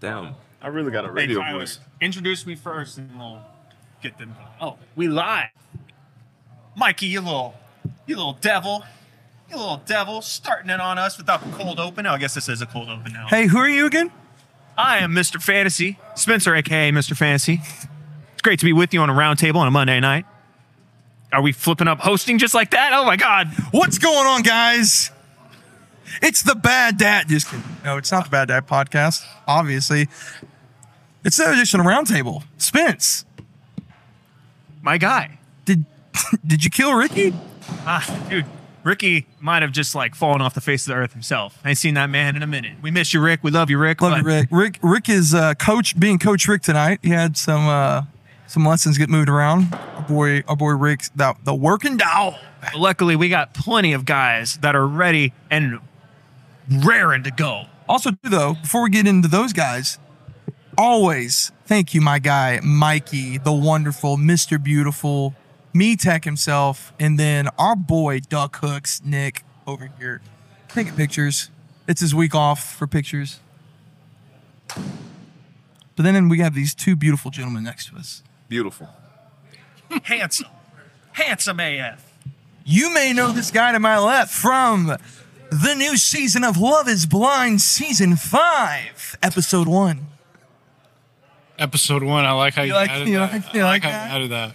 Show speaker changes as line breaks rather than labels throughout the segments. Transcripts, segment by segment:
Damn. I really got a radio voice.
Introduce me first, and we'll get them. Oh, we live. Mikey, you little, you little devil, you little devil, starting it on us without the cold open. Oh, I guess this is a cold open now.
Hey, who are you again?
I am Mr. Fantasy Spencer, aka Mr. Fantasy. It's great to be with you on a round table on a Monday night. Are we flipping up hosting just like that? Oh my God!
What's going on, guys? It's the Bad Dad. Just kidding. No, it's not the Bad Dad podcast, obviously. It's the edition of Roundtable. Spence,
My guy.
did did you kill Ricky?
Ah, dude, Ricky might have just like fallen off the face of the earth himself. I ain't seen that man in a minute. We miss you, Rick. We love you, Rick.
Love you,
but
Rick. Rick Rick is uh, coach being coach Rick tonight. He had some uh, some lessons get moved around. Our boy our boy Rick's the, the working dog.
Luckily, we got plenty of guys that are ready and raring to go.
Also, too, though, before we get into those guys, always thank you, my guy, Mikey, the wonderful Mr. Beautiful, Me Tech himself, and then our boy, Duck Hooks, Nick, over here, taking pictures. It's his week off for pictures. But then we have these two beautiful gentlemen next to us.
Beautiful.
Handsome. Handsome AF.
You may know this guy to my left from the new season of Love is Blind, season five, episode one.
Episode one. I like how you,
like-
added
you
that.
like- you
I
like
like how
that?
you added that.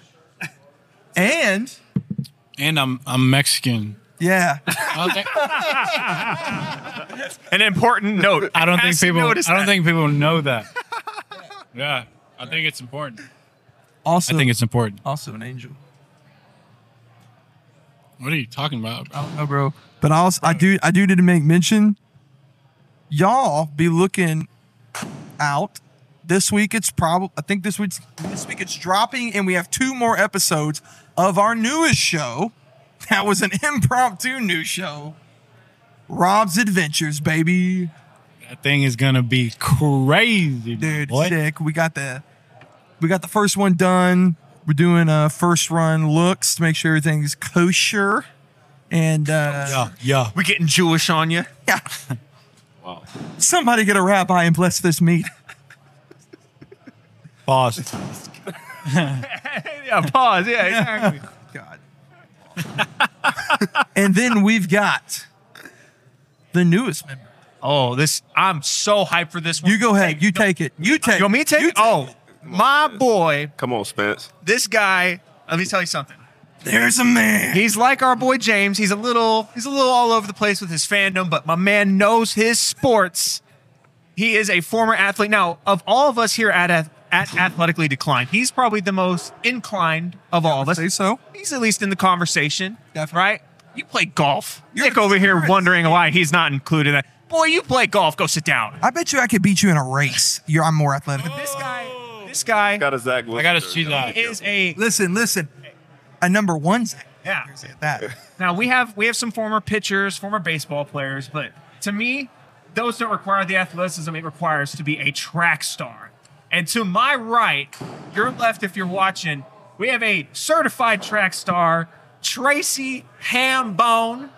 And
And I'm I'm Mexican.
yeah,
I don't think,
An important note.
I don't think
Has to
people. I don't
notice that.
think people know that. Yeah, I think it's important. I
also
think it's important.
also an angel.
What are you talking about? bro?
I don't know, bro. But I also I do I do need to make mention. Y'all be looking out. This week it's probably I think this week this week it's dropping and we have two more episodes of our newest show. That was an impromptu new show. Rob's Adventures, baby.
That thing is gonna be crazy,
Dude,
boy.
sick. We got the we got the first one done. We're doing uh first run looks to make sure everything's kosher. And uh
Yeah, yeah.
we getting Jewish on you.
yeah.
Wow.
Somebody get a rabbi and bless this meat.
Pause.
yeah, pause. Yeah, exactly.
God. and then we've got the newest member.
oh, this I'm so hyped for this one.
You go ahead. You take it. You take.
You want me to take
you
it? Oh, my boy,
Come on, Spence.
this guy. Let me tell you something.
There's a man.
He's like our boy James. He's a little he's a little all over the place with his fandom, but my man knows his sports. He is a former athlete. Now, of all of us here at Ath- at athletically declined, he's probably the most inclined of all of us.
Say so.
He's at least in the conversation,
Definitely.
right? You play golf.
You're
Nick
the
over here
smartest.
wondering why he's not included. in that. Boy, you play golf. Go sit down.
I bet you I could beat you in a race. You're I'm more athletic.
This guy, this guy
Got a Zach Wilson.
I gotta
jersey
see
on.
that.
is a
Listen, listen. A number one. Zach.
Yeah.
Here's it, That.
Now we have we have some former pitchers, former baseball players, but to me, those don't require the athleticism it requires to be a track star. And to my right, your left, if you're watching, we have a certified track star, Tracy Hambone.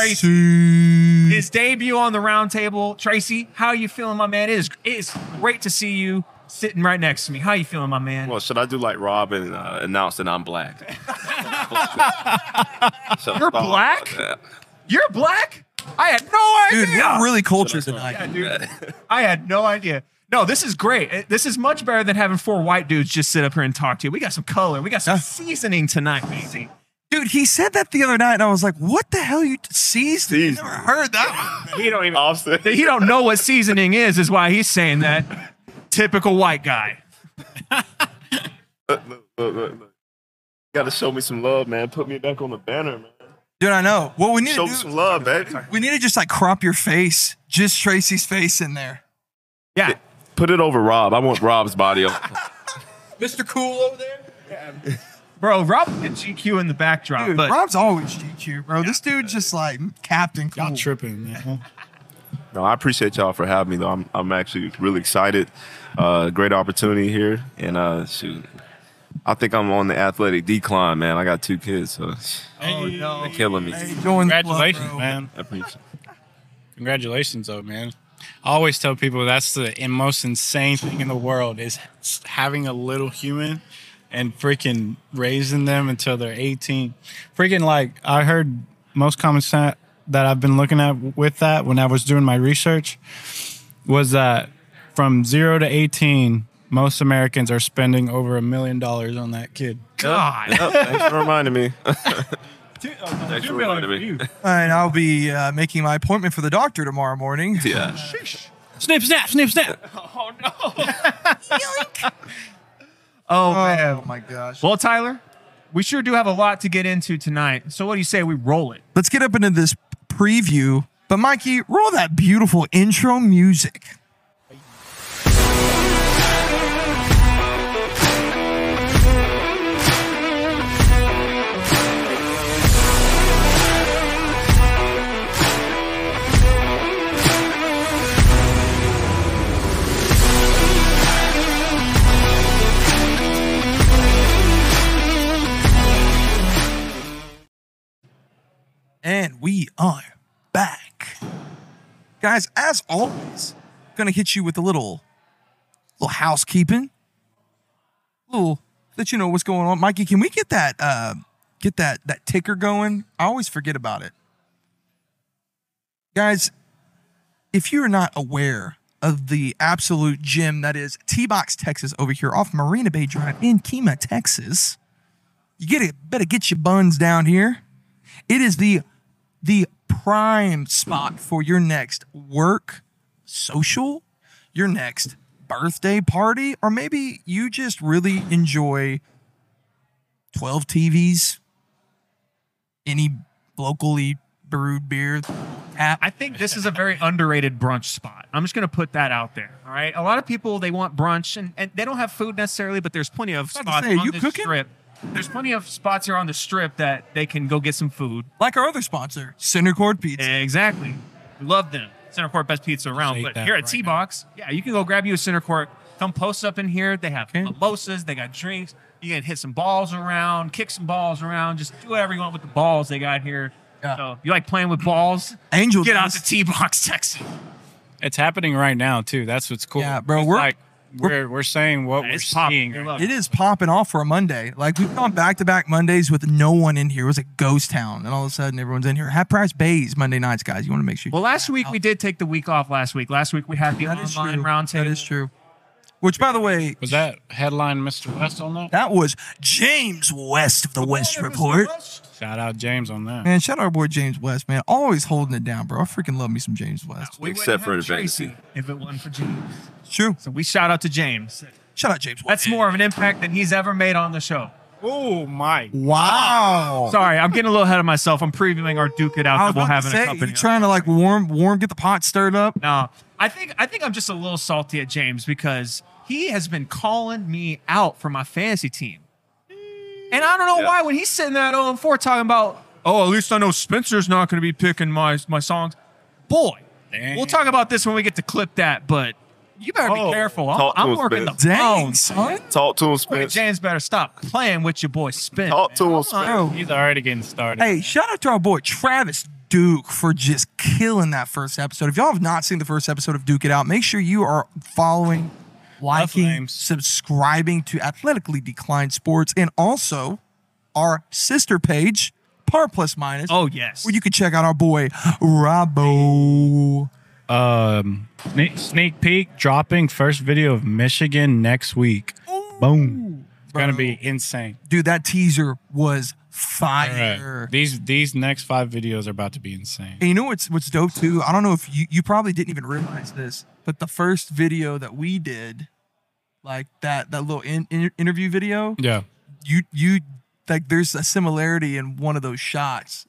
Tracy.
His debut on the round table. Tracy, how you feeling, my man? It is it is great to see you sitting right next to me. How you feeling, my man?
Well, should I do like Rob and uh, announce that I'm black? So
You're
I thought about
black?
that.
You're black? I had no idea.
Dude, we're really cultured tonight.
dude. I had no idea. No, this is great. Uh, This is much better than having four white dudes just sit up here and talk to you. We got some color. We got some
Yeah.
seasoning tonight, baby.
Dude, he said that the other night, and I was like, "What the hell? You seized?
Seized.
Never heard that." one.
He don't even.
Offset.
He don't know what seasoning is. Is why he's saying that. Typical white guy.
Look, look, look, look, look. Gotta show me some love, man. Put me back on the banner, man.
Dude, I know. What we need
Show
to
me
do
some love, baby.
We need to just like crop your face, just Tracy's face in there.
Yeah.
Put it over Rob. I want Rob's body. on.
Mr. Cool over there.
Bro, Rob and GQ in the backdrop,
Dude,
but
Rob's always GQ, bro. This dude just like Captain Cool.
Y'all tripping, man.
No, I appreciate y'all for having me. Though I'm, I'm actually really excited. Uh, great opportunity here, and uh, shoot, I think I'm on the athletic decline, man. I got two kids, so it's
oh no,
killing me.
Hey, join the club,
Congratulations,
bro.
man.
I appreciate. it.
Congratulations, though, man. I always tell people that's the in- most insane thing in the world is s- having a little human and freaking raising them until they're 18. Freaking like I heard most common sense that I've been looking at with that when I was doing my research was that from 0 to 18 most Americans are spending over a million dollars on that kid.
God.
Oh, thanks for reminding me.
Two
for
million
reminding me.
views.
And I'll be uh, making my appointment for the doctor tomorrow morning.
yeah.
Snip snap, snip snap.
Oh no. oh man.
Oh my gosh.
Well, Tyler, we sure do have a lot to get into tonight. So what do you say we roll it?
Let's get up into this preview. But Mikey, roll that beautiful intro music. And we are back. Guys, as always, gonna hit you with a little little housekeeping. Little let you know what's going on. Mikey, can we get that uh get that that ticker going? I always forget about it. Guys, if you're not aware of the absolute gem that is T-Box Texas over here off Marina Bay Drive in Kima, Texas, you get it better get your buns down here. It is the the prime spot for your next work social, your next birthday party, or maybe you just really enjoy 12 TVs, any locally brewed beer Uh, tap.
I think this is a very underrated brunch spot. I'm just going to put that out there. All right. A lot of people, they want brunch and, and they don't have food necessarily, but there's plenty of
about
spots
to say,
on
you
the
cooking?
strip. There's plenty of spots here on the strip that they can go get some food.
Like our other sponsor, Center Chord Pizza.
Exactly. We love them. Center court best pizza around.
Just ate
But
that
here at
right
T Box, yeah, you can go grab you a center court. Come post up in here. They have mimosas. They got drinks. You can hit some balls around, kick some balls around. Just do whatever you want with the balls they got here.
Yeah.
So if you like playing with balls,
Angel
get out
does.
to T Box, Texas.
It's happening right now too. That's what's cool.
Yeah, bro,
It's
we're-
like we're we're saying what we're
It's popping.
seeing.
They
right
love
It is popping off for a Monday. Like we've gone back to back Mondays with no one in here. It was a ghost town, and all of a sudden everyone's in here. Half price bays Monday nights, guys. You want to make sure.
Well, last week we did take the week off. Last week, last week we had the
That is
online
true.
roundtable.
That is true. Which, by the way,
Was that headline Mr. West on that?
that was James West of the West Report.
Shout out James on that.
Man, shout out our boy James West, man. Always holding it down, bro. I freaking love me some James West.
We
Except
wouldn't
for
have
the fantasy.
Tracy if it wasn't for James.
It's True.
So we shout out to James.
Shout out James West.
That's more of an impact than he's ever made on the show.
Oh my!
Wow.
Sorry, I'm getting a little ahead of myself. I'm previewing our Duke It Out
I was
that we'll
about
have
to
in
say,
a
you
company. Oh,
trying to like warm, warm, get the pot stirred up.
no, I think I think I'm just a little salty at James because he has been calling me out for my fantasy team, and I don't know
Yeah.
why. When he's sitting there at 0 4 talking about, oh, at least I know Spencer's not going to be picking my my songs. Boy,
Damn.
we'll talk about this when we get to clip that. But you better
Oh.
be careful. I'm,
Talk to
I'm
us,
working the
Spence.
Dang,
phones.
son.
Talk to him, Spence.
James better stop playing with your boy Spence.
Talk to him,
man.
Spence.
Bro.
He's already getting started.
Hey, shout out to our boy Travis Duke for just killing that first episode. If y'all have not seen the first episode of Duke It Out, make sure you are following, liking,
Flames.
subscribing to Athletically Declined Sports and also our sister page, Par Plus Minus,
Oh yes.
where you can check out our boy Robbo.
Um, sneak, sneak peek dropping first video of Michigan next week. Boom! It's gonna
Bro.
be insane.
Dude, that teaser was
All
fire.
right. These these next five videos are about to be insane.
And you know what's what's dope too? I don't know if you you probably didn't even realize this, but the first video that we did, like that that little in, in- interview video,
Yeah.
you you like there's a similarity in one of those shots.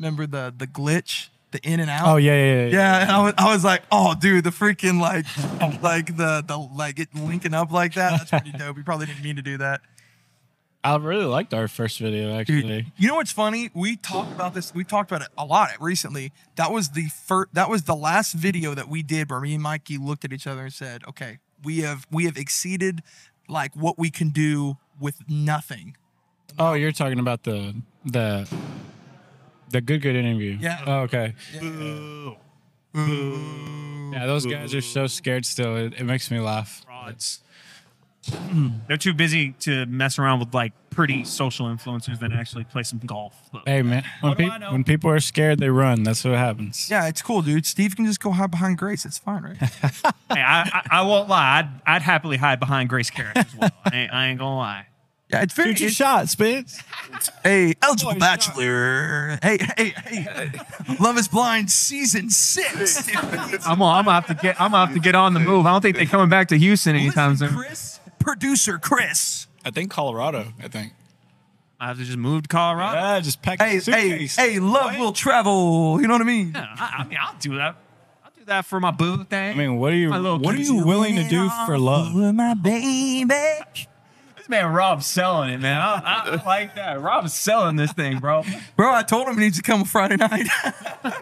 Remember the the glitch, the in and out.
Oh yeah yeah yeah.
Yeah, and I was, I was like, oh, dude, the freaking like, like the the like it linking up like that. That's pretty dope. We probably didn't mean to do that.
I really liked our first video actually.
Dude, you know what's funny? We talked about this. We talked about it a lot recently. That was the first. That was the last video that we did where me and Mikey looked at each other and said, "Okay, we have we have exceeded like what we can do with nothing."
Oh, you're talking about the the the good good interview.
Yeah.
Oh, okay. Yeah, those guys are so scared still. It, it makes me laugh.
Frauds. They're too busy to mess around with like pretty social influencers than actually play some golf. But
Hey man, when,
What do I
peop-
know?
when people are scared, they run. That's what happens.
Yeah, it's cool, dude. Steve can just go hide behind Grace. It's fine, right?
hey, I, I, I won't lie. I'd, I'd happily hide behind Grace Carrot as well. I, ain't- I ain't gonna lie.
Yeah, it's very. it's-
shot, Spence.
Hey, eligible bachelor. Hey, hey, hey. Love is Blind season six.
I'm gonna, I'm gonna have to get I'm gonna have to get on the move. I don't think they're coming back to Houston anytime
Listen,
soon.
Chris, producer Chris.
I think Colorado. I think.
I have to just move to Colorado.
Yeah, just pack
Hey,
your suitcase.
hey, hey, love will travel. You know what I mean?
Yeah, I, I mean, I'll do that. I'll do that for my boo thing.
I mean, what are you?
My little
What are
kids.
you willing to do for love?
With my baby.
This man Rob's selling it, man. I, I like that. Rob's selling this thing, bro.
Bro, I told him he needs to come Friday night.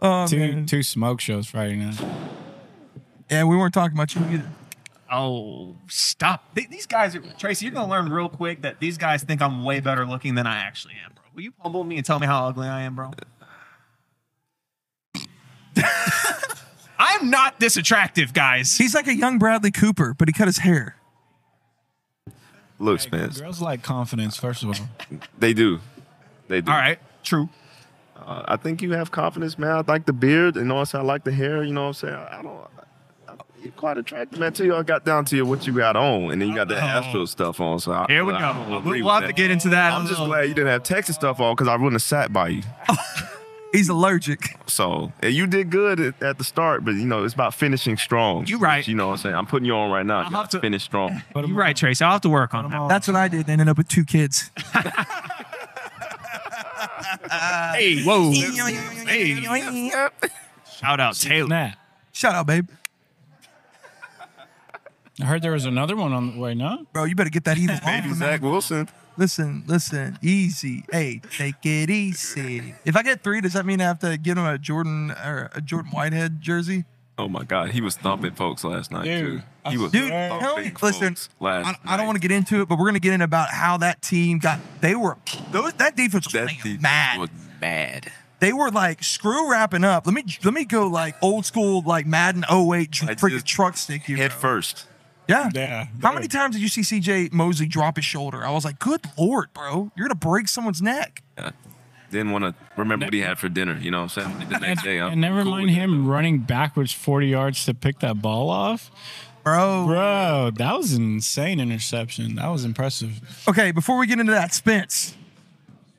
oh,
Two
man.
two smoke shows Friday night.
Yeah, we weren't talking about you either.
Oh, stop. Th- These guys are Tracy, you're gonna learn real quick that these guys think I'm way better looking than I actually am, bro. Will you humble me and tell me how ugly I am, bro? I'm not this attractive, guys.
He's like a young Bradley Cooper, but he cut his hair.
Look, Spence.
Girls like confidence, first of all.
They do. They do.
All right, true.
Uh, I think you have confidence, man. I like the beard, and also I like the hair. You know what I'm saying? I don't. I, you're quite attractive, man. Till y'all got down to your, what you got on, and then you got that Astro stuff on. So I,
Oh. Here we
I
go.
don't
We'll,
agree
we'll
with
have to
that.
get into that.
I'm just
a little-
glad you didn't have Texas stuff on because I wouldn't have sat by you.
He's allergic.
So and you did good at, at the start, but you know it's about finishing strong.
You right.
You know what I'm saying? I'm putting you on right now. You
have
have to
to-
finish strong.
You're right, Tracy. I'll have to work on that.
That's what I did. and Ended up with two kids.
Hey, whoa.
Shut
Shout out Taylor.
Nah.
up, babe.
I heard there was another one on the way. No,
Bro, you better get that evil off
Baby
of me.
Zach Wilson.
Listen, listen, easy. Hey, take it easy. If I get three, does that mean I have to get him a Jordan or a Jordan Whitehead jersey?
Oh my God, he was thumping folks last night
Dude,
too. He was
Dude,
thumping
tell me-
folks
listen,
last
I, I don't
night.
want to get into it, but we're gonna get in about how that team got. They were those that defense was
That
playing
defense
mad.
was bad.
they were like screw wrapping up. Let me let me go like old school like Madden 08
I
freaking
just-
truck stick you.
Head
bro.
first.
Yeah.
Yeah.
How many times did you see CJ Mosley drop his shoulder? I was like, good lord, bro, you're gonna break someone's neck.
Didn't want to remember what he had for dinner. You know what I'm saying? The next day, I'm
and never
cool
mind
with
him running backwards 40 yards to pick that ball off.
Bro.
Bro, that was an insane interception. That was impressive.
Okay, before we get into that, Spence.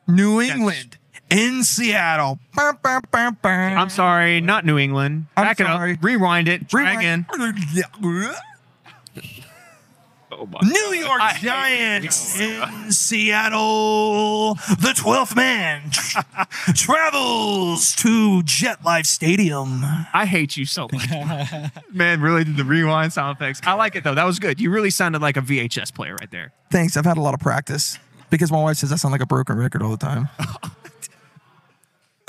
New England in Seattle. Bam, bam, bam, bam.
I'm sorry, not New England.
I'm
Back
sorry.
it up. Rewind it. Try again.
it. Oh my.
New York Giants in Seattle. The 12th man tra- travels to Jet Life Stadium.
I hate you so much. Man, really did the rewind sound effects. I like it though. That was good. You really sounded like a VHS player right there.
Thanks. I've had a lot of practice because my wife says I sound like a broken record all the time.
Boy,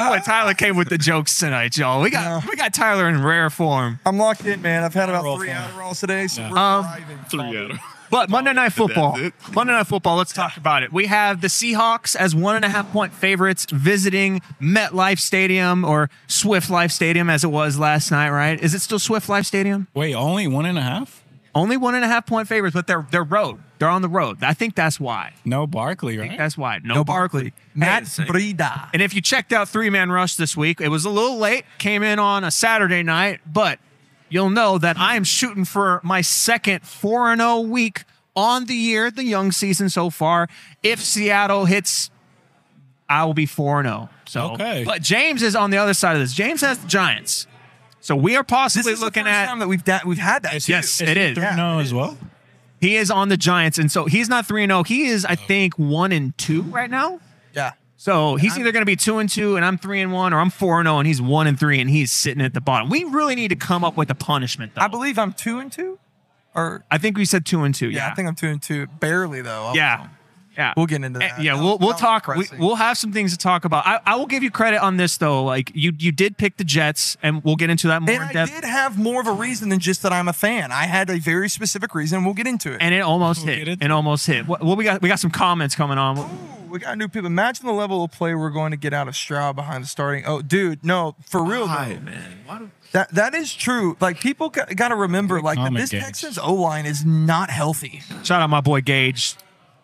Oh, Tyler came with the jokes tonight, y'all. We got we got Tyler in rare form.
I'm locked in, man. I've had about
Adderall
three
fan.
Adderalls today, so we're
Um,
thriving.
But Monday Night Football.
That's
Monday Night Football, let's talk about it. We have the Seahawks as one and a half point favorites visiting MetLife Stadium or Swift Life Stadium as it was last night, right? Is it still Swift Life Stadium?
Wait, only one and a half?
Only one and a half point favorites, but they're they're road. They're on the road. I think that's why.
No Barkley, right?
That's why. No,
No
Barkley.
Barkley. Matt Breida.
And if you checked out Three Man Rush this week, it was a little late, came in on a Saturday night, but you'll know that I am shooting for my second 4 0 week on the year, the young season so far. If Seattle hits, I will be 4 0. So,
Okay.
but James is on the other side of this. James has the Giants. So we are
This
possibly
is
looking
the first
at.
time that we've da- we've had that. too.
Yes, it is.
Three no as well.
He is on the Giants. And so he's not 3 0. He
Oh.
is, I think, 1 and 2 right now.
Yeah.
So he's either going to be two and two, and I'm three and one, or I'm four and zero, and he's one and three, and he's sitting at the bottom. We really need to come up with a punishment. Though. I,
I believe I'm two and two, or
think we said two and two.
yeah,
Yeah,
I think I'm two and two, barely though. I'll-
yeah, yeah.
We'll get into
Eh,
that.
Yeah,
That
we'll
was-
we'll
that was
talk. We,
pressing.
we'll have some things to talk about. I, I will give you credit on this though. Like you you did pick the Jets, and we'll get into that more
And
in
I
depth.
did have more of a reason than just that I'm a fan. I had a very specific reason. We'll get into it.
And it almost
We'll
hit.
get it.
It almost hit. What, what we got? We got some comments coming on.
we got new people. Imagine the level of play we're going to get out of Stroud behind the starting. Oh, dude, no, for real. though.
Why, man? Why do,
That that is true. Like people got to remember, like that
Common
this
games.
Texans O line is not healthy.
Shout out my boy Gage.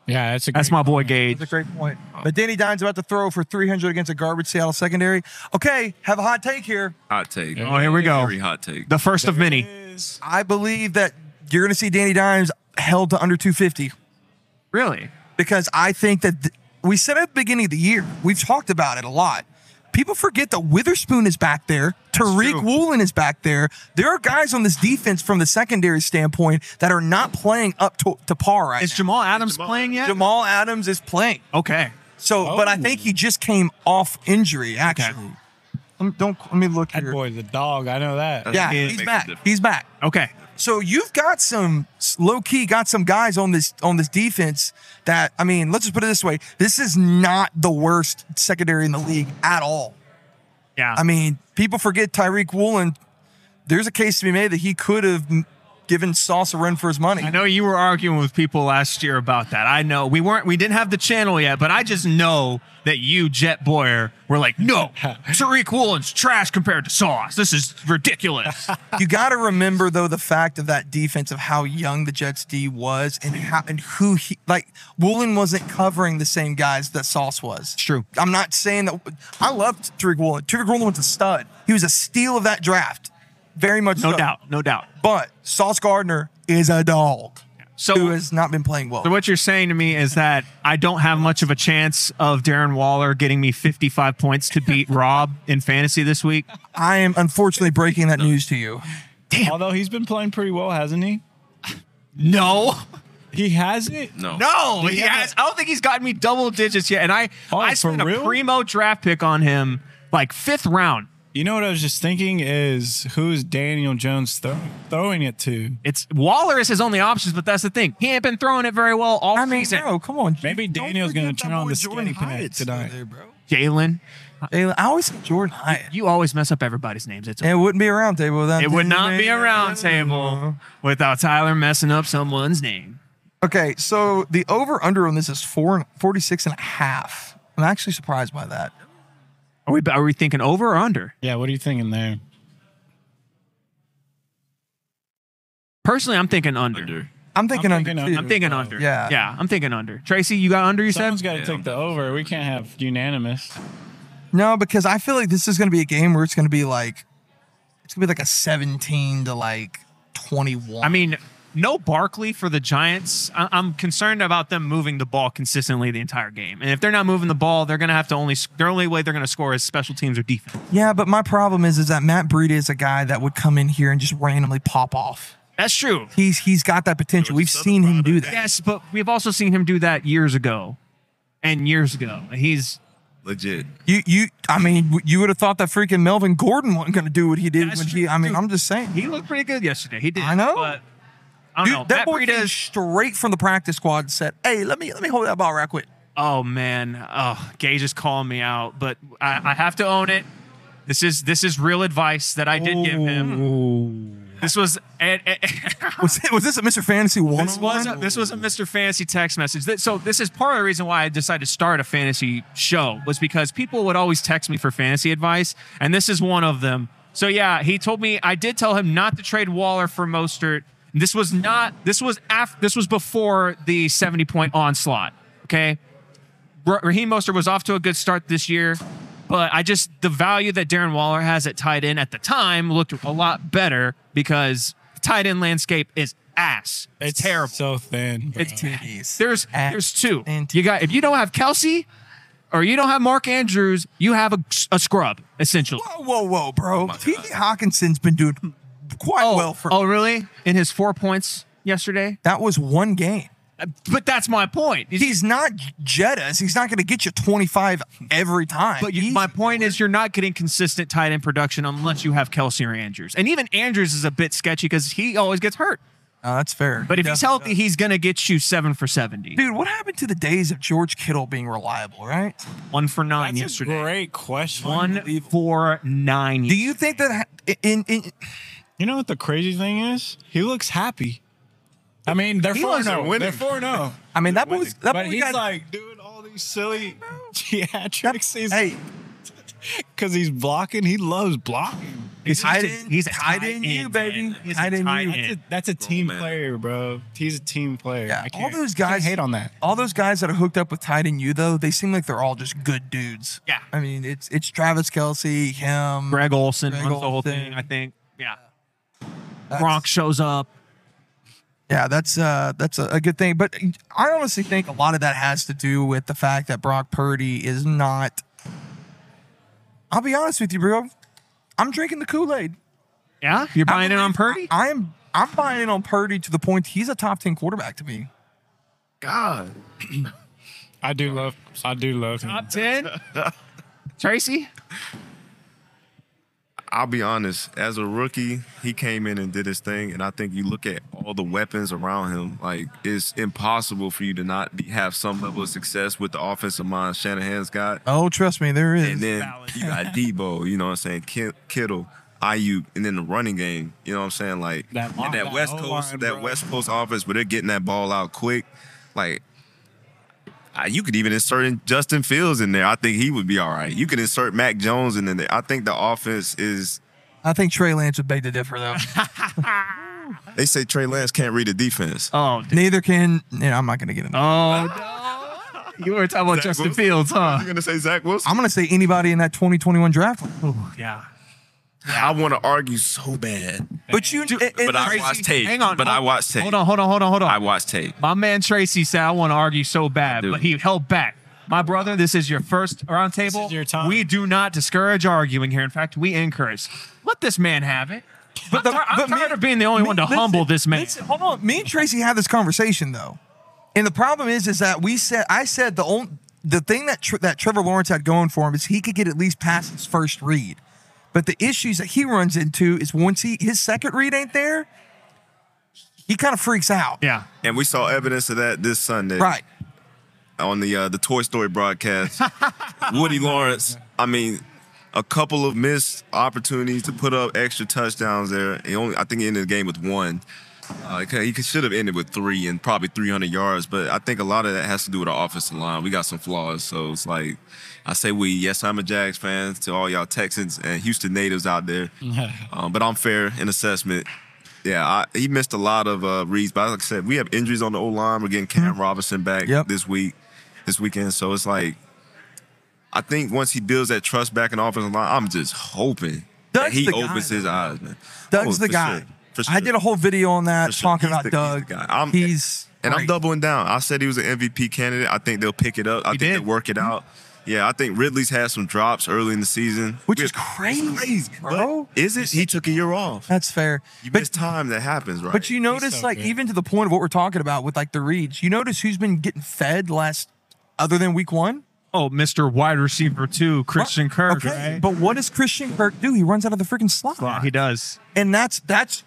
Yeah, that's a
That's
great
my boy
point.
Gage.
That's a great point.
Oh.
But Danny Dimes about to throw for 300 against a garbage Seattle secondary. Okay, have a hot take here.
hot take.
Oh, here we go.
Very hot take.
The first of many.
I believe that you're going to see Danny Dimes held to under 250
Really?
because I think that th- we said at the beginning of the year, we've talked about it a lot. People forget that Witherspoon is back there, Tariq Woolen is back there. There are guys on this defense from the secondary standpoint that are not playing up to, to par right
Is
now.
Jamal Adams playing yet?
Jamal Adams is playing.
okay.
So, but I think he just came off injury. Actually, Let me- don't let me look
That
here.
boy's a dog. I know that.
Yeah,
It
he's
uh, makes a
back.
difference.
He's back.
Okay.
So you've got some low key got some guys on this on this defense that I mean, let's just put it this way: this is not the worst secondary in the league at all.
Yeah.
I mean, people forget Tyreek Woolen. There's a case to be made that he could have m- given Sauce a run for his money.
I know you were arguing with people last year about that. I know we weren't, we didn't have the channel yet, but I just know that you, Jet Boyer, were like, no, Tariq Woolen's trash compared to Sauce. This is ridiculous.
You got to remember though the fact of that defense of how young the Jets D was and how and who he like Woolen wasn't covering the same guys that Sauce was.
true.
I'm not saying that I loved Tariq Woolen. Tariq Woolen was a stud. He was a steal of that draft, very much
No
so.
doubt. No doubt.
But Sauce Gardner is a dog
So-
who has not been playing well.
So what you're saying to me is that I don't have much of a chance of Darren Waller getting me 55 points to beat Rob in fantasy this week.
I am unfortunately breaking that news to you.
Although he's been playing pretty well, hasn't he?
No.
He has it.
no.
No, he
Yeah.
has. I don't think he's gotten me double digits yet. And I,
Oh,
I
for
spent a
real?
primo draft pick on him, like fifth round.
You know what I was just thinking is who's Daniel Jones throw, throwing it to?
It's Waller is his only options, but that's the thing. He ain't been throwing it very well all
I mean,
season.
bro, come on.
Maybe
Don't
Daniel's
forget
gonna
that
turn on
boy
the
Jordan
skinny connect
Hyatt's still
tonight.
there, bro.
Jalen,
Jalen- I always get Jordan Hyatt.
you always mess up everybody's names. It's
And it wouldn't be a round table without
it would
Danny
not be a
Manning.
round table without Tyler messing up someone's name.
Okay, so the over under on this is four, 46 and a half. I'm actually surprised by that.
Are we are we thinking over or under?
Yeah, what are you thinking there?
Personally, I'm thinking under.
Under.
I'm thinking
I'm
under.
thinking-
too.
I'm thinking under.
Yeah.
Yeah, I'm thinking under. Tracy, you got under you
Someone's
said?
got to take the over. We can't have unanimous.
No, because I feel like this is going to be a game where it's going to be like it's going to be like a 17 to like 21.
I mean, no Barkley for the Giants. I- I'm concerned about them moving the ball consistently the entire game. And if they're not moving the ball, they're going to have to only their only way they're going to score is special teams or defense.
yeah, but my problem is is that Matt Breida is a guy that would come in here and just randomly pop off.
That's true.
He's he's got that potential. We've
Southern
seen him
product.
do that.
Yes, but we've also seen him do that years ago and years ago. And he's
Legit.
You you I mean you would have thought that freaking Melvin Gordon wasn't going to do what he did
That's
when
true,
he I mean
dude.
I'm just saying.
he looked pretty good yesterday. He did.
I know.
But I don't
Dude,
know.
that
Matt
boy
Breida
came
is-
straight from the practice squad and said, "Hey, let me let me hold that ball right quick."
Oh man, oh Gage is calling me out, but I, I have to own it. This is this is real advice that I did give him. This was and, and-
Was, it, was this a Mr. Fantasy one?
this was a, this was a Mr. Fantasy text message. Th- So this is part of the reason why I decided to start a fantasy show was because people would always text me for fantasy advice, and this is one of them. So yeah, he told me I did tell him not to trade Waller for Mostert. This was not this was after this was before the seventy point onslaught. Okay, Ra- Raheem Mostert was off to a good start this year, but I just the value that Darren Waller has at tight end at the time looked a lot better because the tight end landscape is ass. It's, terrible.
So thin. bro.
It's there's
Ass
there's two.
and
You got if you don't have Kelsey or you don't have Mark Andrews, you have a, a scrub essentially.
Whoa, whoa, whoa, bro! T.J. Hawkinson's been doing quite well for.
oh really? In his four points yesterday,
That was one game.
Uh, but that's my point. He's-
He's not Jettas. He's not going to get you 25 every time.
But you,
He's-
my point is, you're not getting consistent tight end production unless you have Kelsey or Andrews. And even Andrews is a bit sketchy because he always gets hurt.
Uh, that's fair.
But if he's healthy, he's going to get you seven for 70.
dude, what happened to the days of George Kittle being reliable? Right?
One for nine
That's a
yesterday.
great question.
One for nine.
Do you think that ha- in, in
You know what the crazy thing is? He looks happy. I mean, they're
He
four
wasn't
zero.
winning.
They're four zero.
I mean that boy was that
But
boy
he's
got
like doing all these some silly theatrics. He's
Hey,
because he's blocking. He loves blocking.
He's,
tight
he's,
end.
a- he's a
Tight end you,
end,
baby.
man. He's a
Tight end
tight
you.
end.
That's a, that's a team
man.
player, bro. He's a team player.
yeah,
I
all
can't-
those
I can't
guys
hate on that.
All those guys that are hooked up with Titan U though, they seem like they're all just good dudes.
Yeah.
I mean, it's it's Travis Kelsey, him,
Greg Olson
Greg
runs the whole thing,
Olsen.
I think. Yeah.
that's-
Gronk shows up.
Yeah, that's uh that's a, a good thing. But I honestly think a lot of that has to do with the fact that Brock Purdy is not. I'll be honest with you, bro. I'm drinking the Kool Aid.
Yeah, you're buying it on Purdy.
I am. I'm buying in on Purdy to the point he's a top ten quarterback to me.
God.
I do love. I do love him.
Top ten.
Tracy,
I'll be honest. As a rookie, he came in and did his thing, and I think you look at all the weapons around him. Like it's impossible for you to not be, have some level of success with the offensive mind Shanahan's got.
Oh, trust me, there is.
And then
valid.
you got Debo, you know what I'm saying? Kit- Kittle, IU, and then the running game, you know what I'm saying? Like
That
and
line-
that West
that
Coast,
O-line,
that
bro.
West Coast offense, where they're getting that ball out quick. Like I, you could even insert in Justin Fields in there. I think he would be all right. You could insert Mac Jones in there. I think the offense is.
I think Trey Lance would beg to differ though.
They say Trey Lance can't read a defense.
oh, dude.
Neither can. Yeah, I'm not gonna get him.
oh, no. you were talking about
Zach
Justin
Wilson?
Fields, huh?
You're gonna say Zach Wilson?
I'm gonna say anybody in that 2021 draft.
Ooh, yeah,
I want to argue so bad,
But you, it- it-
but I
Tracy-
watched tape.
hang on,
but I
hold-
watched tape.
Hold on, hold on, hold on, hold on.
I watched tape.
My man Tracy said, I want to argue so bad,
do.
but he held back. My brother, this is your first round table.
is your time.
We do not discourage arguing here. In fact, we encourage. Let this man have it. But
the-
I'm
but me-
tired of being the only
me-
one to
listen,
humble this man.
listen, hold on. Me and Tracy had this conversation though, and the problem is, is that we said I said the only the thing that tr- that Trevor Lawrence had going for him is he could get at least past his first read, but the issues that he runs into is once he his second read ain't there, he kind of freaks out.
Yeah.
And we saw evidence of that this Sunday.
Right.
on the uh, the Toy Story broadcast. Woody Lawrence, I mean, a couple of missed opportunities to put up extra touchdowns there. He only, I think, he ended the game with one. Uh, he could- he could- should have ended with three and probably 300 yards, but I think a lot of that has to do with our offensive line. We got some flaws, so it's like I say we. Yes, I'm a Jags fan to all y'all Texans and Houston natives out there, um, but I'm fair in assessment. Yeah, I, he missed a lot of uh, reads, but like I said, we have injuries on the O line. We're getting Cam Robinson back
Yep.
this week, this weekend, so it's like I think once he builds that trust back in the offensive line, I'm just hoping that
Doug's
he
the guy,
opens his eyes, man.
Doug's
Oh,
the
for
guy.
sure, for
I
sure.
did a whole video on that
For sure.
talking
He's
about
the-
Doug.
he's the guy. I'm-
he's
And I'm
great.
doubling down. I said he was an MVP candidate. I think they'll pick it up. I
He
think they'll
did.
work it
Mm-hmm.
out. Yeah, I think Ridley's had some drops early in the season.
which
We-
is crazy, bro.
Is it? He took a year off.
That's fair.
You
But
miss time that happens, right?
But you notice,
so
like,
good.
even to the point of what we're talking about with like the reads, you notice who's been getting fed last, other than week one?
Oh, Mr. Wide Receiver two, Christian Kirk.
Okay.
right?
But what does Christian Kirk do? He runs out of the freaking slot.
Yeah, he does.
And that's that's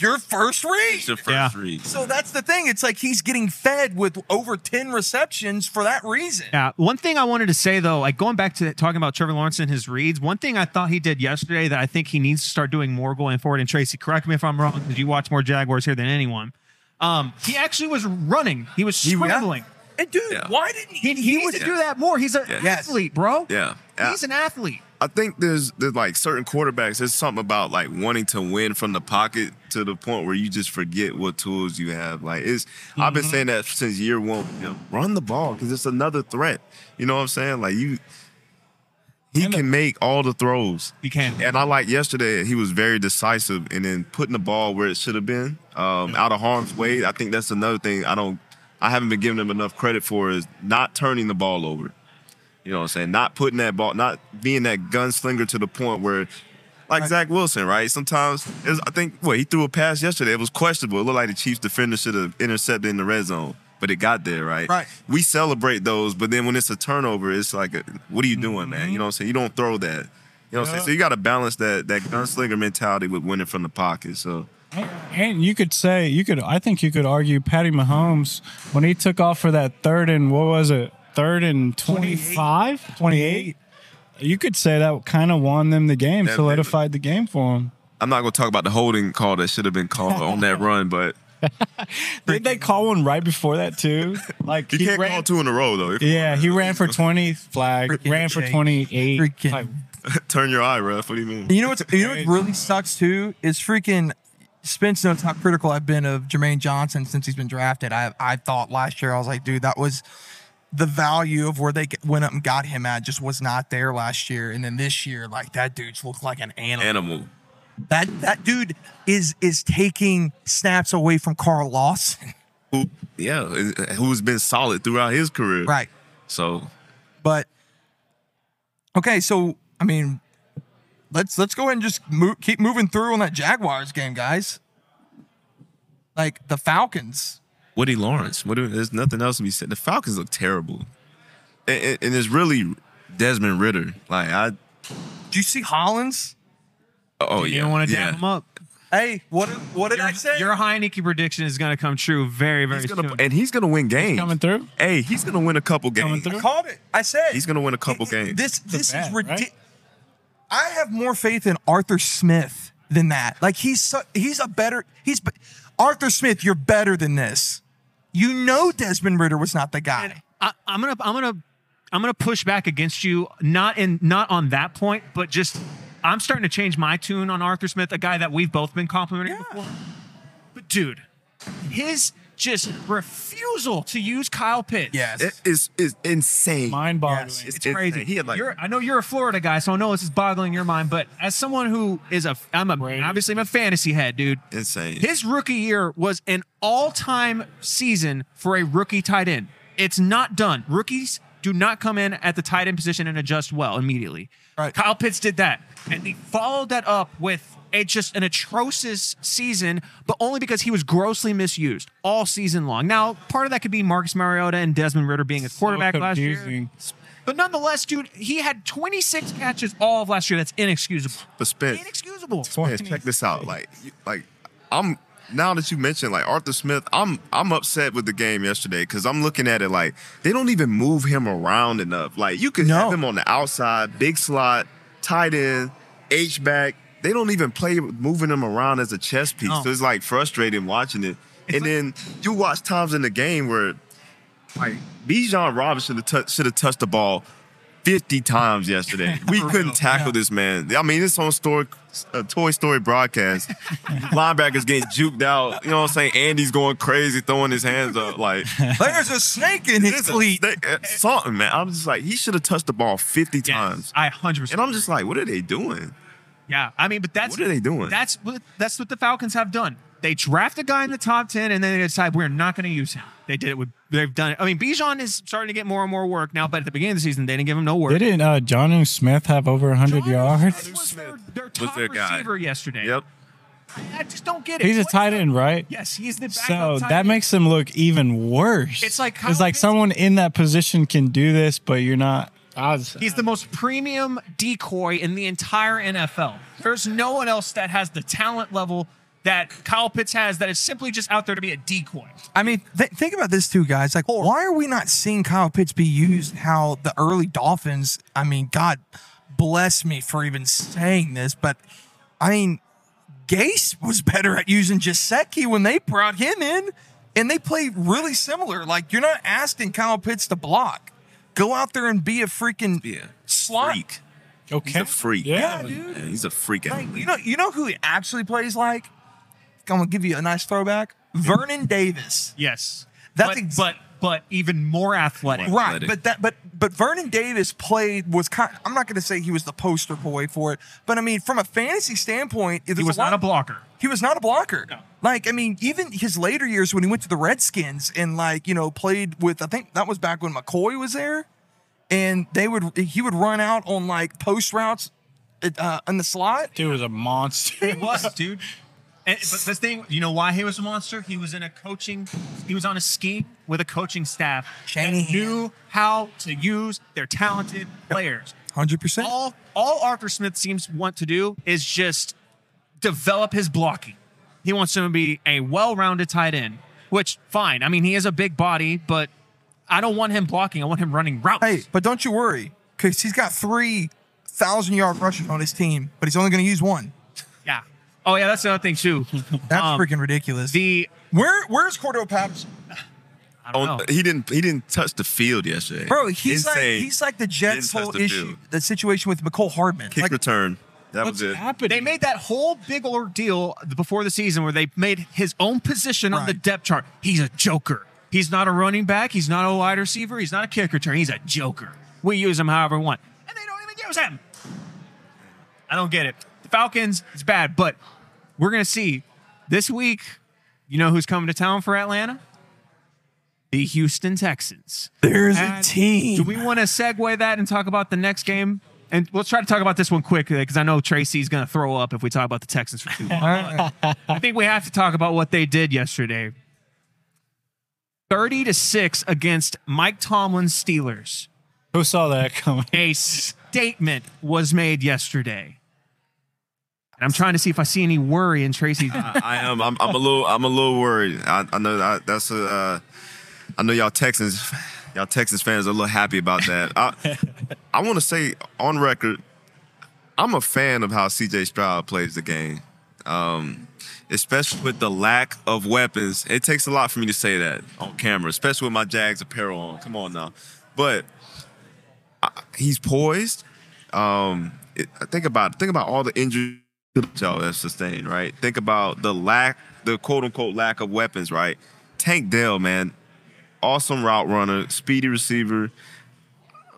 your first read.
it's the first
Yeah.
read.
So that's the thing. It's like he's getting fed with over 10 receptions for that reason.
Yeah. One thing I wanted to say though, like going back to talking about Trevor Lawrence and his reads, one thing I thought he did yesterday that I think he needs to start doing more going forward. And Tracy, correct me if I'm wrong, because you watch more Jaguars here than anyone. Um, he actually was running. He was scrambling.
And dude,
Yeah.
why didn't
He,
he?
he,
he
needs
was-
to do that more. He's an
Yeah.
Yes.
athlete, bro.
Yeah.
He's an athlete.
I think there's there's like certain quarterbacks. There's something about like wanting to win from the pocket to the point where you just forget what tools you have. Like it's I've been saying that since year one. You know, run the ball because it's another threat. You know what I'm saying? Like you, he
And the-
can make all the throws.
He can.
And I like yesterday he was very decisive and then putting the ball where it should have been um, out of harm's way. I think that's another thing I don't. I haven't been giving him enough credit for is not turning the ball over. You know what I'm saying? Not putting that ball, not being that gunslinger to the point where, like Zach Wilson, right? Sometimes it was, I think what he threw a pass yesterday. It was questionable. It looked like the Chiefs defender should have intercepted in the red zone, but it got there, right?
Right.
We celebrate those, but then when it's a turnover, it's like, a, what are you doing,
Mm-hmm.
man? You know what I'm saying? You don't throw that. You know what I'm saying? So you got to balance that that gunslinger mentality with winning from the pocket. So
And, and you could say you could. I think you could argue Patty Mahomes when he took off for that third and what was it? Third and 25? 28. You could say that kind of won them the game,
That-
solidified the game for them.
I'm not gonna talk about the holding call that should have been called on that run, but
Did they call one right before that too? Like
You
he
can't
ran-
call two in a row though. If you
Yeah, he ran for twenty flag, ran for
Jake.
twenty eight.
Freaking-
turn your eye, ref. What do you mean?
You know what's you know what really sucks too is freaking Spence knows how critical I've been of Jermaine Johnson since he's been drafted. I I thought last year I was like, dude, that was the value of where they g- went up and got him at just was not there last year. And then this year, like that dude's looked like an animal.
Animal.
That that dude is is taking snaps away from Carl Lawson.
Who, yeah, who's been solid throughout his career.
right.
So
But okay, so I mean, let's let's go ahead and just move, keep moving through on that Jaguars game, guys. Like the Falcons,
Woody Lawrence. What do, there's nothing else to be said. The Falcons look terrible, and, and, and it's really Desmond Ritter. Like I,
do you see Hollins?
oh
You
yeah,
don't want to
yeah.
dab him up.
Hey, what what did I say?
Your Heineke prediction is going to come true very, very
He's
soon.
gonna, and he's gonna win games.
coming through.
Hey, he's gonna win a couple
Coming
games.
through.
I called it. I said
He's gonna win a couple
It- it-
games.
This this is
bad,
ridiculous.
right?
I have more faith in Arthur Smith than that. Like he's so, he's a better he's be- Arthur Smith. You're better than this. You know Desmond Ritter was not the guy.
I, I'm gonna I'm gonna I'm gonna push back against you. Not in not on that point, but just I'm starting to change my tune on Arthur Smith, a guy that we've both been complimenting
Yeah.
before. But dude, his just refusal to use Kyle Pitts.
Yes.
It is is insane.
Mind boggling.
Yes.
It's
It's
crazy.
insane. He had, like-
You're- I know you're a Florida guy, so I know this is boggling your mind. But as someone who is a, I'm a,
Right.
obviously I'm a fantasy head, dude.
Insane.
His rookie year was an all-time season for a rookie tight end. It's not done. Rookies do not come in at the tight end position and adjust well immediately.
Right.
Kyle Pitts did that, and he followed that up with a just an atrocious season, but only because he was grossly misused all season long. Now, part of that could be Marcus Mariota and Desmond Ritter being his quarterback last year.
confusing.
But nonetheless, dude, he had 26 catches all of last year. That's inexcusable.
But Spence,
Inexcusable.
Spence, check this out. Like, you- like I'm now that you mentioned like Arthur Smith, I'm I'm upset with the game yesterday because I'm looking at it like they don't even move him around enough. Like you can
No.
have him on the outside, big slot, tight end, H back. They don't even play moving him around as a chess piece.
No.
So it's like frustrating watching it. and then you watch times in the game where like Bijan Robinson should have touched the ball 50 times yesterday. We couldn't tackle this man. I mean, it's on story, uh, Toy Story broadcast. Linebackers getting juked out. You know what I'm saying? Andy's going crazy, throwing his hands up. Like,
There's a snake in his
it's a
fleet.
snake- uh, something, man. I'm just like, he should have touched the ball 50 times.
I 100%.
And I'm just like, what are they doing?
Yeah, I mean, but that's
What are they doing?
That's what that's what the Falcons have done. They draft a guy in the top ten, and then they decide we're not going to use him. They did it with they've done it. I mean, Bijan is starting to get more and more work now, but at the beginning of the season, they didn't give him no work.
Didn't uh, John and Smith have over hundred yards?
This was their, their top
Was their guy.
receiver yesterday.
Yep.
I just don't get it.
He's a
What-
tight end, right?
Yes, he's the backup
So
tight
that
end.
makes him look even worse.
It's like Kyle
it's like
Pitts-
someone in that position can do this, but you're not. I was-
He's the most premium decoy in the entire NFL. There's no one else that has the talent level that Kyle Pitts has that is simply just out there to be a decoy.
I mean, th- think about this too, guys. Like, why are we not seeing Kyle Pitts be used how the early Dolphins? I mean, God bless me for even saying this, but I mean, Gase was better at using Jaceki when they brought him in, and they played really similar. Like, you're not asking Kyle Pitts to block. Go out there and be a freaking
Yeah.
slot.
Freak.
okay.
He's a freak.
Yeah.
Yeah, dude.
Yeah, he's a freak
Like,
athlete.
you know, you know who he actually plays like. I'm gonna give you a nice throwback. Vernon Davis.
Yes.
That's
but,
ex-
but but even more athletic.
Right.
Right,
athletic.
but that, but but Vernon Davis played was kind. I'm not going to say he was the poster boy for it, but I mean, from a fantasy standpoint,
He was not a blocker.
He was not a blocker.
No.
Like I mean, even his later years when he went to the Redskins and like you know played with, I think that was back when McCoy was there, and they would he would run out on like post routes, uh, in the slot.
Dude was a monster.
He was, dude. And, but the thing, you know why he was a monster? He was in a coaching, he was on a scheme with a coaching staff
Shanahan.
that knew how to use their talented players.
Hundred percent.
All all Arthur Smith seems to want to do is just develop his blocking. He wants him to be a well-rounded tight end, which fine. I mean, he is a big body, but I don't want him blocking. I want him running routes.
Hey, but don't you worry, because he's got three thousand yard rushers on his team, but he's only going to use one.
Yeah. Oh yeah, that's another thing too.
That's
Um,
freaking ridiculous.
The
Where where's Cordell Patterson?
I don't
On,
know.
he didn't. He didn't touch the field yesterday.
Bro, he's like
Insane.
he's like the Jets
Didn't touch
whole
the
issue,
field.
the situation with McCole Hardman.
kick
Like,
return. That
What's
was it.
happening?
They made that whole big ordeal before the season where they made his own position on the
Right.
depth chart. He's a joker. He's not a running back. He's not a wide receiver. He's not a kick return. He's a joker. We use him however we want. And they don't even use him. I don't get it. The Falcons, it's bad, but we're going to see this week. You know who's coming to town for Atlanta? The Houston Texans.
there's
And
a team.
Do we want to segue that and talk about the next game? And we'll try to talk about this one quick because I know Tracy's going to throw up if we talk about the Texans for too long. I think we have to talk about what they did yesterday. 30 to 6 against Mike Tomlin's Steelers.
Who saw that coming?
A statement was made yesterday. And I'm trying to see if I see any worry in Tracy's eyes.
I am. I'm, I'm a little. I'm a little worried. I, I know that that's a. Uh, I know y'all Texans, y'all Texans fans are a little happy about that. I, I want to say on record, I'm a fan of how C.J. Stroud plays the game, um, especially with the lack of weapons. It takes a lot for me to say that on camera, especially with my Jags apparel on. Come on now, but I, he's poised. Um, it, think about think about all the injuries y'all have sustained, right? Think about the lack, the quote unquote lack of weapons, right? Tank Dell, man, awesome route runner, speedy receiver.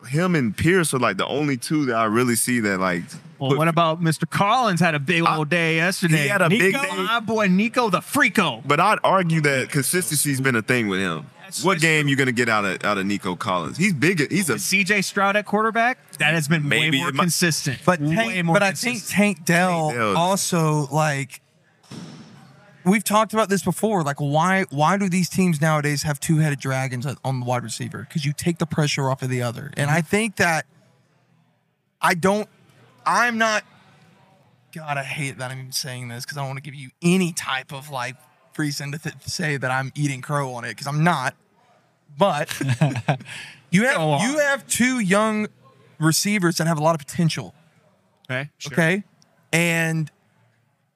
Him and Pierce are like the only two that I really see that like.
Well, what about Mr. Collins had a big
I-
old day yesterday?
Uh, He had a big
Nico,
day.
My boy Nico the Freako.
But I'd argue that consistency's been a thing with him.
That's-
what
that's
game you gonna get out of out of Nico Collins? He's big. He's a
CJ Stroud at quarterback, that has been
Maybe
way more
it might-
consistent.
But
way
Tank,
more
but I
consistent.
think Tank Dell,
Tank Dell.
also like we've talked about this before. Like why why do these teams nowadays have two headed dragons on- on the wide receiver? Because you take the pressure off of the other, and I think that I don't. I'm not. God, I hate that I'm even saying this because I don't want to give you any type of like reason to th- say that I'm eating crow on it because I'm not. But you have
Go on.
you have two young receivers that have a lot of potential.
Okay. sure.
Okay. And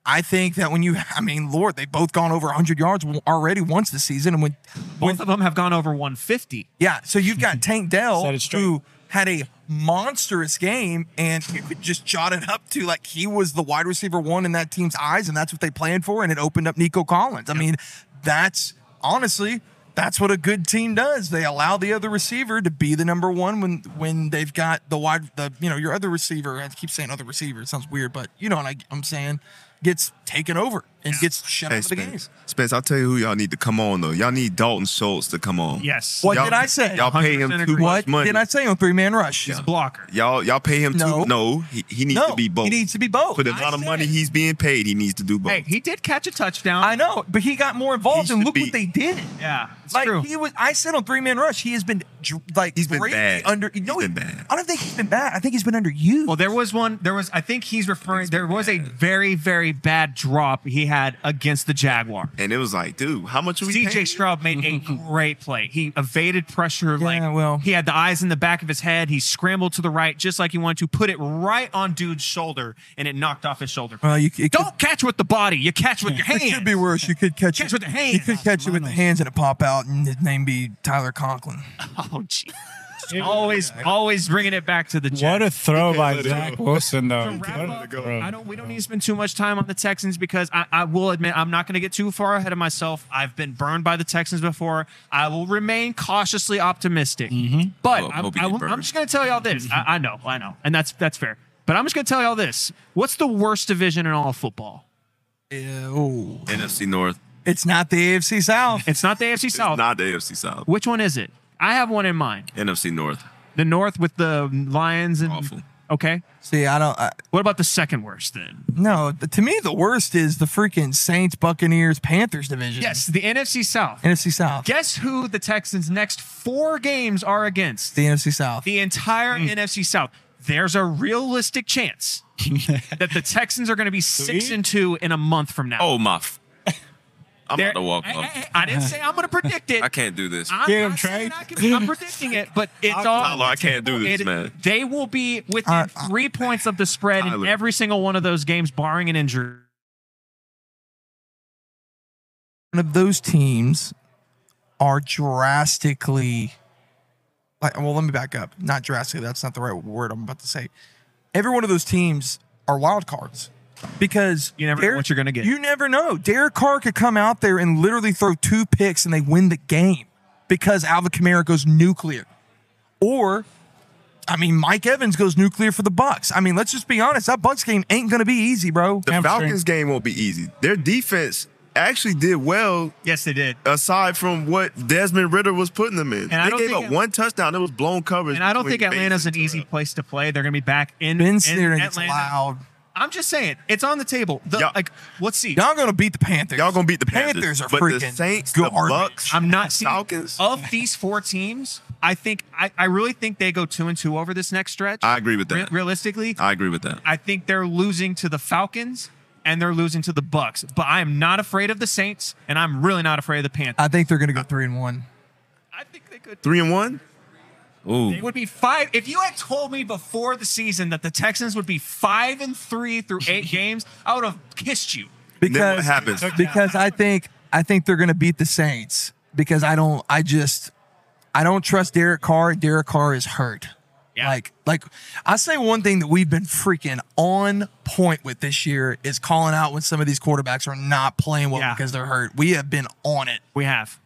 I think that when you, I mean, Lord, they've both gone over 100 yards already once this season. And when,
Both of them have gone over 150.
yeah, so you've got Tank
Set
Dell,
it straight.
who had a monstrous game, and you could just jot it up to like he was the wide receiver one in that team's eyes, and that's what they planned for, and it opened up Nico Collins. I mean, that's honestly. That's what a good team does. They allow the other receiver to be the number one when when they've got the wide the you know your other receiver. I keep saying other receiver. It sounds weird, but you know what I, I'm saying. Gets taken over and gets shut out
hey,
of the game.
Spence. Spence, I'll tell you who y'all need to come on though. Y'all need Dalton Schultz to come on.
Yes.
What
Y'all-
did I say?
Y'all pay him
100%
too
agree.
much
What
money.
did I say on three man rush?
He's a blocker.
Y'all, y'all pay him
No.
too. No, he, he needs
no,
to be both.
He needs to be both.
For the amount of money he's being paid, he needs to do both.
Hey, he did catch a touchdown.
I know, but he got more involved,
He
and
should
look
be.
what they did.
yeah, it's
like
true.
he was, I said on three man rush, he has been dr- like
He's been
greatly
bad.
under.
He's
No,
been bad.
I don't think he's been bad. I think he's been under you.
well, there was one. There was. I think he's referring. There was a very, very bad drop he had against the Jaguar.
and it was like, dude, how much are we
DJ
paying?
Stroud made a great play. He evaded pressure.
Yeah,
like,
well-
he had the eyes in the back of his head. He scrambled to the right, just like he wanted to, put it right on dude's shoulder, and it knocked off his shoulder.
Well, you it
Don't catch with the body. You catch with your
Could,
hands.
it could be worse. You could catch,
Catch
it
with the hands.
You could catch it with the hands and it pop out, and his name be Tyler Conklin.
Oh, gee. always, always bringing it back to the Jets.
What a throw by
let it
Zach
go.
Wilson, though.
To wrap
What a
up,
throw.
I don't. We don't need to spend too much time on the Texans because I, I will admit I'm not going to get too far ahead of myself. I've been burned by the Texans before. I will remain cautiously optimistic, but
Mm-hmm.
Well,
I'm,
hope you
I,
get
will- I'm
burned.
just going to tell y'all this. I, I know, I know, and that's that's fair. But I'm just going to tell y'all this. What's the worst division in all of football?
Ew.
NFC North,
It's not the AFC South.
It's not the AFC South.
not the AFC South.
Which one is it? I have one in mind.
NFC North,
The North with the Lions and
Awful.
okay.
See, I don't. I,
What about the second worst then?
no, th- to me the worst is the freaking Saints, Buccaneers, Panthers division.
Yes, the NFC South.
NFC South.
Guess who the Texans' next four games are against?
the NFC South.
The entire NFC South. There's a realistic chance that the Texans are going to be six
Three?
and two in a month from now.
oh my, f- I'm
There-
about to walk
Hey,
off.
hey, hey, I didn't say I'm going to predict it.
I can't do this.
I'm,
Get him,
not saying
Trey.
I can, I'm predicting it, but it's all.
Tyler, I can't do this,
it-
man.
They will be within
Uh, uh,
three points of the spread in
Tyler.
every single one of those games, barring an injury.
of those teams are drastically like well let me back up not drastically that's not the right word i'm about to say every one of those teams are wild cards because
You never know what you're gonna get.
you never know derek carr could come out there and literally throw two picks and they win the game because alvin kamara goes nuclear or I mean, Mike Evans goes nuclear for the Bucks. I mean, let's just be honest. That Bucks game ain't going to be easy, bro.
The
Hamstring.
Falcons game won't be easy. Their defense actually did well
Yes, they did.
aside from what Desmond Ritter was putting them in.
And I
they
don't
gave
think-
up one touchdown. It was blown coverage.
And I don't
between
think Atlanta's
Bates
an
and
easy
Terrell.
place to play. They're going to be back in,
Ben
in
Snyder gets
Atlanta.
loud.
I'm just saying, it's on the table. The,
Yeah.
Like, let's see.
Y'all gonna beat the Panthers.
Y'all gonna beat the
Panthers
Panthers,
are
but
freaking
the Saints, the
garbage.
Bucks,
I'm not seeing
Falcons.
of these four teams. I think I, I really think they go two and two over this next stretch.
I agree with
Re-
that.
realistically,
I agree with that.
I think they're losing to the Falcons and they're losing to the Bucks. But I am not afraid of the Saints, and I'm really not afraid of the Panthers.
I think they're gonna go three and one.
I think they could.
Three and one. Ooh,
It would be five if you had told me before the season that the Texans would be five and three through eight games. I would have kissed you.
And then what
Because
happens?
because I think I think they're gonna beat the Saints. Because I don't I just I don't trust Derek Carr. Derek Carr is hurt.
Yeah.
Like like I say one thing that we've been freaking on point with this year is calling out when some of these quarterbacks are not playing well
Yeah.
because they're hurt. We have been on it.
We have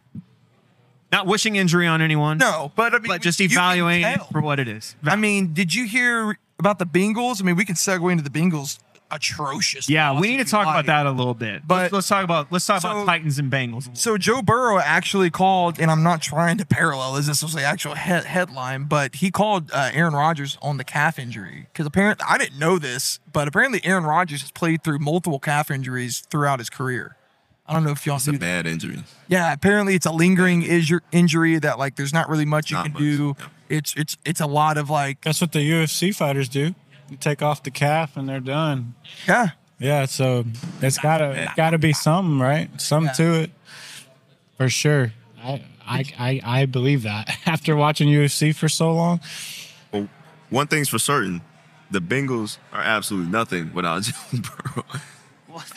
not wishing injury on anyone.
No, but I mean
but just
you can
evaluating it
tell.
for what it is.
I mean, did you hear about the Bengals? I mean, we can segue into the Bengals atrocious.
Yeah,
loss
we need to
if you
talk about
like.
that a little bit.
But-
let's, let's talk about let's talk
So-
about Titans and Bengals.
So Joe Burrow actually called, and I'm not trying to parallel this. This was the actual he- headline, but he called uh, Aaron Rodgers on the calf injury because apparently I didn't know this, but apparently Aaron Rodgers has played through multiple calf injuries throughout his career. I don't know if y'all
it's a
knew that.
bad injury.
Yeah, apparently it's a lingering injur- injury that like there's not really much you
Not
can
much,
do.
yeah.
It's it's it's a lot of like
That's what the UFC fighters do. You take off the calf and they're done.
yeah.
Yeah, so it's gotta it's gotta be something, right? Something
Yeah.
to it, for sure. I, I I I believe that. After watching UFC for so long,
Well, one thing's for certain: the Bengals are absolutely nothing without Joe Burrow.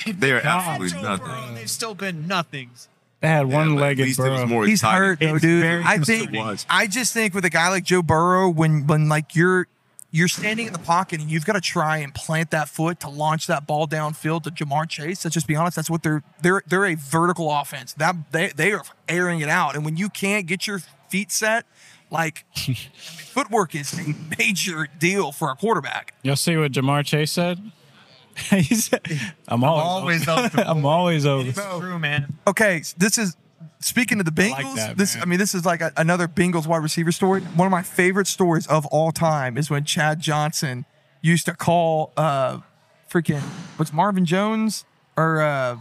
They are absolutely nothing.
They've still been nothings.
they had
Yeah, but
one
at
legged
least it was
bro.
more
He's
exciting.
hurt, though,
It's
dude.
very
I think
concerning.
I just think with a guy like Joe Burrow, when when like you're you're standing in the pocket and you've got to try and plant that foot to launch that ball downfield to Jamar Chase. Let's just be honest. That's what they're they're they're a vertical offense. That they they are airing it out, and when you can't get your feet set, like I mean, footwork is a major deal for a quarterback.
You'll see what Jamar Chase said. he said, "I'm always,
always up to
I'm always over."
It's true, man.
Okay, so this is speaking of the Bengals.
like that,
this
man.
I mean, this is like a, another Bengals wide receiver story. One of my favorite stories of all time is when Chad Johnson used to call uh freaking what's Marvin Jones or uh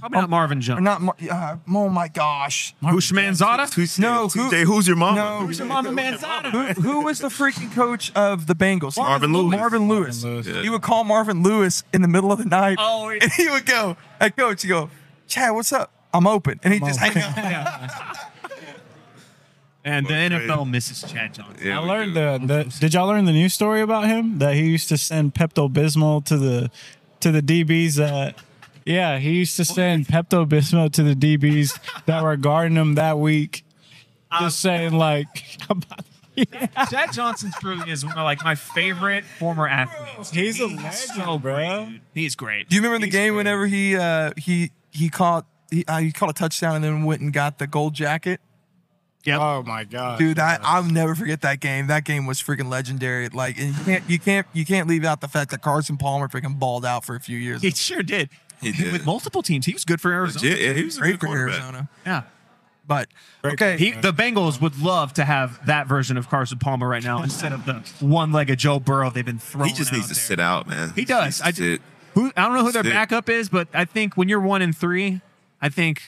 Probably not Marvin
or
Jones.
not Mar- uh, oh my gosh.
Usman Zada.
Who's-
No, who-
TJ, who's your mama?
No.
Who's your
Mama Manzada.
Who, who was the freaking coach of the Bengals?
Marvin Lewis.
Marvin Lewis.
Lewis.
Yeah.
You would call Marvin Lewis in the middle of the night.
Oh, yeah.
and he would go, "Hey, coach," you go, "Chad, what's up?" I'm open, and he just hang up.
And the
Well,
NFL misses Chad Johnson.
Yeah,
I
we
learned
do.
the, the. Did y'all learn the news story about him that he used to send Pepto Bismol to the to the DBs that. Yeah, he used to send Pepto Bismol to the DBs that were guarding him that week, just saying like,
Chad Johnson truly is one of like my favorite former athletes.
"He's a legend, bro."
He's great.
Do you remember the game whenever he uh, he he caught he, uh, he caught a touchdown and then went and got the gold jacket?
Oh my god,
Dude, I, I'll never forget that game. That game was freaking legendary. Like and you can't you can't you can't leave out the fact that Carson Palmer freaking balled out for a few years.
He sure did.
He did.
With multiple teams, he was good for Arizona.
Yeah, yeah, he was a
Great
good
for
quarterback.
Arizona.
Yeah.
But okay,
He, the Bengals would love to have that version of Carson Palmer right now instead of the one-legged Joe Burrow they've been throwing.
He just needs
out
to
there.
sit out, man.
He does. I
He
do.
needs to
Who I don't know who their
Sit.
backup is, but I think when you're one and three, I think,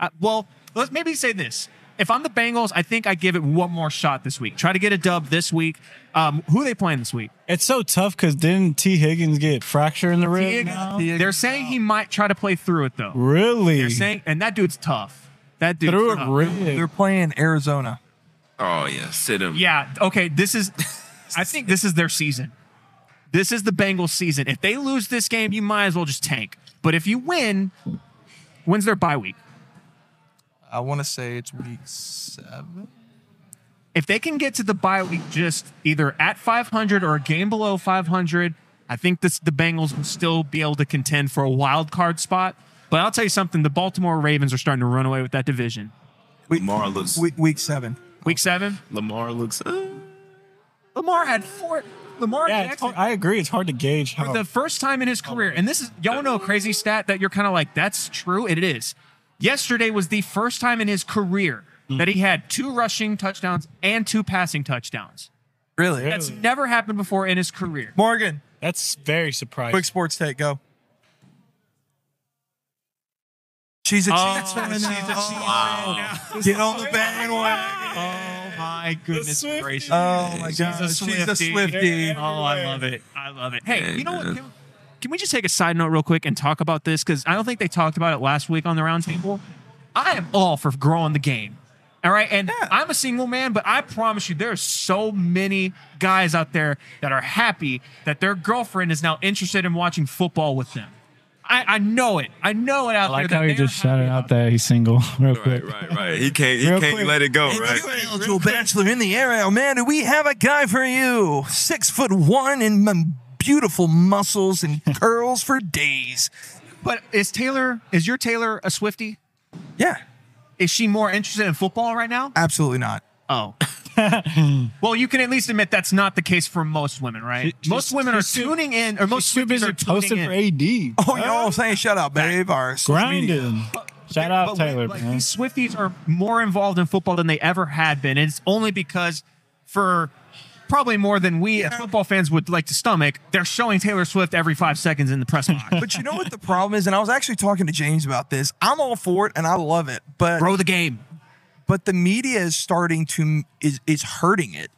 I, well, let's maybe say this. If I'm the Bengals, I think I give it one more shot this week. Try to get a dub this week. Um, who are they playing this week?
it's so tough because didn't T Higgins get fracture in the rib? now?
They're saying he might try to play through it though.
Really?
They're saying, and that dude's tough. That dude
through a
they're
rib.
playing Arizona.
Oh yeah, sit him.
Yeah. Okay. This is. I think this is their season. This is the Bengals' season. If they lose this game, you might as well just tank. But if you win, when's their bye week?
I want to say it's week seven.
if they can get to the bye week just either at 500 or a game below 500, I think this, the Bengals will still be able to contend for a wild card spot. But I'll tell you something: the Baltimore Ravens are starting to run away with that division.
Week,
Lamar looks.
week, week seven.
Week seven,
Lamar looks. Uh,
Lamar had four. Lamar
Yeah, it's
Jackson,
hard- I agree. It's hard to gauge how.
for the first time in his career, and this is y'all know a crazy stat that you're kind of like, that's true. It is. Yesterday was the first time in his career that he had two rushing touchdowns and two passing touchdowns.
Really?
That's never happened before in his career.
Morgan,
that's very surprising.
quick sports take, go. She's a
Oh,
Chiefs fan. She's a Chiefs fan. Get on the bandwagon.
Oh my goodness
Swifties.
gracious.
Oh my God. She's a Swifty.
Oh, I love it. I love it. Hey, you know
uh,
what? Can, can we just take a side note real quick and talk about this? Because I don't think they talked about it last week on the roundtable. I am all for growing the game. All right. And I'm a single man, but I promise you, there are so many guys out there that are happy that their girlfriend is now interested in watching football with them. I, I know it. I know it out
I like
there.
how
that
he
they are
just
happy
shouted
about
out that he's single real quick.
right, right, right. He can't. He
Real
can't
quick.
let it go.
If
Right.
you're an eligible bachelor in the area, oh man, do we have a guy for you? Six foot one and m- beautiful muscles and curls for days.
But is Taylor, is your Taylor a Swifty?
Yeah,
Is she more interested in football right now?
absolutely not.
Oh. well, you can at least admit that's not the case for most women, right?
She-
most
she's-
women are
she's too-
tuning in, or most
Super
Swifties
busy
are tuning
posting
in.
for AD.
Oh, you know what I'm saying? Shut up, babe. Our social media.
grinding. Shout out
But,
Taylor,
like,
man.
These Swifties are more involved in football than they ever had been. And it's only because, for probably more than we as football fans would like to stomach, they're showing Taylor Swift every five seconds in the press box.
But you know what the problem is? And I was actually talking to James about this. I'm all for it and I love it, but
Grow the game.
but the media is starting to is is hurting it.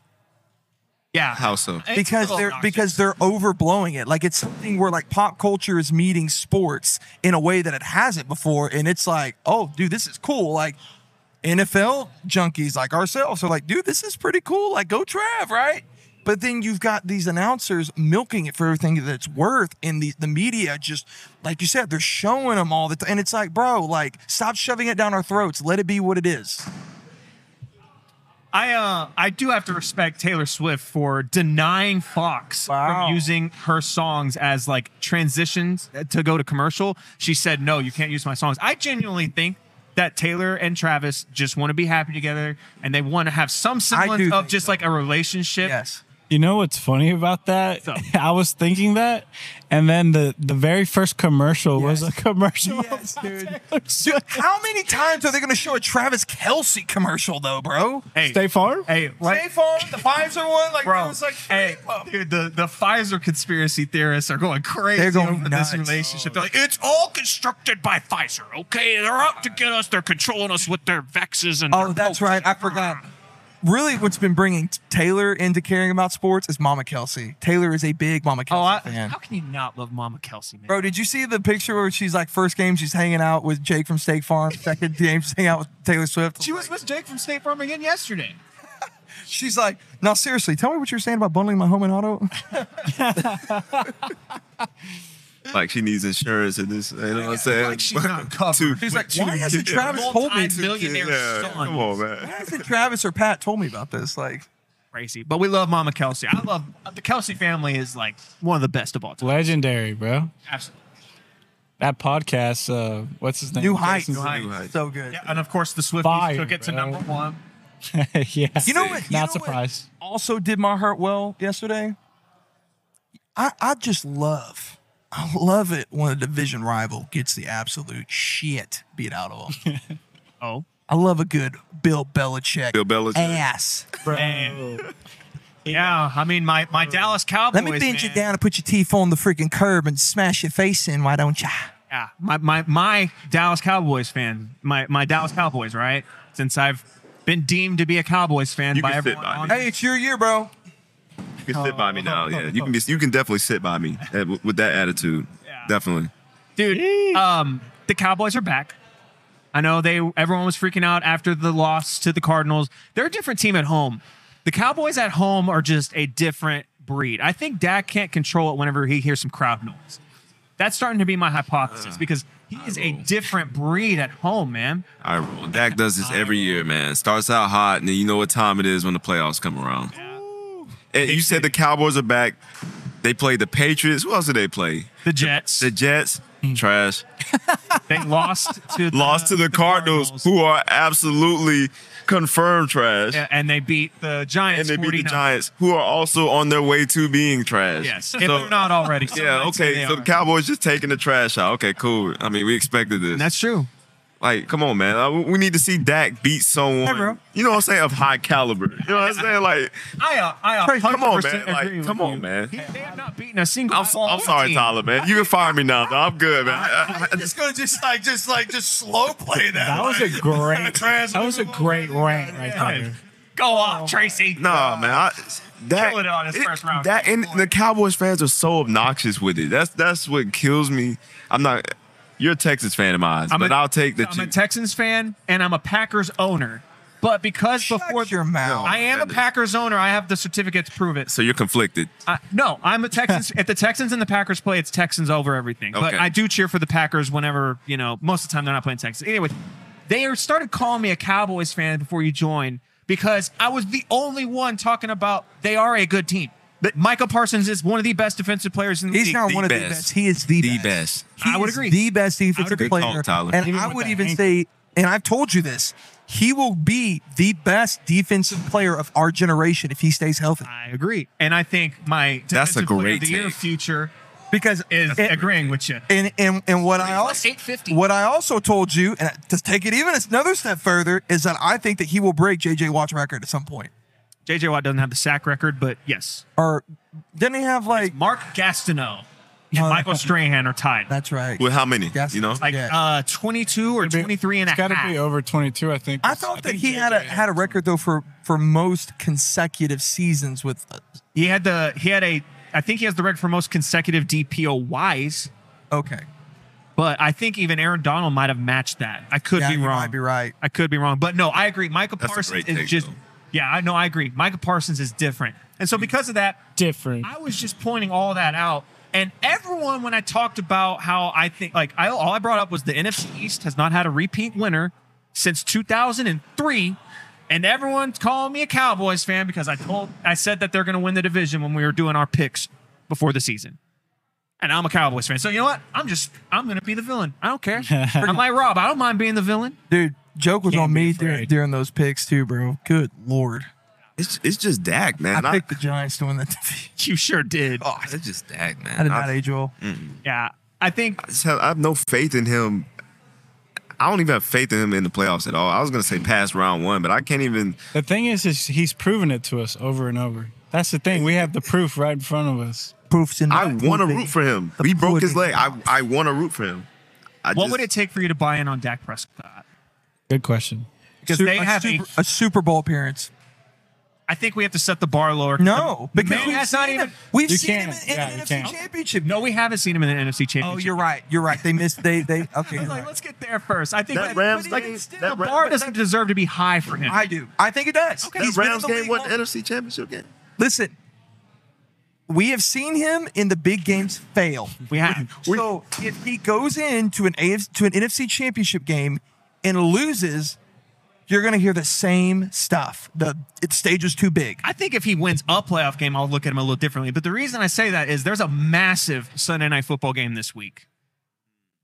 Yeah.
How so?
It's
because
a little
they're
obnoxious.
because they're overblowing it. Like it's something where like pop culture is meeting sports in a way that it hasn't before, and it's like, oh, dude, this is cool. Like NFL junkies like ourselves are like, dude, this is pretty cool. Like go Trav, right? But then you've got these announcers milking it for everything that it's worth, and the, the media just, like you said, they're showing them all the time. And it's like, bro, like stop shoving it down our throats. Let it be what it is.
I uh I do have to respect Taylor Swift for denying Fox
Wow.
from using her songs as like transitions to go to commercial. She said, "No, you can't use my songs." I genuinely think that Taylor and Travis just want to be happy together and they want to have some semblance
do
of
think
just like a relationship.
Yes.
You know what's funny about that?
So-
I was thinking that, and then the the very first commercial was a
Yes.
commercial.
Yes, dude.
Dude.
How many times are they going to show a Travis Kelsey commercial though, bro?
Hey,
Stay farm.
hey, what?
Stay farm, the Pfizer one, like
Bro,
it was like
hey, dude, the, the Pfizer conspiracy theorists are going crazy
They're going
over
nuts.
this relationship. They're like, it's all constructed by Pfizer, okay? They're out to get us. They're controlling us with their vexes and
Oh, that's right. I forgot. Really, what's been bringing Taylor into caring about sports is Mama Kelsey. Taylor is a big Mama Kelsey
Oh, I,
fan.
how can you not love Mama Kelsey, man?
Bro, did you see the picture where she's like, first game, she's hanging out with Jake from Steak Farm. Second game, she's hanging out with Taylor Swift.
she was with Jake from State Farm again yesterday.
She's like, now seriously, tell me what you're saying about bundling my home and auto.
Like she needs insurance and this. You know what I'm saying?
Like she's not covered.
Two-
She's like,
two
why hasn't
kids.
Travis told me?
Two
Multi-millionaire
kids. Yeah,
son.
Come on, man.
Why hasn't Travis or Pat told me about this? Like,
Crazy, but we love Mama Kelsey. I love the Kelsey family is like one of the best of all time.
Legendary, bro.
Absolutely.
That podcast. Uh, what's his name?
new heights.
Jason-
Heights. Heights.
So good.
Yeah, and of course the Swifties
Fire,
took it to
bro.
number one.
yeah.
You know what? you
Not
know what
surprised.
Also, did my heart well yesterday. I I just love, I love it when a division rival gets the absolute shit beat out of them.
Oh,
I love a good Bill Belichick
Bill Belichick.
ass.
yeah. I mean, my my Dallas Cowboys.
Let me bend you
man.
down and put your teeth on the freaking curb and smash your face in. Why don't ya?
Yeah, my my my Dallas Cowboys fan. My my Dallas Cowboys. Right, since I've been deemed to be a Cowboys fan
You
by
can sit
everyone.
by
on
me.
Hey, it's your year, bro.
You can sit by me now. Yeah, you can be. You can definitely sit by me eh, with with that attitude.
Yeah.
Definitely.
dude. Um, the Cowboys are back. I know they. Everyone was freaking out after the loss to the Cardinals. They're a different team at home. The Cowboys at home are just a different breed. I think Dak can't control it whenever he hears some crowd noise. That's starting to be my hypothesis because He is a different breed at home, man.
I roll. Dak does this every year, man. Starts out hot, and then you know what time it is when the playoffs come around. And you said the Cowboys are back. They played the Patriots. Who else did they play?
The Jets.
The Jets.
Hmm.
Trash.
They lost to the,
Lost to the, Cardinals, who are absolutely confirmed trash.
Yeah, and they beat the
and
Giants.
they beat the
49.
Giants, who are also on their way to being trash.
Yes, if
So-
they're not already. so
Yeah,
I'd say
okay.
they
So
are.
the Cowboys just taking the trash out. Okay, cool. I mean, we expected this.
that's true.
Like, come on, man. Uh, we- We need to see Dak beat someone.
Hey, bro.
You know what I'm saying? Of high caliber. You know what I'm saying? Like,
I, uh, I, uh,
Hey, come on,
100%
man. Like,
agree with
come on,
you.
man.
He- They have not beaten a single.
I'm, I'm sorry,
team.
Tyler, man. You can fire me now. though. I'm good, man. I- I-
I'm just gonna just like just like just slow play that.
That was a great.
Trash.
That was a great rant right there.
Go off, Tracy.
Nah, man. I, that,
Kill it on his first round.
That and the Cowboys fans are so obnoxious with it. That's that's what kills me. I'm not. You're a Texas fan of mine,
I'm
but
a-
i I'll take that.
I'm a
you-
Texans fan and I'm a Packers owner. But because before
Shut your mouth.
I am a Packers owner, I have the certificate to prove it.
so you're conflicted.
I, no, I'm a Texans. if the Texans and the Packers play, it's Texans over everything. But
Okay.
I do cheer for the Packers whenever, you know, most of the time they're not playing Texas. Anyway, they are- started calling me a Cowboys fan before you joined because I was the only one talking about they are a good team. Michael Parsons is one of the best defensive players in the
He's
league.
not
The
one of the
best.
best. He is the,
The best.
best. He
I would
is
agree.
The best defensive
agree. Good
player.
call, Tyler.
And
Even
I
with
would
that
even
ankle.
say, and I've told you this, he will be the best defensive player of our generation if he stays healthy.
I agree. And I think my
That's a
defensive player of
great
the year
take.
future
Because
is
and,
agreeing with you.
and, and, and what I also
850.
what I also told you, and to take it even another step further, is that I think that he will break JJ Watt's record at some point.
JJ Watt doesn't have the sack record, but yes.
Or didn't he have like?
Mark Gastineau and
Oh,
Michael Strahan are tied.
That's right.
With how many?
Yes.
You know.
like
yeah.
uh, 22 or 23 and a
It's got
half.
to be over 22, I think.
I thought that
think
he had a
JJ
had a record though for for most consecutive seasons with.
He had the he had a I think he has the record for most consecutive DPOYs,
Okay,
but I think even Aaron Donald might have matched that. I could
yeah,
be
you
wrong.
might be right.
I could be wrong, but no, I agree. Michael
That's a
Parsons
great
is
take,
just
though. Hmm.
yeah, I know I agree. Michael Parsons is different, and so because of that,
different.
I was just pointing all that out. And everyone, when I talked about how I think, like, I, all I brought up was the NFC East has not had a repeat winner since 2003. And everyone's calling me a Cowboys fan because I told, I said that they're going to win the division when we were doing our picks before the season. And I'm a Cowboys fan. So you know what? I'm just, I'm going to be the villain. I don't care. I'm like, Rob, I don't mind being the villain.
Dude, joke was
Can't
on
be
me during,
afraid.
during those picks too, bro. Good lord,
It's it's just Dak,
I
man. I
picked the Giants to win that division.
You sure did.
oh, it's just Dak, man.
I did
I- Mm.
not age well.
Yeah. I think
I just have- I have no faith in him. I don't even have faith in him in the playoffs at all. I was gonna say past round one, but I can't even.
The thing is, is he's proven it to us over and over. That's the thing. We have the proof right in front of us.
Proofs in.
I
the
want to
pudding.
root for him.
The
He broke his leg.
pudding.
I I want to root for him. I
what
just-
would it take for you to buy in on Dak Prescott?
Good question.
Because
Su-
they
a
have a
super, a Super Bowl appearance.
I think we have to set the bar lower.
No,
The
because
man
we've
has
seen
not
him.
even.
We've
You
seen him
can't.
in, in
Yeah,
the
you
NFC
can't.
Championship.
No, we haven't seen him in the NFC Championship.
Oh, you're right. You're right. They missed. They they. Okay.
I
you're
was like,
right.
let's get there first. I think
That
that,
Rams
but even
game-
still,
that
the
Ra-
bar
but
doesn't deserve to be high for him.
I do. I think it does.
Okay.
that
He's been in
Rams
the
game
league
was
long-
the NFC Championship game?
Listen, we have seen him in the big games fail.
we have.
So if he goes into an AFC, to an NFC Championship game and loses, you're going to hear the same stuff. The it, stage was too big.
I think if he wins a playoff game, I'll look at him a little differently. But the reason I say that is there's a massive Sunday night football game this week.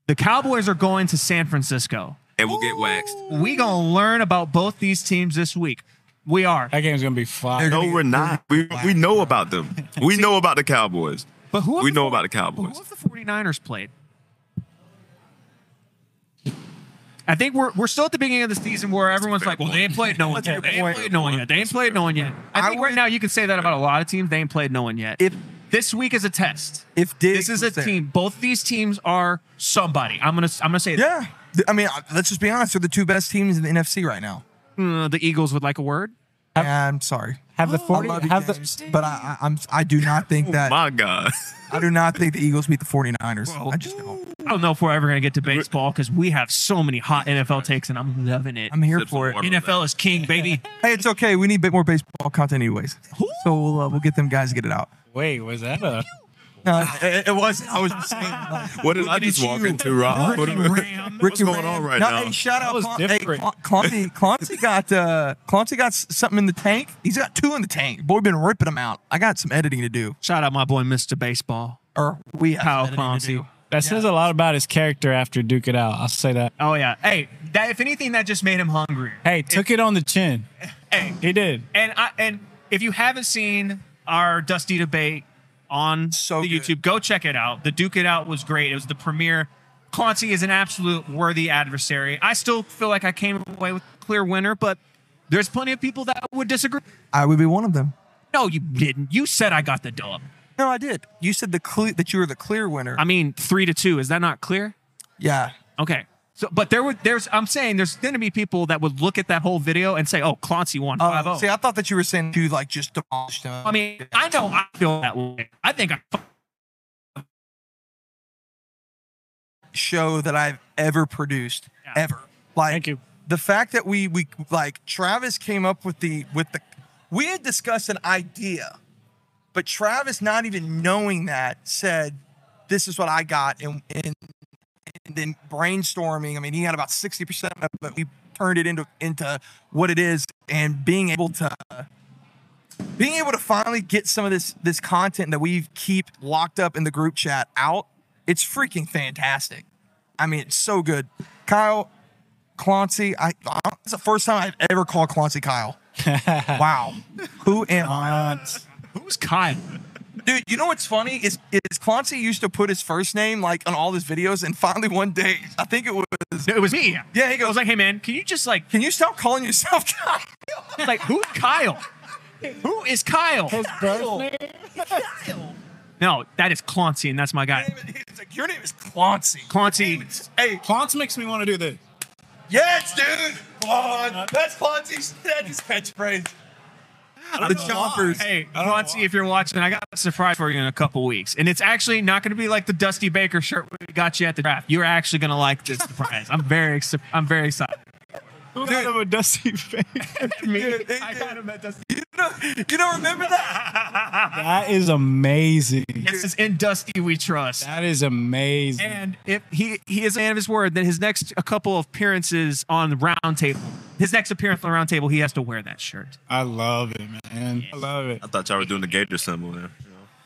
The Cowboys are going to San Francisco.
And we'll get waxed.
We gonna learn about both these teams this week. We are.
That game's gonna be fire.
No, we're not. We we know about them. We know about the Cowboys.
But who? have
We
the
know
40
about the Cowboys.
but Who have the 49ers played? I think we're we're still at the beginning of the season where everyone's like, well, they ain't played no one yet. They ain't played no one yet. They ain't played no one yet. I think right now you can say that about a lot of teams. They ain't played no one yet.
If-
this week is a test.
If Diggs
this is a
was there.
team, both these teams are somebody. I'm gonna I'm gonna say that.
Yeah. Th- I mean, I- let's just be honest. They're the two best teams in the NFC right now.
Uh, the Eagles would like a word.
Yeah, I'm sorry.
Have the
I
40
love you,
have the-
James, but I, I, I'm I do not think that
My God,
I do not think the Eagles beat the 49ers. I just don't.
I don't know if we're ever gonna get to baseball because we have so many hot NFL takes and I'm loving it.
I'm here
Sips
for
of
it.
water.
NFL is king, baby.
Hey, it's okay. We need a bit more baseball content, anyways. So we'll uh, we'll get them guys to get it out.
Wait, was that a
No, it, it wasn't. I was just saying. Like,
What did I just walk into, Rob? What am I- What's going on right
no,
now?
Hey, shout out.
was
Cla- hey,
different.
Cla- Clancy, Clancy got uh, Clancy got s- something in the tank. He's got two in the tank. Boy, been ripping them out. I got some editing to do,
Shout out my boy Mr. Baseball,
or we have
Kyle
some editing to
Clancy.
do.
That says a lot about his character after Duke It Out. I'll say that.
Oh yeah. Hey, that if anything, that just made him hungrier.
Hey, took it on the chin.
Hey,
He did.
and I and
If you haven't seen our Dusty debate on
So
the
good.
YouTube, go check it out. The Duke It Out was great. It was the premiere. Clancy is an absolute worthy adversary. I still feel like I came away with a clear winner, but there's plenty of people that would disagree.
I would be one of them.
No, you didn't. You said I got the dub.
No, I did. You said the cle- that you were the clear winner.
I mean, three to two. Is that not clear?
yeah.
Okay. So, but there would there's I'm saying there's going to be people that would look at that whole video and say, "Oh, Clancy won 5
Oh, see, I thought that you were saying you like just demolished him.
I mean, I know I feel that way. I think I
show that I've ever produced, ever. Like,
Thank you.
The fact that we we like Travis came up with the with the we had discussed an idea, but Travis, not even knowing that, said, "This is what I got," and and, and then brainstorming. I mean, he had about sixty percent of it, but we turned it into into what it is, and being able to being able to finally get some of this this content that we keep locked up in the group chat out it's freaking fantastic i mean it's so good kyle clancy i, I it's the first time i've ever called clancy kyle wow who am i
who's Kyle.
dude you know what's funny is is clancy used to put his first name like on all his videos and finally one day i think it was
It was me.
yeah he
I
goes
was like, "Hey man, can you just like
can you stop calling yourself kyle
like who's Kyle? Who is Kyle?" No, that is Clancy, and that's my guy.
He's like, your name is Clancy.
Clancy.
Hey,
Clance makes me want to do this.
Yes, dude. Blonde. That's Ponzi's. That's his catchphrase. The chompers.
Hey,
I don't know
Clancy,
why.
if you're watching, I got a surprise for you in a couple weeks, and it's actually not going to be like the Dusty Baker shirt we got you at the draft. You're actually going to like this surprise. I'm very, ex- I'm very excited.
Who got him a dusty face?
Dude, it-
I got him at Dusty.
you, don't, you don't remember that?
that is amazing.
This is in Dusty we trust.
That is amazing.
And if he he is a man of his word, then his next a couple of appearances on the round table, his next appearance on the round table, he has to wear that shirt.
I love it, man. I love it.
I thought y'all were doing the Gator symbol there.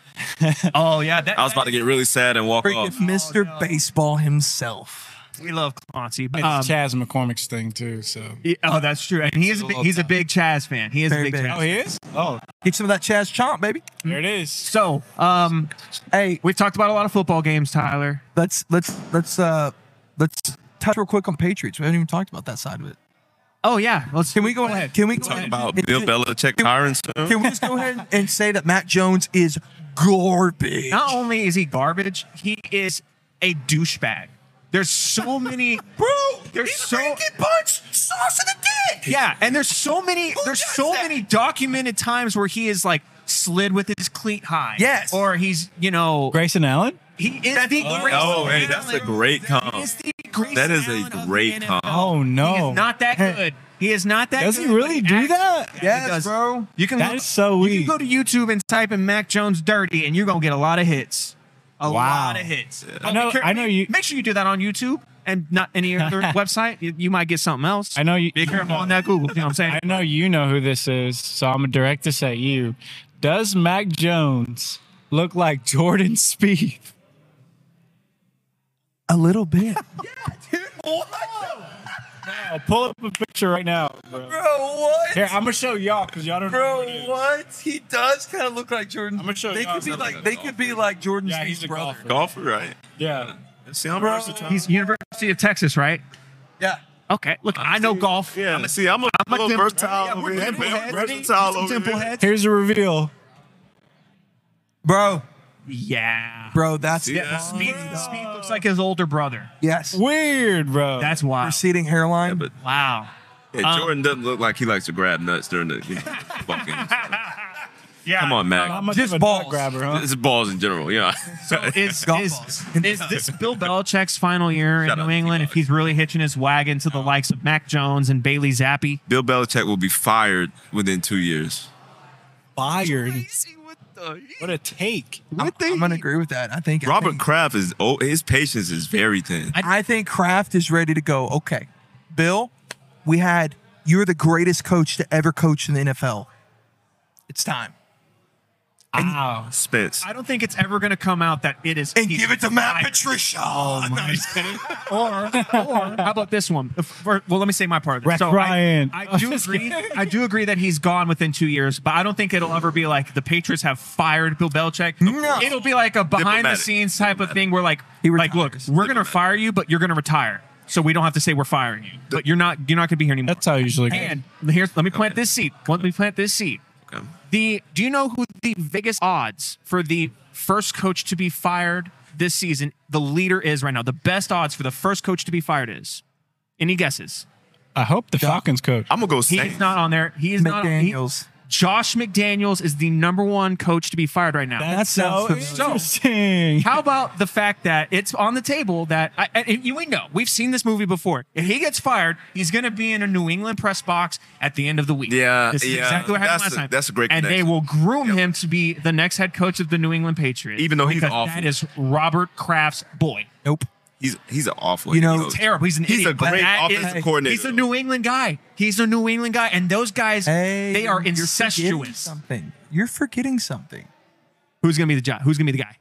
Oh yeah, that,
I was about to get really sad and walk
Freaking
off.
Mr. Baseball himself.
we love Clancy. But,
It's
um,
Chaz McCormick's thing too. So.
yeah, oh, that's true. And he is a big, he's a big Chaz fan. He is a
Very
big
big.
Chaz.
Oh, he is. Oh,
Get some of that Chaz Chomp, baby.
there it is.
So, um,
Hey,
we've talked about a lot of football games, Tyler.
let's let's let's uh let's touch real quick on Patriots. We haven't even talked about that side of it.
Oh yeah, let's
Can we go ahead? Can we go
Talk
ahead?
about
and-
Bill Belichick hiring soon.
Can we just go ahead and say that Mac Jones is garbage?
Not only is he garbage, he is a douchebag. There's so many.
Bro,
There's
he's
so-
drinking punch, sauce in the dick.
Yeah, and there's so many there's
does
so
that?
many documented times where he is like slid with his cleat high.
Yes.
Or he's, you you know,
Grayson Allen.
he is the Grayson
Oh, hey, that's
Allen.
a great
He
comp.
is the Grayson
That is a
Allen of the
great
NFL.
comp.
Oh
He
no.
is not that good. He is not that
Does
good.
he really
but
do
acts-
that?
Yeah, he
Yes,
does.
bro.
You can
That
look-
is
you
so weak.
can go to YouTube and type in Mac Jones dirty and you're gonna get a lot of hits. A lot of hits.
I know-
Be care-
I know you-
make sure you do that on YouTube and not any other website. You, you might get something else.
I know you.
Be careful on that Google. You know what I'm saying?
I know you know who this is, so I'm gonna direct this at you. Does Mac Jones look like Jordan Spieth?
A little bit. Oh
I'll pull up a picture right now, bro.
Bro, what?
Here, I'm gonna show y'all because y'all don't know. who it
Bro,
is.
what? He does kind of look like Jordan.
I'm gonna show Oh,
They
y'all
could be
something.
like they could be like Jordan
Yeah,
Spieth's
he's a
brother.
golfer.
Golfer, right?
Yeah.
See, I'm
Bro.
versatile.
He's University of Texas, right?
Yeah.
Okay, look, I know golf.
Yeah, see, I'm a, I'm a
dim-
versatile
Yeah, we're
over here.
dimple
man.
heads.
Versatile
Some
over
dimple
here.
heads.
Here's a reveal.
Bro,
Yeah.
bro, that's
See that?
Speed, Speed looks like his older brother.
yes.
Weird, bro.
That's wild.
Receding hairline.
Yeah, but
Wow.
hey,
Um,
Jordan doesn't look like he likes to grab nuts during the you know, ball games.
Yeah.
Come on,
how
Mac.
much
Just
of a
balls.
balls. grabber, huh?
This is balls in general. Yeah.
Is,
Golf
is,
balls.
is this Bill Belichick's final year in
Shut up,
New England if
T-Dog.
he's really hitching his wagon to the likes of Mac Jones and Bailey Zappi?
Bill Belichick will be fired within two years.
Fired.
the?
What a take.
I'm, I'm gonna agree with that. I think I
Robert
think,
Kraft is oh, his patience is very thin.
I think Kraft is ready to go. Okay, Bill, we had you're the greatest coach to ever coach in the NFL. It's time.
Wow.
Spence.
I don't think it's ever going to come out that it is.
And
he-
give it to Matt
I-
Patricia.
Oh,
or, or how about this one? If- or- well, let me say my part. of it.
Rex
so
Ryan.
I, I do agree. I do agree that he's gone within two years, but I don't think it'll ever be like the Patriots have fired Bill Belichick.
No.
It'll be like a behind the
Diplomatic.
scenes type of thing where like,
He
like, look,
retires.
we're gonna fire you, but you're gonna retire, so we don't have to say we're firing you, but you're not you're not gonna be here anymore.
That's how I usually go.
and here's let me plant this seed. Let me plant this seed.
Okay.
The do you know who
the biggest odds for the first coach to be fired this season, the leader is right now. The best odds for the first coach to be fired is. Any guesses?
I hope the Falcons coach.
I'm gonna go
He's
Saints.
not on there. He is not. he-
McDaniels.
Josh McDaniels is the number one coach to be fired right now.
That's so
sounds familiar.
interesting.
How about the fact that it's on the table that I, and- and we know we've seen this movie before. If he gets fired, he's going to be in a New England press box at the end of the week.
Yeah,
this is
yeah,
exactly what happened
that's
last
a-
time.
that's a great
And they
connection.
will groom
Yep.
him to be the next head coach of the New England Patriots,
Even though he's
because
awful.
That is Robert Kraft's boy.
Nope.
He's he's an awful.
You know-
head coach.
Terrible. He's an
He's
idiot,
a
but
great
that is-
offensive coordinator.
He's a New England guy. He's a New England guy, and those guys
Hey,
they are
you're forgetting
incestuous.
Something you're forgetting something.
Who's going to be the job? Who's going to be the guy?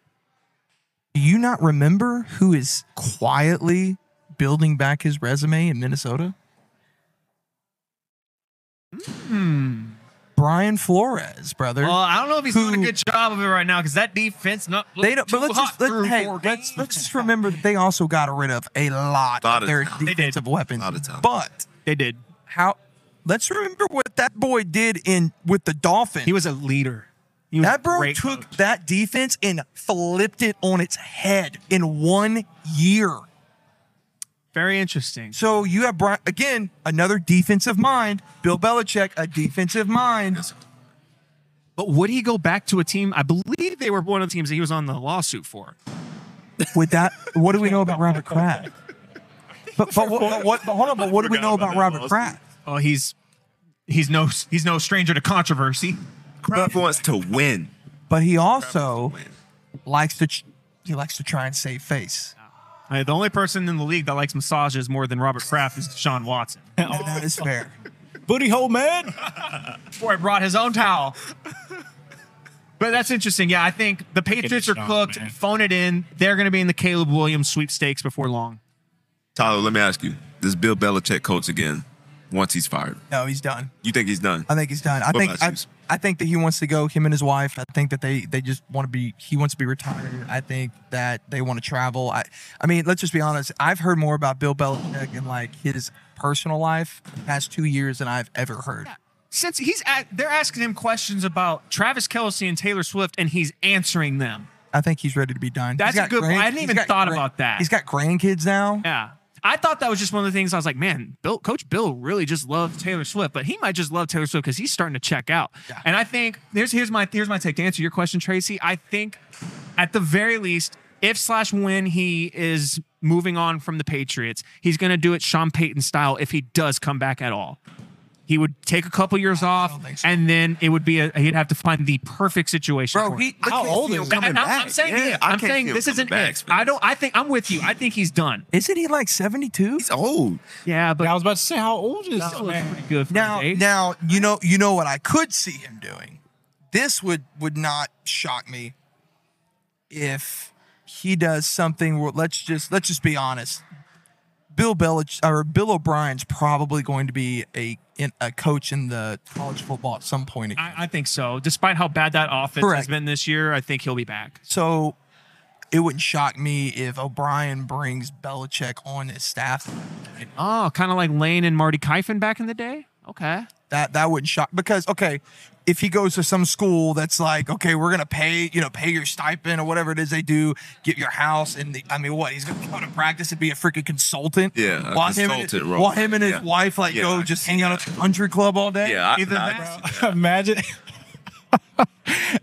Do you not remember who is quietly building back his resume in Minnesota? Brian Flores, brother.
Hmm. Well, I don't know if he's doing
Who-
a good job of it right now because that defense not
they don't, but
too
let's
hot
just let,
through
hey,
four
let's,
games.
let's just remember that they also got rid of a lot,
Lot
of
of
their
talent.
did.
defensive weapons.
Lot of talent.
But
They did.
how? Let's remember what that boy did in with the Dolphins.
He was a leader. He was a
that bro
great
took
coach.
that defense and flipped it on its head in one year.
very interesting.
So you have Brian again, another defensive mind. Bill Belichick, a defensive mind.
But would he go back to a team? I believe they were one of the teams that he was on the lawsuit for.
With that, what do we know about Robert Kraft? But but what, but what but hold on, but what do we
Forgot
know
about
about
that
Robert
lawsuit.
Kraft?
Oh, he's he's no he's no stranger to controversy.
Kraft wants to win.
But he also
Win.
likes to ch- he likes to try and save face.
Uh, the only person in the league that likes massages more than Robert Kraft is Deshaun Watson.
And that is fair.
Booty hole man.
Boy brought his own towel. But that's interesting. Yeah, I think the Patriots are
Deshaun,
cooked.
man.
Phone it in. They're going to be in the Caleb Williams sweepstakes before long.
Tyler, let me ask you: Does Bill Belichick coach again once he's fired?
No, he's done.
You think he's done?
I think he's done. I
What
think
about
I,
Zeus?
I think that he wants to go. Him and his wife. I think that they they just want to be. He wants to be retired. I think that they want to travel. I I mean, let's just be honest. I've heard more about Bill Belichick and like his personal life the past two years than I've ever heard.
Since he's at, they're asking him questions about Travis Kelsey and Taylor Swift, and he's answering them.
I think he's ready to be done.
That's
He's got
a good point. I hadn't
he's
even
got
thought about that.
He's got grandkids now.
Yeah. I thought that was just one of the things I was like, man, Bill, Coach Bill really just loved Taylor Swift, but he might just love Taylor Swift because he's starting to check out.
Yeah.
And I think here's here's my here's my take to answer your question, Tracy. I think at the very least, if slash when he is moving on from the Patriots, he's going to do it Sean Payton style if he does come back at all. He would take a couple years off,
think so.
and then it would be a, he'd have to find the perfect situation.
Bro,
for
he,
him.
I
How
can't
old
feel
is he?
coming
And I'm,
back.
I'm saying,
Yeah,
it.
I
I'm
can't
saying
see him
this
coming
isn't
back,
it.
Spence.
I don't. I think I'm with you. I think he's done.
Isn't he like seventy two?
He's old.
Yeah,
I
but
was about to say, how old is this
still looks
man?
pretty good for
Oh, Now,
his age.
now you know you know what I could see him doing. This would would not shock me if he does something. Where, let's just let's just be honest. Bill Belich or Bill O'Brien's probably going to be a in, a coach in the college football at some point. again.
I, I think so. Despite how bad that offense
Correct.
has been this year, I think he'll be back.
So it wouldn't shock me if O'Brien brings Belichick on his staff.
Oh, kind of like Lane and Marty Kiffin back in the day. Okay.
That that wouldn't shock because okay, if he goes to some school that's like okay, we're gonna pay you know pay your stipend or whatever it is they do, get your house and the, I mean what he's gonna go to practice and be a freaking consultant.
Yeah, a
want him and-
consultant role.
want him and his
Yeah.
wife like
Yeah,
go
I
just hang out at the country club all day.
Yeah, I,
Either
nah,
that-
Imagine.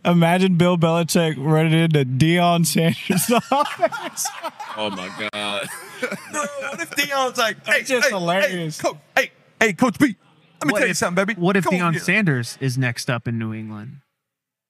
Imagine Bill Belichick running into Deion Sanders.
Oh my god.
Bro, what if Dion's like, hey,
That's just
hey,
hilarious.
Hey, coach, hey, hey, Coach B, let me tell you
if,
something, baby.
What if
Come on,
Deion
yeah.
Sanders is next up in New England?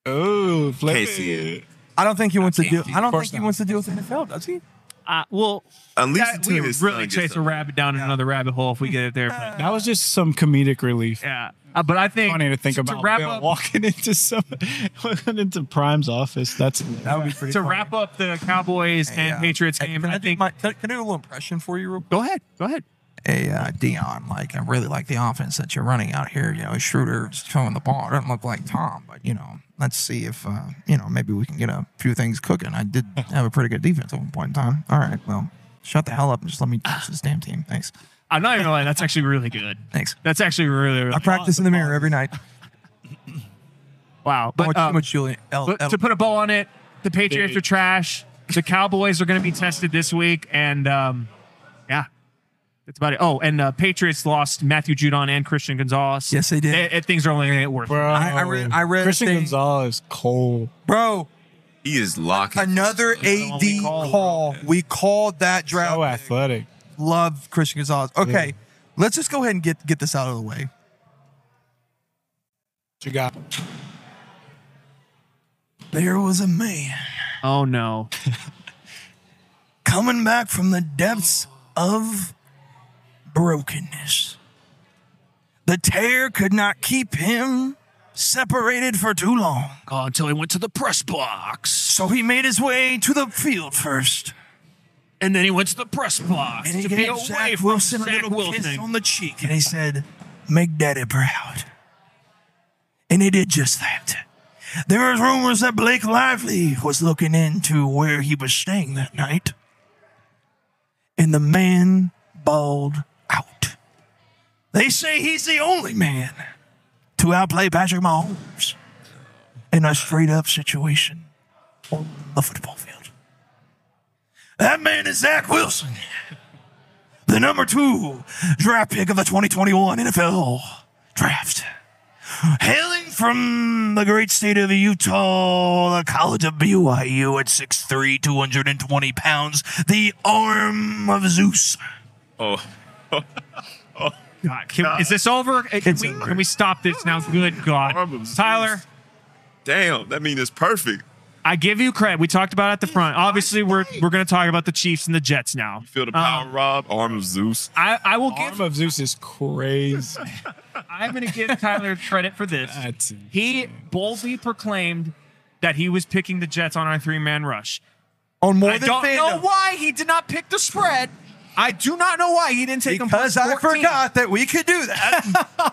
Oh, flip
Can't see it.
I don't think he wants to deal.
Of
I don't
course
think he
not.
wants to deal with the NFL, does he?
Uh, well,
At least
That-
until
we
his
really
son gets
chase a
up.
rabbit down in another rabbit hole if we get it there. But,
That was just some comedic relief.
yeah, Uh, but I think
Funny to think
to
about
wrap
Bill
up-
walking into some walking into Prime's office. That's
That would be pretty.
to wrap up the Cowboys and
Yeah.
Patriots
Hey,
game,
Can I,
I
do
think.
my- can I do a little impression for you, real
go ahead, go ahead.
hey, uh, Dion, like, I really like the offense that you're running out here. You know, Schroeder's throwing the ball. It doesn't look like Tom, but, you know, let's see if, uh, you know, maybe we can get a few things cooking. I did have a pretty good defense at one point in time. All right, well, shut the hell up and just let me coach this damn team. Thanks.
I'm not even gonna lie, that's actually really good.
Thanks.
That's actually really, really
I practice in the mirror every night.
wow.
But,
But, uh,
Julian L-
but to put a bow on it, the Patriots are trash. The Cowboys are gonna be tested this week, and um, yeah, that's about it. Oh, and uh, Patriots lost Matthew Judon and Christian Gonzalez.
Yes, they did.
And- and things are only gonna get worse.
bro.
I- I read- I read a
Christian
thing-
Gonzalez cold.
Bro,
He is locking.
another
the one we
AD
called.
call. We called that draft.
So athletic.
love Christian Gonzalez. Okay, let's just go ahead and get, get this out of the way.
What you got?
There was a man
Oh no.
coming back from the depths of brokenness. The tear could not keep him separated for too long,
Oh, until he went to the press box.
so he made his way to the field first.
And then he went to the press box
And he
to be
gave
away
Zach
from
Wilson
Zach
a little kiss
Wilson.
on the cheek, and he said, "Make Daddy proud." And he did just that. There was rumors that Blake Lively was looking into where he was staying that night, and the man balled out. They say he's the only man to outplay Patrick Mahomes in a straight-up situation on the football field. That man is Zach Wilson the number two draft pick of the 2021 NFL draft. Hailing from the great state of Utah, the College of BYU at 6'3, 220 pounds, the arm of Zeus.
Oh,
God, can- is this over? Uh, Can
It's
we,
over.
can we stop this now? Good God.
Problems.
Tyler,
damn! That mean it's perfect.
I give you credit. We talked about it at the front. Obviously, we're we're going to talk about the Chiefs and the Jets now.
Feel the power, Rob. Arm of Zeus.
I, I will
Arm
give.
of Zeus is crazy.
I'm going to give Tyler credit for this.
That's insane.
He boldly proclaimed that he was picking the Jets on our three man rush.
On more
I don't know why he did not pick the spread. I do not know why he didn't take them
Because I
14.
forgot that we could do that.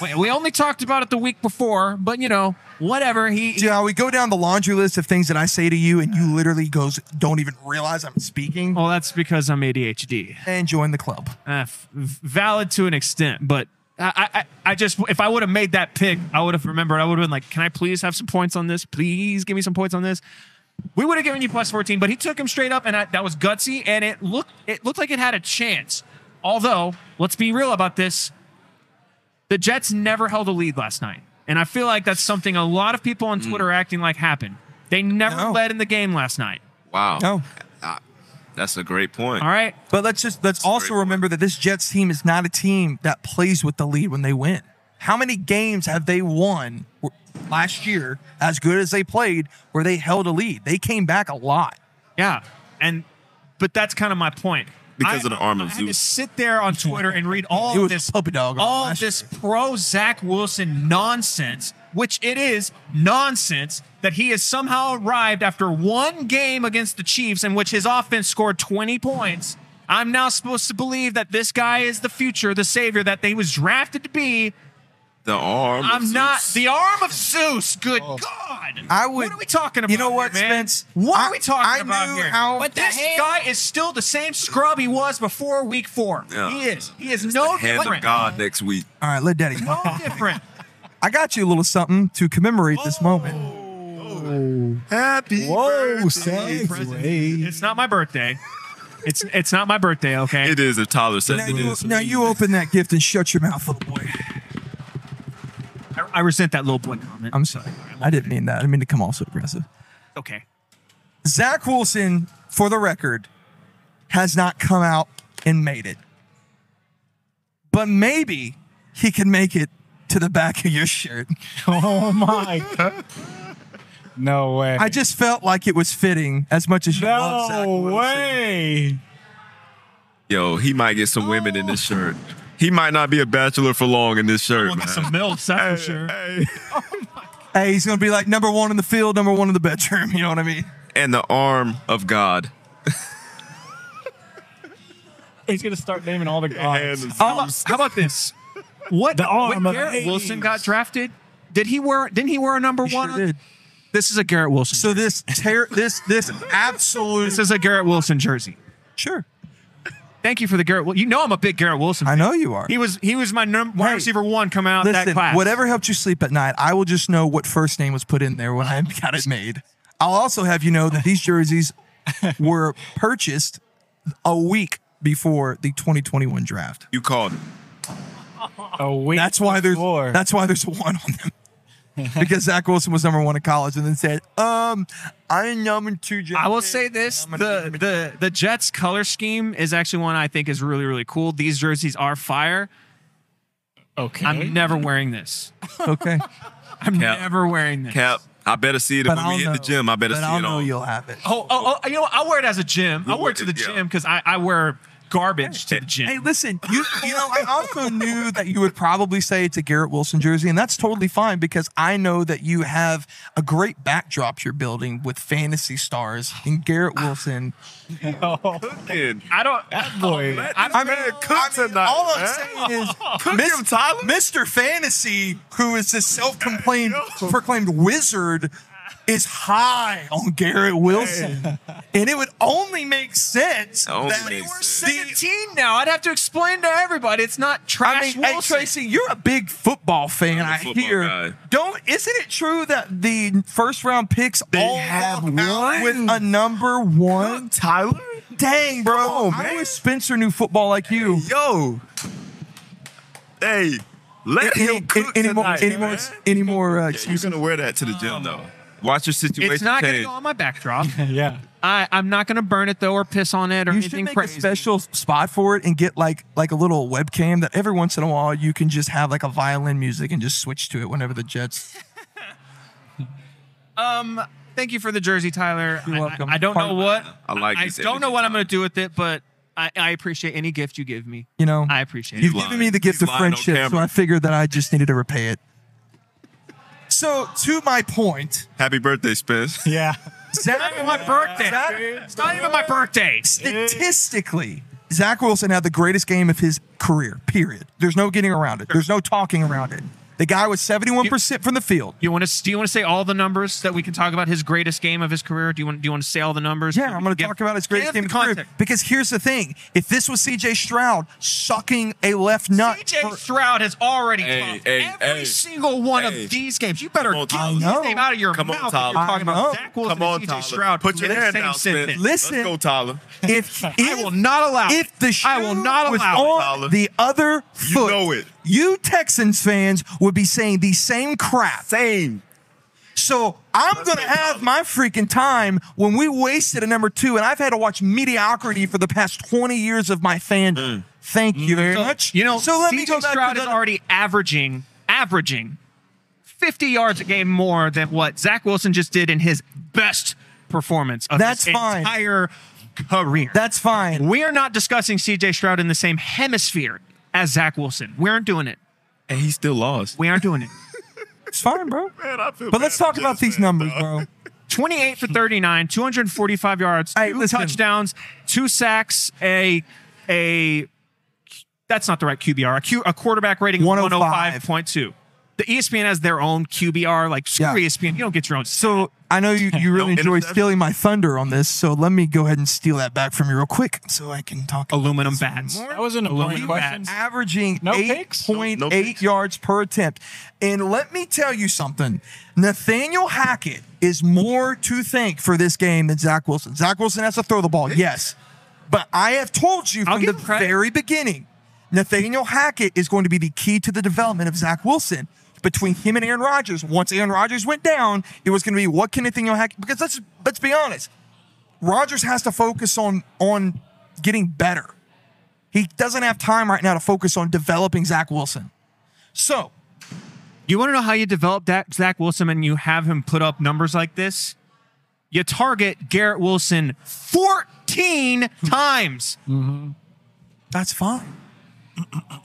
We- We only talked about it the week before, but you know, whatever. He,
Do you know how we go down the laundry list of things that I say to you, and you literally goes don't even realize I'm speaking
Well, that's because I'm ADHD.
and join the club.
Uh, f- valid to an extent, but I, I, I- I just if I would have made that pick, I would have remembered. I would have been like, "Can I please have some points on this? Please give me some points on this." We would have given you plus fourteen, but he took him straight up, and I, that was gutsy. And it looked it looked like it had a chance. Although, let's be real about this: the Jets never held a lead last night, and I feel like that's something a lot of people on Twitter are acting like happened. They never
No.
led in the game last night.
Wow.
No.
Ah, that's a great point.
All right,
But let's just let's also
great.
remember that this Jets team is not a team that plays with the lead when they win. How many games have they won w- last year, as good as they played, where they held a lead? They came back a lot.
Yeah, and but that's kind of my point.
Because
I-
of the arm of
I had to
Zeus.
sit there on Twitter and read all
It
of
was
this
puppy dog on
all
last
this pro Zach Wilson nonsense, which it is nonsense that he has somehow arrived after one game against the Chiefs in which his offense scored 20 points. I'm now supposed to believe that this guy is the future, the savior that they was drafted to be.
The arm. of
I'm not
Zeus.
the arm of Zeus. Good God!
I would-
What are we talking about?
You know what,
here, man?
Spence?
What
I-
are we talking
I
about
knew
here?
how-
but
the
this
hand-
guy is still the same scrub he was before Week Four.
Yeah.
He is. He is no
hand
different.
of God next week.
All right, let Daddy.
No different.
I got you a little something to commemorate this moment.
Happy
Whoa,
birthday.
segue.
It's not my birthday. It's it's not my birthday. Okay.
It is if Tyler says
Now
it
you,
is.
now you open that gift and shut your mouth, little boy.
I, I resent that little boy comment.
I'm sorry. I didn't mean that. I didn't mean to come off so aggressive.
okay.
Zach Wilson, for the record, has not come out and made it. But maybe he can make it to the back of your shirt.
Oh my! No way.
I just felt like it was fitting as much as you love Zach
no
Wilson.
way.
Yo, he might get some women in this shirt. He might not be a bachelor for long in this shirt,
Look
man.
at some milfs, that's for sure.
Hey, he's gonna be like number one in the field, number one in the bedroom. You know what I mean?
and the arm of God.
He's gonna start naming all the gods.
How about, how about this? What
The
Oh,
arm
when
of
Garrett
Hades.
Wilson
Wilson
got
got drafted. Did he wear? Didn't he wear a number one?
Sure did.
This is a Garrett Wilson.
So this ter- this this absolute
This is a Garrett Wilson jersey.
sure.
Thank you for the Garrett. Wil- You know I'm a big Garrett Wilson.
I
fan.
know you are.
He was he was my num- wide
Hey,
receiver one coming out that
Listen,
class.
whatever helped you sleep at night, I will just know what first name was put in there when I got it made. I'll also have you know that these jerseys were purchased a week before the 2021 draft.
You called it.
A week
That's why there's
before.
that's why there's a one on them because Zach Wilson was number one in college and then said, "Um, I'm number two." James
I will
Harden."
say this:
I'm gonna
the
be-
the the Jets color scheme is actually one I think is really really cool. These jerseys are fire.
okay.
I'm never wearing this.
okay,
I'm
Cap.
never wearing this.
Cap. I better see it if
but
we
I'll
hit
know.
the gym. I better
but
see
I'll
it
know
on.
you'll have it.
Oh, oh, oh, you know, what? I wear it as a gym. I wear it to the
Yeah.
gym because I, I wear garbage to the gym.
Hey, listen, you you know, I also knew that you would probably say it's a Garrett Wilson jersey, and that's totally fine because I know that you have a great backdrop you're building with fantasy stars and Garrett Wilson.
Kid,
I don't.
that boy.
I,
I mean,
man, cook
I mean,
tonight.
all I'm
man.
saying is, Mis- Mr. Fantasy, who is this self-complained proclaimed wizard, is high on Garrett Wilson, and it would only make sense
Only
that
makes sense.
the-
17 now. I'd have to explain to everybody. It's not
I
trash.
mean, hey,
Wilson.
Tracy, you're a big football fan.
I'm a
I
football
hear.
guy.
Don't isn't it true that the first round picks all
have
walk out with a number one?
Tyler?
Dang, bro! I
man.
wish Spencer knew football like you.
Yo. Hey, let
Any,
him cook
any, any more?
tonight,
Any more?
man.
Any more? Uh,
You're gonna wear that to the gym though. Watch your situation
It's not going to
change.
go on my backdrop.
Yeah.
I, I'm not going to burn it though, or piss on it, or
you should
anything
make
crazy.
a special spot for it and get like like a little webcam that every once in a while you can just have like a violin music and just switch to it whenever the Jets.
Thank you for the jersey, Tyler.
You're
I- I-
welcome.
I, don't know what.
I like
I
this
don't know
energy.
what I'm going to do with it, but I, I appreciate any gift you give me.
You know,
I appreciate it.
You've given
lying.
me the gift
He's
of
lying on
friendship, so
camera.
I figured that I just needed to repay it. So, to my point,
Happy birthday, Spence.
Yeah.
Zach,
My birthday. It's not even my birthday.
statistically, Zach Wilson had the greatest game of his career, period. There's no getting around it, there's no talking around it. The guy was 71% from the field.
You want to? Do you want to say all the numbers that we can talk about his greatest game of his career? Do you want? Do you want to say all the numbers?
Yeah, I'm going to
Give-
talk about his greatest
give
game of
the
career.
context.
Because here's the thing if this was CJ Stroud sucking a left nut,
CJ
for-
Stroud has already
Hey,
topped
hey,
every
hey.
single one
Hey.
of these games. You better
Come on,
get
Tyler.
his
I know.
name out of your
Come on,
mouth. if
Tyler.
You're talking
I know.
about Zach Wilson
Come on,
and
Tyler.
CJ Stroud.
Put your
who
hand
said
down,
he sent
Spence.
this.
Listen.
Let's go, Tyler.
if,
I
if-
will not allow. it.
if the shoe
I will not
was
allow. it.
on
Tyler.
the other
You
foot,
know it.
you Texans fans would be saying the same crap.
Same.
So I'm going to have my freaking time when we wasted a number two, and I've had to watch mediocrity for the past 20 years of my fandom. Thank you very much.
Mm. You know,
so let
CJ
me go back
Stroud
to
is
the-
already averaging averaging 50 yards a game more than what Zach Wilson just did in his best performance of
That's
his
fine.
entire career.
That's fine.
we are not discussing CJ Stroud in the same hemisphere as Zach Wilson. We aren't doing it.
And he still lost.
We aren't doing it.
It's fine, bro.
Man, I feel
But
bad
let's
for
talk about
Jets
these
fans,
numbers,
dog.
bro.
28 for 39, 245 yards,
Hey,
two
listen.
touchdowns, two sacks, a a that's not the right QBR. A, Q, a quarterback rating of
105.
105.2. The E ESPN has their own QBR. Like screw E
Yeah.
ESPN, you don't get your own.
So I know you, you really
No
enjoy
interception.
stealing my thunder on this, so let me go ahead and steal that back from you real quick so I can talk.
aluminum bats.
That was an important question.
averaging
No picks?
8.8
No- no picks.
yards per attempt. And let me tell you something Nathaniel Hackett is more to thank for this game than Zach Wilson. Zach Wilson has to throw the ball, yes. But I have told you
I'll
from the
give him credit.
very beginning Nathaniel Hackett is going to be the key to the development of Zach Wilson. Between him and Aaron Rodgers, once Aaron Rodgers went down, it was going to be what can Nathaniel Hackett? Because let's let's be honest, Rodgers has to focus on on getting better. He doesn't have time right now to focus on developing Zach Wilson. So,
You want to know how you develop that Zach Wilson and you have him put up numbers like this? You target Garrett Wilson 14
Hmm.
times.
That's fine.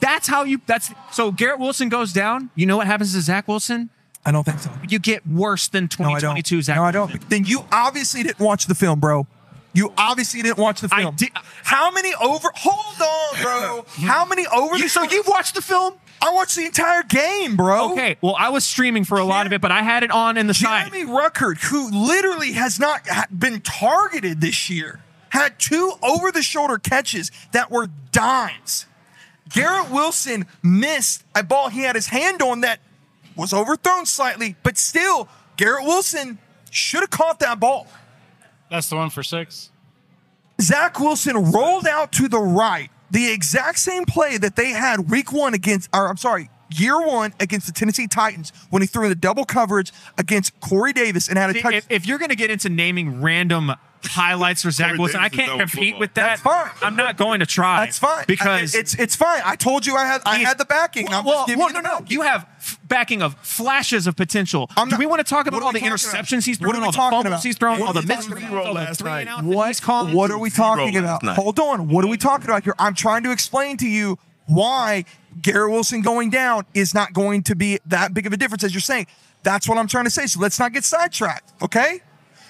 That's how you that's so Garrett Wilson goes down. You know what happens to Zach Wilson?
I don't think so.
You get worse than
No, I don't.
2022 Zach
no, I
Wilson.
don't. Then you obviously didn't watch the film, bro. You obviously didn't watch the
I
film.
did-
How many over? Hold on, bro. How many over?
You-
the-
so you've watched the film?
I watched the entire game, bro.
Okay, well, I was streaming for a lot of it, but I had it on in the side.
Jeremy Ruckert, who literally has not ha- been targeted this year, had two over the shoulder catches that were dimes. Garrett Wilson missed a ball he had his hand on that was overthrown slightly, but still, Garrett Wilson should have caught that ball.
That's the one for six.
Zach Wilson rolled out to the right, the exact same play that they had week one against, or I'm sorry, year one against the Tennessee Titans when he threw in the double coverage against Corey Davis and had a touchdown.
If, if you're going to get into naming random highlights for Zach
Corey
Wilson, I
Davis is
can't
dumb with
compete
football.
with that.
That's fine.
I'm not going to try.
That's fine
Because
I- it's it's fine. I told you I had I
He's-
had the backing. I'm
well,
just giving
well,
you
no,
the
no.
backing.
You have f- backing of flashes of potential.
I'm
Do
not-
we want to talk
What
about
are
all
we
the
talking
interceptions
about?
he's
What are
thrown,
we
all the
talking
fumbles
about?
he's thrown,
What
all
are
the
we
misses,
talking about?
all the
Last
three and
night.
outs that
What,
he's calling.
what are we
Zero
talking
last
about?
night.
Hold on. What are we talking about here? I'm trying to explain to you why Garrett Wilson going down is not going to be that big of a difference as you're saying. That's what I'm trying to say. So let's not get sidetracked, okay?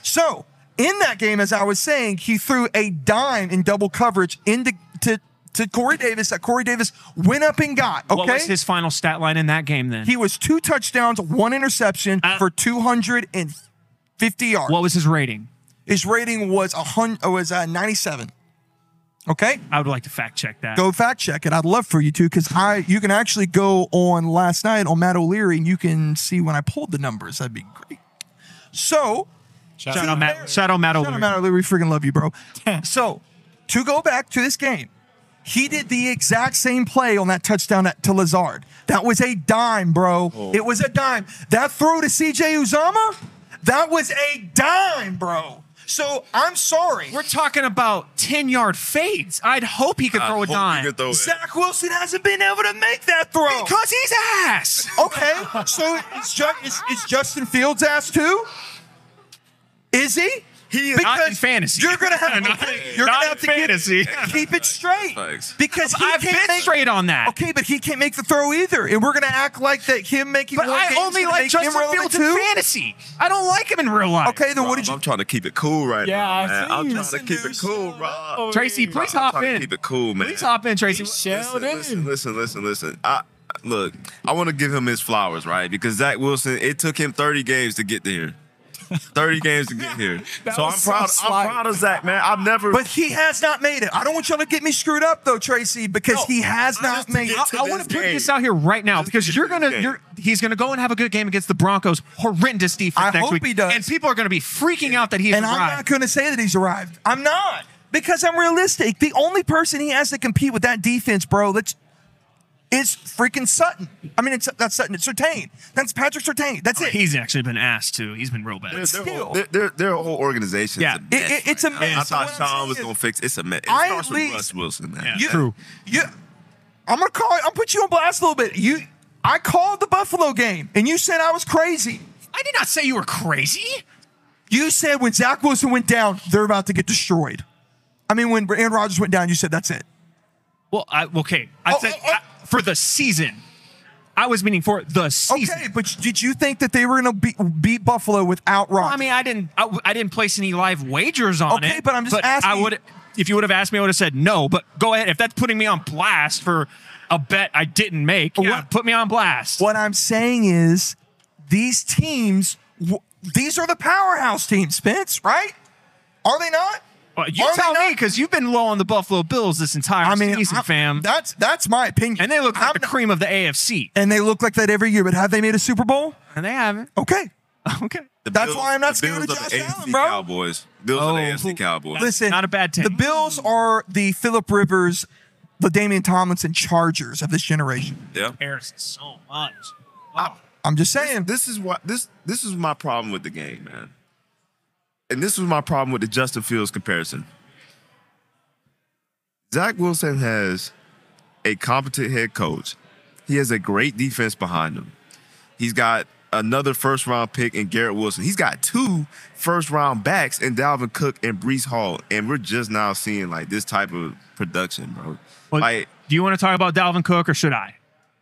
So in that game, as I was saying, he threw a dime in double coverage into to, to Corey Davis that Corey Davis went up and got. Okay.
What was his final stat line in that game then?
He was two touchdowns, one interception
Uh,
for 250 yards.
what was his rating?
His rating was a hun- uh, was uh, 97. Okay,
I would like to fact check that.
go fact check it. I'd love for you to because I you can actually go on last night on Matt O'Leary and you can see when I pulled the numbers. That'd be great. So
Shout
Shout out Matt. Shout out Matt
Shout out
O'Leary.
Matt O'Leary. We freaking love you, bro. so, to go back to this game, he did the exact same play on that touchdown at, to Lazard. That was a dime, bro. It was a dime. That throw to CJ Uzama, that was a dime, bro. So, I'm sorry.
We're talking about 10 yard fades. I'd hope he could
I
throw a
hope you
dime.
can throw it.
Zach Wilson hasn't been able to make that throw.
Because he's ass.
Okay, so it's, ju- it's, it's Justin Fields' ass too? Is he? He is
Not in fantasy.
You're gonna have
Not-
you're
not
gonna
in
have to get-
fantasy.
keep it straight
Thanks.
because he
I've
can't
been
make,
straight on that.
Okay, but he can't make the throw either, and we're gonna act like that him making.
But
one
I
game's
only
gonna
like
make him
Justin
relevant
Fields in
too?
fantasy. I don't like him in real life.
Okay, then what did
Rob,
you?
I'm trying to keep it cool right
Yeah,
now,
I
man.
see
I'm
you.
trying to keep it cool, Rob.
Tracy, please
I'm
hop
trying to
in.
keep it cool, man.
Please hop in, Tracy.
Shout
Listen, listen,
in.
listen, listen, listen. I look. I want to give him his flowers, right? Because Zach Wilson, it took him 30 games to get there. 30 games to get here.
That
so
was
I'm proud.
so
I'm
slight.
proud of Zach, man. I've never.
But he has not made it. I don't want y'all to get me screwed up though, Tracy, because he has not made it.
get to
I want to
this
put
game.
this out here right now
Just
because
get
you're
to this
gonna
game.
you're he's gonna go and have a good game against the Broncos. Horrendous defense
I
next
hope
week,
he does.
and people are gonna be freaking out that he's
and I'm not
arrived.
going to say that he's arrived. I'm not because I'm realistic. The only person he has to compete with that defense, bro, that's is freaking Sutton. I mean, it's that's Sutton. It's Sertain. That's Patrick Sertain. That's it.
Oh, he's actually been asked to. He's been real bad.
their, their,
still-
whole, their, their, their whole organization.
Yeah.
is a mess
It- it- it's a
right now.
mess.
I
What I'm
thought Sean was
saying
gonna fix it. It's a mess. It
I
starts
at
with
least-
Russ Wilson, man.
You- You, I'm gonna call. I'm put you on blast a little bit. You, I called the Buffalo game, and you said I was crazy.
I did not say you were crazy.
You said when Zach Wilson went down, they're about to get destroyed. I mean, when Aaron Rodgers went down, you said that's it.
Well, I, okay, I
Oh,
said
oh, oh.
I- for the season. I was meaning for the season.
Okay, but did you think that they were gonna beat, beat Buffalo without Rodgers?
I mean, I didn't. I, w- I didn't place any live wagers on it.
Okay, but I'm just asking-
I would. If you would have asked me, I would have said no. But go ahead. If that's putting me on blast for a bet I didn't make, yeah,
what-
put me on blast.
What I'm saying is these teams, w- these are the powerhouse teams, Spence, right? Are they not?
Well, you
Are they
tell me
not?
because you've been low on the Buffalo Bills this entire
I mean,
season,
I-
fam.
That's that's my opinion.
and they look like
I'm
the
not-
cream of the AFC,
and they look like that every year. But have they made a Super Bowl?
and they haven't.
Okay.
Okay,
The
That's
Bills-
why I'm
the
not scared of
Bills are the
Josh Allen,
AFC
bro.
Cowboys. Bills are the
Oh,
AFC
who-
Cowboys.
Listen,
not a bad take.
The Bills are the Philip Rivers, the Damian Tomlinson Chargers of this generation.
Yeah.
Harris so much.
I'm just saying.
This is what this this is my problem with the game, man. And this was my problem with the Justin Fields comparison. Zach Wilson has a competent head coach. He has a great defense behind him. He's got another first round pick in Garrett Wilson. He's got two first round backs in Dalvin Cook and Brees Hall. And we're just now seeing like this type of production, bro.
Well,
like
do you want to talk about Dalvin Cook or should I?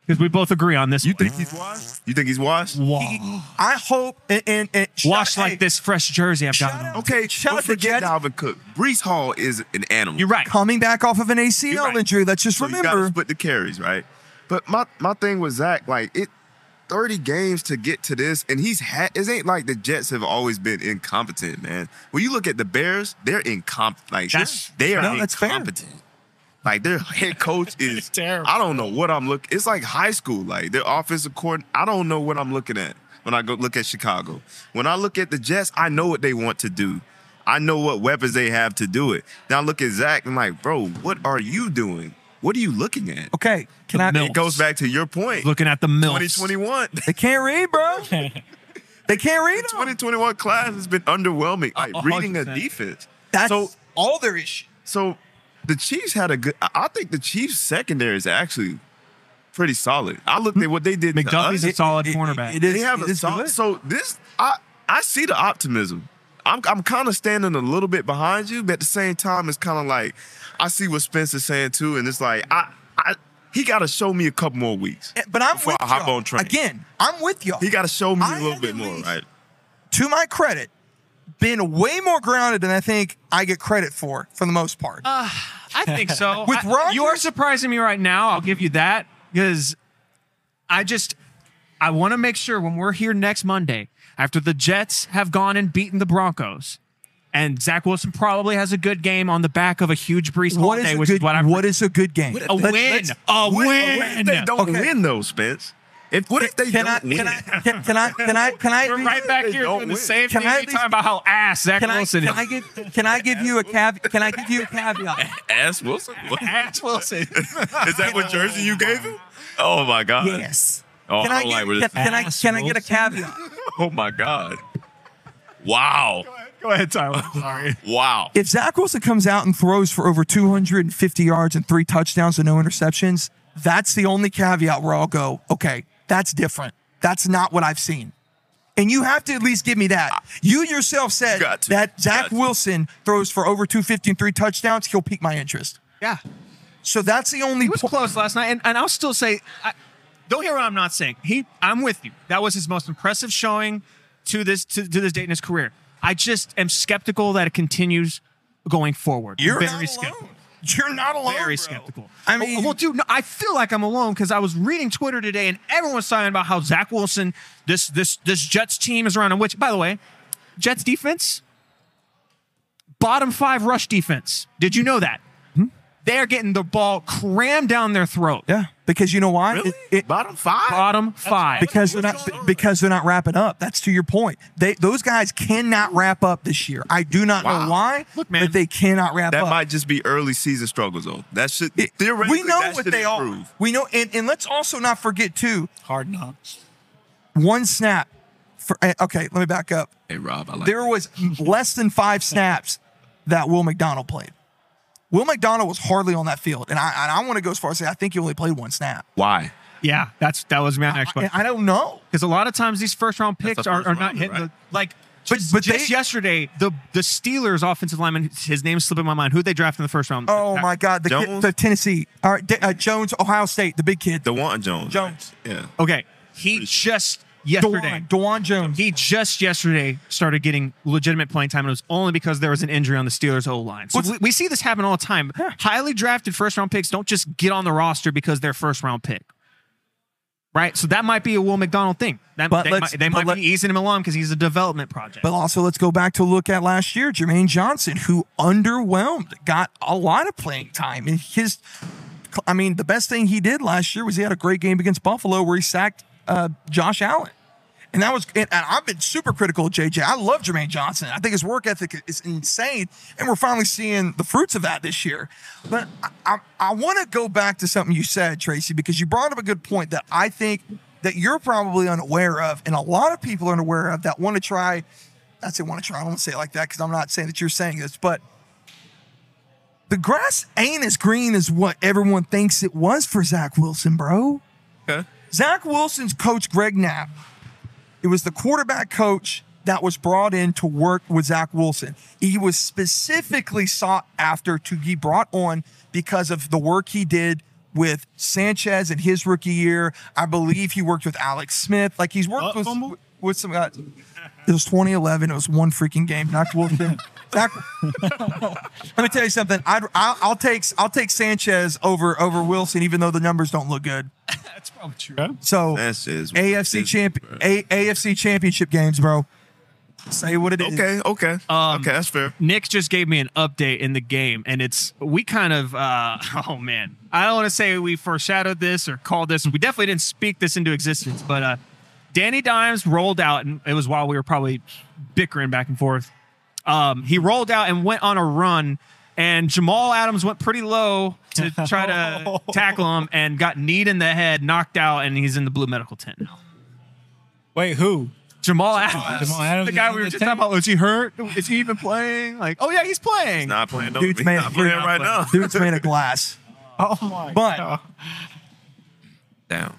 Because we both agree on this.
you
You
think he's washed? You think he's washed?
I hope and, and, and
Wash
shout-
like
hey,
this fresh jersey I've
shout
got
out
on.
Okay,
Shout
but
out to
forget
Jets.
Dalvin Cook. Brees Hall is an animal.
You're right.
coming back off of an ACL
You're right.
injury. Let's just
So you gotta
remember.
split the carries, right? But my my thing with Zach, like it, thirty games to get to this, and he's had. It ain't like the Jets have always been incompetent, man. When you look at the Bears, they're incompetent. Like
That's-
they are
no, that's fair.
incompetent. Like their head coach is
terrible.
I don't know what I'm looking. It's like high school. Like their offensive court. I don't know what I'm looking at when I go look at Chicago. When I look at the Jets, I know what they want to do. I know what weapons they have to do it. Now I look at Zach and like, bro, what are you doing? What are you looking at?
okay, can I?
The
It goes back to your point.
Looking at the milk.
2021.
They can't read, bro. they can't read. 'em.
2021 class has been underwhelming. Like
A hundred
reading a
percent.
defense.
That's
so
all there is.
so the Chiefs had a good I- I think the Chiefs secondary is actually pretty solid. I looked at what they did. to
McDuffiee's
us.
a solid
It-
cornerback.
It is.
they have
it
a
is
solid.
good.
So this, I I see the optimism. I'm I'm kind of standing a little bit behind you, but at the same time, it's kind of like I see what Spencer's saying too, and it's like I I he got to show me a couple more weeks.
But I'm
Before
with
I hop
y'all.
on train.
Again, I'm with y'all.
He got to show me
I
a little
have
bit
at
more,
least-
right?
to my credit, been way more grounded than I think I get credit for, for the most part.
Uh, I think so.
With
I- you are
Rodgers-
surprising me right now. I'll give you that because I just I want to make sure when we're here next Monday after the Jets have gone and beaten the Broncos. And Zach Wilson probably has a good game on the back of a huge Brees Hall
what is
day,
a
which
good?
is what I'm.
what is a good game?
a
Let's-
win,
let's-
a
What-
win.
What if they don't
Okay.
win though, Spence? If what if they
Can
don't
I?
win?
Can I? Can, can I? Can I? Can I?
We're right back
They
here
don't
doing the
win.
same
Can
thing.
I at
we
least-
talking about how ass Zach
Can I,
Wilson
can
is.
I give can I give you a caveat? Can I give you a caveat?
Ass Wilson? What?
ass Wilson.
Is that what jersey you gave him? Oh my god!
Yes.
Oh,
Can
I
I
don't like where
get,
this-
can, can I
Ass
can I get a caveat?
Oh my god! Wow!
Go ahead, Tyler. Sorry.
Wow!
If Zach Wilson comes out and throws for over 250 yards and three touchdowns and no interceptions, that's the only caveat where I'll go, okay, that's different. That's not what I've seen. And you have to at least give me that. You yourself said
You got to.
that
You
Zach
got to.
Wilson throws for over 250 and three touchdowns, he'll pique my interest.
Yeah.
So that's the only
He was
po-
close last night, and, and I'll still say, I, don't hear what I'm not saying. He, I'm with you. That was his most impressive showing to this to, to this date in his career. I just am skeptical that it continues going forward.
You're
very
not alone.
skeptical.
You're not alone.
Very
bro.
skeptical. Oh,
I mean,
well, dude, no, I feel like I'm alone because I was reading Twitter today, and everyone's talking about how Zach Wilson, this this this Jets team is running. Which, by the way, Jets defense, bottom five rush defense. Did you know that?
Hmm?
They are getting the ball crammed down their throat.
yeah, because you know why?
Really?
It- it-
Bottom five?
Bottom five.
because they're not because they're not wrapping up. That's to your point. They those guys cannot wrap up this year. I do not
Wow.
know why,
Look, man.
but they cannot wrap
that
up.
might just be early season struggles, though. That should
It-
theoretically
we know
that
what
should
they
improve.
are. We know, and, and let's also not forget too.
Hard knocks.
One snap. For eh, okay, let me back up.
Hey Rob, I like
There was less than five snaps that Will McDonald played. Will McDonald was hardly on that field, and I and I want to go as far as say I think he only played one snap.
why.
Yeah, that's that was my next
I,
question.
I don't know.
Because a lot of times these first round picks
That's a
are,
first
are not
rounder,
hitting
right?
the like.
But-
Just,
but
just
they-
yesterday, the the Steelers offensive lineman, his name's slipping my mind. Who they drafted in the first round?
Oh my God, the, kid,
Jones?
the Tennessee, all right, D- uh, Jones, Ohio State, the big kid,
DeWan Jones.
Jones.
right? Yeah.
Okay, he just yesterday.
Dewan, Dewan Jones.
He just yesterday started getting legitimate playing time, and it was only because there was an injury on the Steelers O line. So
What's-
we, we see this happen all the time. Highly drafted first round picks don't just get on the roster because they're first round pick, right? So that might be a Will McDonald thing. That,
But
they
let's-
might, they
but
might
let-
be easing him along because he's a development project.
But also, let's go back to look at last year, Jermaine Johnson, who underwhelmed, got a lot of playing time. And his, I mean, the best thing he did last year was he had a great game against Buffalo where he sacked uh, Josh Allen. And that was, and, and I've been super critical of JJ. I love Jermaine Johnson. I think his work ethic is insane. And we're finally seeing the fruits of that this year. But I, I, I want to go back to something you said, Tracy, because you brought up a good point that I think that you're probably unaware of, and a lot of people are unaware of that want to try. I say want to try. I don't want to say it like that because I'm not saying that you're saying this, but the grass ain't as green as what everyone thinks it was for Zach Wilson, bro. Zach Wilson's coach, Greg Knapp, it was the quarterback coach that was brought in to work with Zach Wilson. He was specifically sought after to be brought on because of the work he did with Sanchez in his rookie year. I believe he worked with Alex Smith. Like he's worked
What
with,
fumble?
with some guys. It was 2011. It was one freaking game. Knocked Wilson. Zach, let me tell you something. I'd, I'll, I'll take I'll take Sanchez over over Wilson, even though the numbers don't look good.
That's probably true.
So
That's just
AFC
it's-
champ A- AFC championship games, bro. Say what it is.
Okay, okay,
Um,
okay. That's fair.
Nick just gave me an update in the game, and it's we kind of uh, oh man, I don't want to say we foreshadowed this or called this. We definitely didn't speak this into existence, but uh, Danny Dimes rolled out, and it was while we were probably bickering back and forth. Um, he rolled out and went on a run, and Jamal Adams went pretty low to try to tackle him, and got kneed in the head, knocked out, and he's in the blue medical tent now.
Wait, who?
Jamal Adams,
Jamal Adams
the
is
guy
in
we were
the
just
tent?
talking about. Is he hurt? Is he even playing? Like, oh yeah, he's playing.
Not playing. Don't
Dude's
be
made-
not playing
dude,
right now.
not
Dude's made of glass.
Oh my
But-
God.
Down.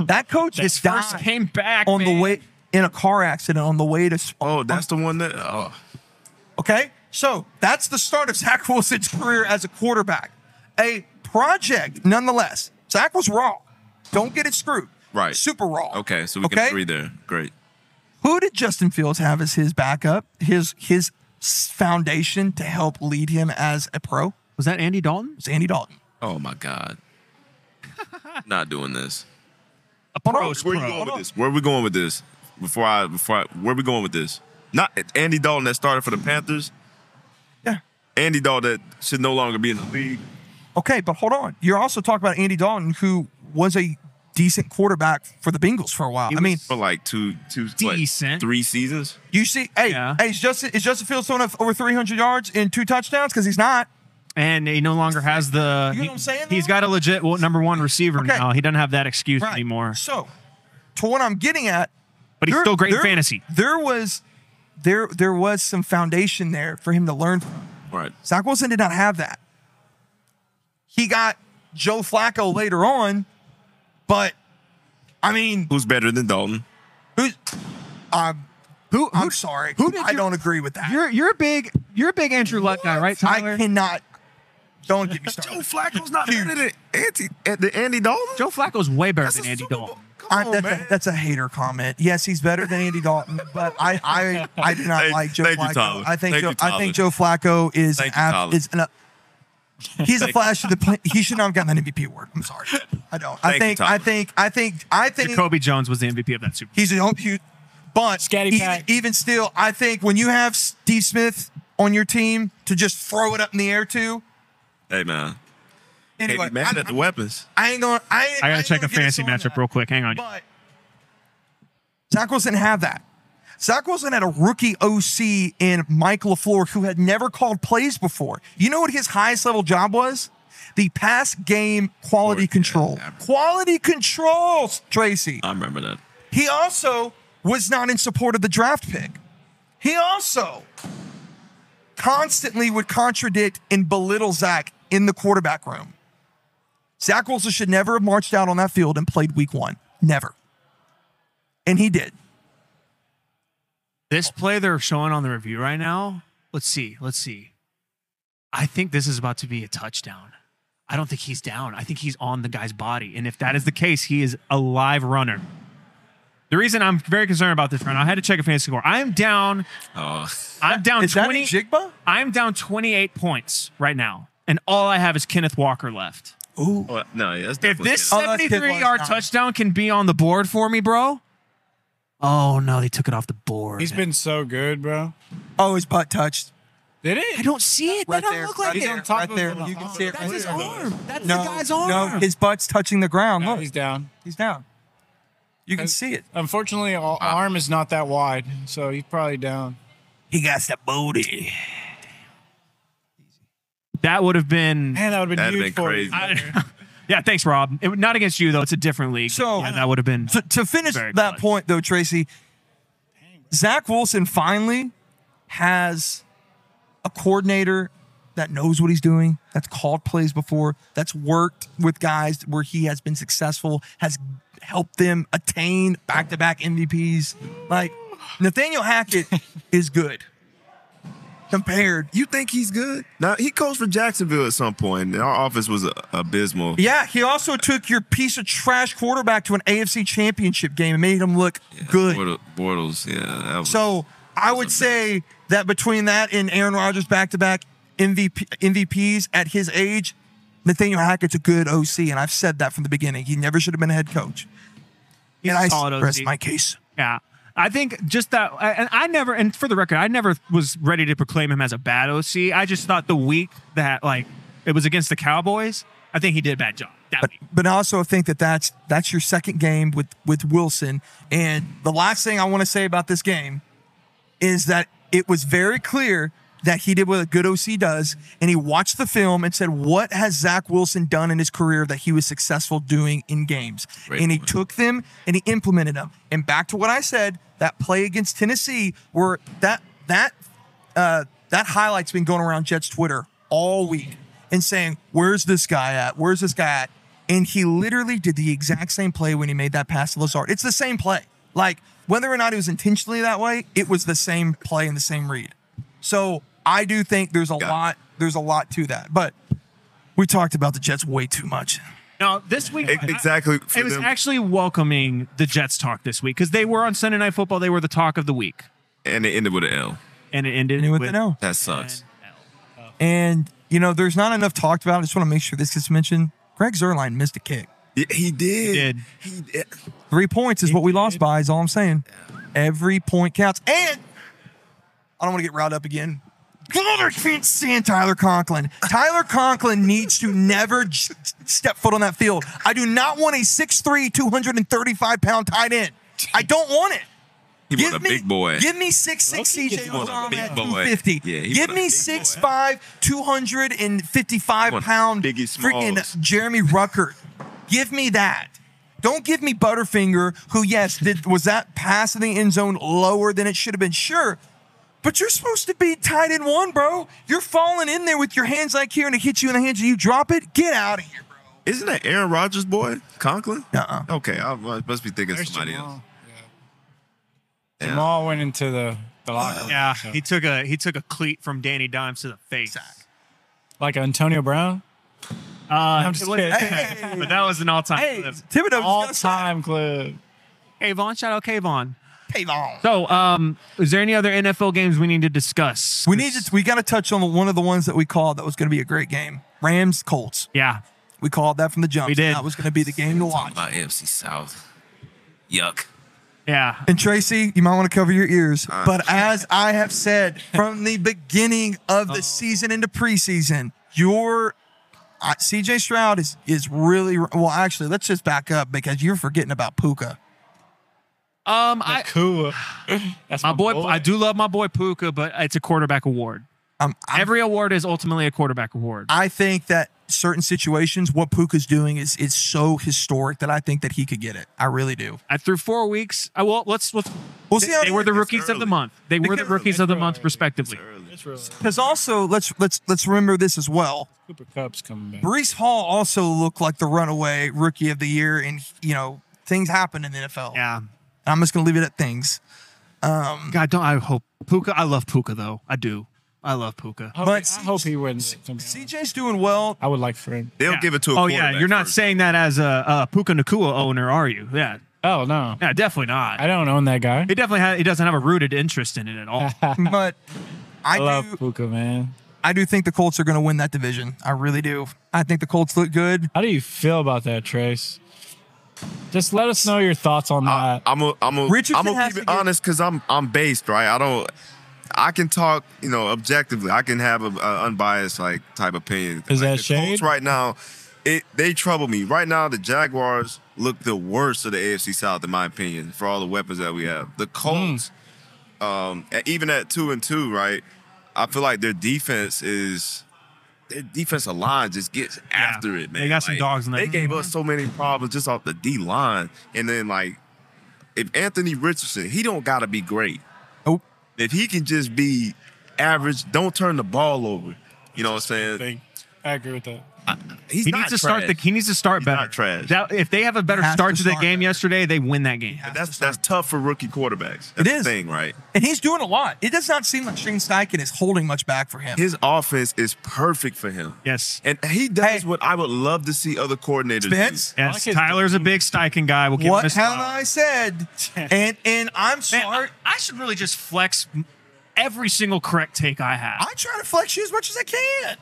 That coach
His
is
first
dying
came back
on
man.
the way in a car accident on the way to.
Oh, that's the one that. Oh,
Okay, so that's the start of Zach Wilson's career as a quarterback. A project, nonetheless. Zach was raw. Don't get it screwed.
Right.
Super raw.
okay. So we
Okay?
can agree there. Great.
Who did Justin Fields have as his backup? His his s- foundation to help lead him as a pro
Was that Andy Dalton?
was Andy Dalton.
Oh my God. not doing this.
A
pro's
Where are you going with this? Where are we going with this? Before I, before I, where are we going with this? Not Andy Dalton that started for the Panthers.
Yeah.
Andy Dalton that should no longer be in the league.
Okay, but hold on. You're also talking about Andy Dalton, who was a decent quarterback for the Bengals for a while. I mean,
for like two, two, what,
Decent.
three seasons.
you see, hey,
Yeah.
hey, is Justin is Justin Fields throwing over 300 yards and two touchdowns? Because he's not.
And he no longer has the.
You know what I'm saying,
He's
though?
got a legit well, number one receiver
Okay.
now. He doesn't have that excuse anymore.
So, to what I'm getting at,
But he's
there-
still great in
there-
fantasy.
There was, there there was some foundation there for him to learn from.
Right.
Zach Wilson did not have that. He got Joe Flacco later on, but I mean,
Who's better than Dalton?
who's? Um,
Who?
I'm sorry.
who did
I
you-
don't agree with that.
You're you're a big you're a big Andrew Luck guy, right, Tyler?
I cannot. Don't get me started.
Flacco's not better than Andy, the Andy Dalton.
Joe Flacco's way better than
a
Andy
Super Bowl-
Dalton.
Come
I,
on,
that's,
Oh, man.
a, that's a hater comment. Yes, he's better than Andy Dalton, but I, I, I do not
Thank-
like Joe
thank you,
Flacco.
Tyler.
I think
Thank
Joe,
you,
I think Joe
Tyler.
Flacco is
Thank you,
ab-
Tyler.
is an, uh, he's a flash of the play. He should not have gotten an MVP award. I'm sorry. I don't. I
Thank you,
think I
Tyler.
think I think I think
Jacoby Jones was the MVP of that Super Bowl.
He's a huge, but
Scatty
even,
Pack.
even still, I think when you have Steve Smith on your team to just throw it up in the air to,
Hey man,
anyway,
hey, man,
I,
at the weapons.
I ain't going. I, ain't-
I gotta
ain't
check
gonna
a
get us
fantasy
on
matchup
that.
real quick. Hang on.
But Zach Wilson didn't have that. Zach Wilson had a rookie OC in Mike LaFleur who had never called plays before. You know what his highest level job was? The pass game quality
Oh, yeah.
control. Quality controls, Tracy.
I remember that.
He also was not in support of the draft pick. He also constantly would contradict and belittle Zach in the quarterback room. Zach Wilson should never have marched out on that field and played week one. Never. And he did.
This play they're showing on the review right now. Let's see. Let's see. I think this is about to be a touchdown. I don't think he's down. I think he's on the guy's body. And if that is the case, he is a live runner. The reason I'm very concerned about this run, I had to check a fantasy score. I'm down.
Oh,
I'm down
Is
20.
that Jigba?
I'm down 28 points right now. And all I have is Kenneth Walker left.
Ooh.
well, Oh, no, yeah, that's
If
definitely
this
Oh, that's Kenneth
73
Walker's
yard
down.
touchdown can be on the board for me, bro. Oh, no, they took it off the board.
He's been so good, bro.
Oh, his butt touched.
Did
I
it?
don't see it.
Right
that don't
there.
look like
right
it.
He's
there.
on top
right
of
there.
him.
You can see it
That's
right
his
there.
arm. That's
No,
the guy's arm.
no, his butt's touching the ground.
No,
Look,
he's down.
he's down. You can see it.
Unfortunately, our arm is not that wide, so he's probably down.
He got the booty.
that would have been.
Man, that would have
That'd
been
have
huge
been
for
crazy.
you.
I- yeah, thanks, Rob. It, not against you though. It's a different league.
So-
Yeah, that would have been.
to, to finish
Very
that
clutch.
point though, Tracy, Zach Wilson finally has a coordinator that knows what he's doing, that's called plays before, that's worked with guys where he has been successful, has helped them attain back to back MVPs. Like Nathaniel Hackett is good compared.
You think he's good? Now he coached for Jacksonville at some point, and our office was uh, abysmal.
Yeah, he also took your piece of trash quarterback to an AFC championship game and made him look good.
Bortles, Bortles, yeah. That was,
So I would say that between that and Aaron Rodgers back to back MVP MVPs at his age, Nathaniel Hackett's a good OC, and I've said that from the beginning. He never should have been a head coach.
He's
and I
a solid OC.
rest my case.
Yeah. I think just that, and I never, and for the record, I never was ready to proclaim him as a bad OC. I just thought the week that like it was against the Cowboys, I think he did a bad job that
But
week.
but I also think that that's that's your second game with with Wilson. And the last thing I want to say about this game is that it was very clear that he did what a good OC does, and he watched the film and said, "What has Zach Wilson done in his career that he was successful doing in games?"
Great
and he
point.
took them and he implemented them. And back to what I said, that play against Tennessee, where that that uh, that highlight's been going around Jets Twitter all week and saying, "Where's this guy at? Where's this guy at?" And he literally did the exact same play when he made that pass to Lazard. It's the same play. Like whether or not it was intentionally that way, it was the same play and the same read. So I do think there's a
Yeah.
lot there's a lot to that. But we talked about the Jets way too much.
No, this week
E- exactly.
I,
for
it was
them.
actually welcoming the Jets talk this week because they were on Sunday Night Football. They were the talk of the week,
and it ended with an L.
and it ended
Anyone
with
to know?
That sucks.
And you know, there's not enough talked about. I just want to make sure this gets mentioned. Greg Zerline missed a kick.
Yeah, he did.
did.
He eh, did.
Three points is what we lost by, is all I'm saying. Every point counts. And I don't want to get riled up again. God, I can't stand Tyler Conklin. Tyler Conklin needs to never j- step foot on that field. I do not want a 6'3, 235 pound tight end. I don't want it.
He was a
me,
big boy.
Give me 6'6
Loki
CJ
gets one
Uzama
a big
at
boy.
250.
Yeah, he
give
want a
me
big boy.
6'5, 255
want
pound
Biggie Smalls.
freaking Jeremy Rucker. Give me that. Don't give me Butterfinger, who, yes, did, was that pass in the end zone lower than it should have been? Sure. But you're supposed to be tight end one, bro. You're falling in there with your hands like here and it hits you in the hands and you drop it. Get out of here, bro.
Isn't that Aaron Rodgers' boy, Conklin?
Nuh-uh.
Okay, I I must be thinking of
There's
somebody
Jamal.
else.
Yeah. Jamal went into the, the locker room.
Yeah,
So-
he took a he took a cleat from Danny Dimes to the face.
like Antonio Brown.
Uh,
I'm just
it was-
kidding.
but that was an all time.
Hey,
Hey,
Thibodeau just
All
got sacked.
time club.
Kayvon, shout out Kayvon.
Hey, long.
So, um, is there any other NFL games we need to discuss?
We need to. We got to touch on the, one of the ones that we called that was going to be a great game. Rams Colts.
Yeah,
We called that from the jump.
We did.
That was going to be the game to watch.
My AFC South. Yuck.
yeah.
And Tracy, you might want to cover your ears.
Uh,
But as I have said from the beginning of
Oh.
the season into preseason, your uh, CJ Stroud is is really well. Actually, let's just back up because you're forgetting about Puka.
Um, I,
Cool. That's
my boy, I do love my boy Puka, but it's a quarterback award.
Um, I,
Every award is ultimately a quarterback award.
I think that certain situations, what Puka's doing is is so historic that I think that he could get it. I really do.
I through four weeks. I well, let's let's.
We'll see.
They,
how
they were the
it's
rookies of
early.
the month. They were the
Because-
rookies of the month, respectively.
Early.
Because also let's let's let's remember this as well.
Cooper Cup's coming back.
Brees Hall also looked like the runaway rookie of the year, and you know things happen in the NFL.
Yeah.
I'm just gonna leave it at things.
God, don't I hope Puka? I love Puka though. I do. I love Puka.
I hope,
but
I hope he wins.
CJ's doing well.
I would like for him.
They'll
Yeah.
give it to a
Oh yeah,
quarterback
you're not
first.
saying that as a, uh Puka Nakua owner, are you? Yeah,
Oh no,
yeah, definitely not.
I don't own that guy.
he definitely ha- he doesn't have a rooted interest in it at all.
But
I
I
love
do,
Puka, man.
I do think the Colts are gonna win that division. I really do. I think the Colts look good.
How do you feel about that, Trace? Just let us know your thoughts on
I,
that.
I'm a, I'm a,
Richardson
I'm gonna
has
keep
to
it
get-
honest because I'm I'm based right. I don't. I can talk, you know, objectively. I can have a, a unbiased like type opinion.
Is
Like,
that
the
shade?
Colts right now, it they trouble me. Right now, the Jaguars look the worst of the AFC South in my opinion for all the weapons that we have. The Colts, um, and even at two and two, right? I feel like their defense is their defensive line just gets after it, man.
They got some
Like,
dogs in there.
They gave us so many problems just off the D line, and then like if Anthony Richardson, he don't gotta be great.
Nope.
If he can just be average, don't turn the ball over. You know what I'm saying?
Thing. I agree with that.
He's
He
not
needs to
trash.
start the. He needs to start
He's
better.
not trash.
That- if they have a better
He has
start
to
to, the
start
game
better.
yesterday, they win that game.
that's that's tough for rookie quarterbacks. That's
It
the
is.
thing, right?
And he's doing a lot. It does not seem like Shane Steichen is holding much back for him.
His offense is perfect for him.
Yes.
And he does
Hey.
what I would love to see other coordinators do.
Spence,
Yes.
Like his-
Tyler's a big Steichen guy. We'll give him
what
his
have
flowers.
I said? And and I'm
Man,
sorry.
I, I should really just flex every single correct take I have.
I try to flex you as much as I can.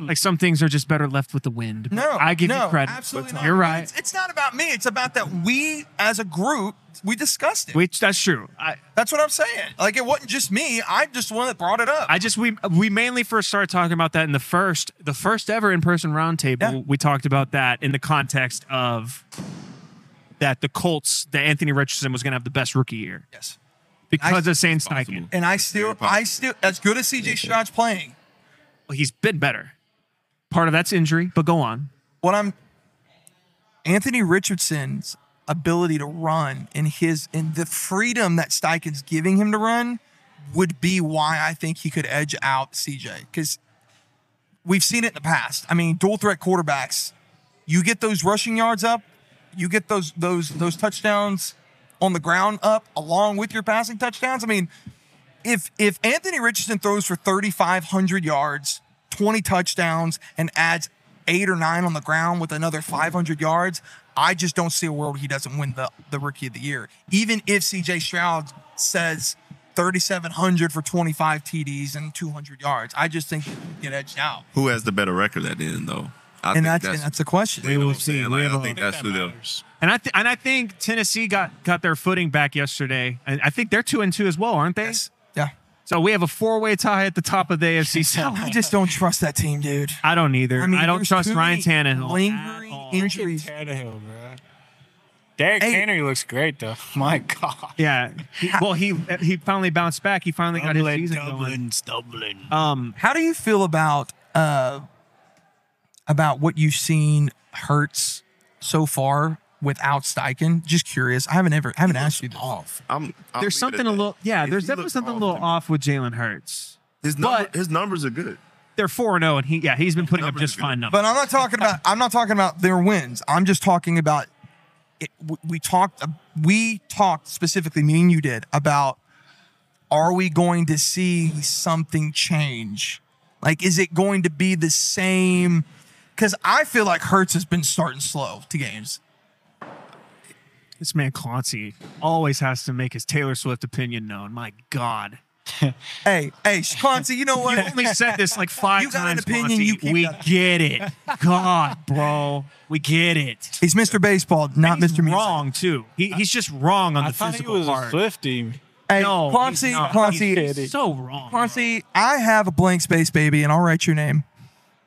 Like some things are just better left with the wind. but
No,
I give
no,
you credit.
Absolutely not.
You're right.
It's, it's not about me. It's about that we, as a group, we discussed it.
Which that's true. I,
That's what I'm saying. Like it wasn't just me. I'm just the one that brought it up.
I just we we mainly first started talking about that in the first the first ever in person roundtable.
Yeah.
We talked about that in the context of that the Colts that Anthony Richardson was going to have the best rookie year
yes.
because
I-
of Shane
possible.
Steichen.
And I still,
possible.
I still, as good as CJ Stroud's playing,
He's been better. Part of that's injury, but go on.
what I'm, Anthony Richardson's ability to run and his and the freedom that Steichen's giving him to run would be why I think he could edge out CJ because we've seen it in the past. I mean, dual threat quarterbacks, you get those rushing yards up, you get those those those touchdowns on the ground up along with your passing touchdowns. I mean, if if Anthony Richardson throws for 3500 yards, 20 touchdowns and adds 8 or 9 on the ground with another 500 yards, I just don't see a world he doesn't win the the rookie of the year. Even if CJ Stroud says 3700 for 25 TDs and 200 yards, I just think he would get edged out.
Who has the better record at the end, though? I
And that's, and that's the question.
you know what I'm
see.
saying? Like,
We have
I
a-
think that's who they'll.
And I th- and I think Tennessee got got their footing back yesterday, and I think they're two and two as well, aren't they?
Yeah.
So we have a four way tie at the top of the AFC South.
I just don't trust that team, dude.
I don't either. I,
I mean,
don't
there's
trust
too
Ryan
many
Tannehill.
lingering
at all.
injuries.
Tannehill, bro. Derrick
Hey.
Henry looks great though. My God.
Yeah. He- well, he he finally bounced back. He finally got his season going.
stumbling.
Um,
How do you feel about uh about what you've seen Hurts so far without Steichen? Just curious. I haven't ever I haven't asked you this.
Off. I'm, I'll leave it
there's
at
something a
that.
little yeah.
He-
There's
he
definitely
looks
something a
off
little
to me.
off with Jalen Hurts.
His, number,
but-
his numbers are good.
They're four and zero, and he yeah he's been putting up
Numbers
just
are good.
fine numbers.
But I'm not talking about I'm not talking about their wins. I'm just talking about it, we- we talked we talked specifically me and you did about are we going to see something change? Like is it going to be the same cuz I feel like Hurts has been starting slow to games.
This man Clancy always has to make his Taylor Swift opinion known. My God,
Hey, hey, Clancy, you know what?
I've only said this like five
You got an
times.
opinion,
Clancy.
you keep
we
that-
get it. God, bro, we get it.
He's Mr. Baseball, not
He's
Mr. Music.
wrong too. He, he's just wrong on
I
the
thought he
physical
was a
part.
Swifty.
Hey,
No,
Clancy,
he's not.
Clancy,
So wrong. bro.
Clancy, I have a blank space, baby, and I'll write your name.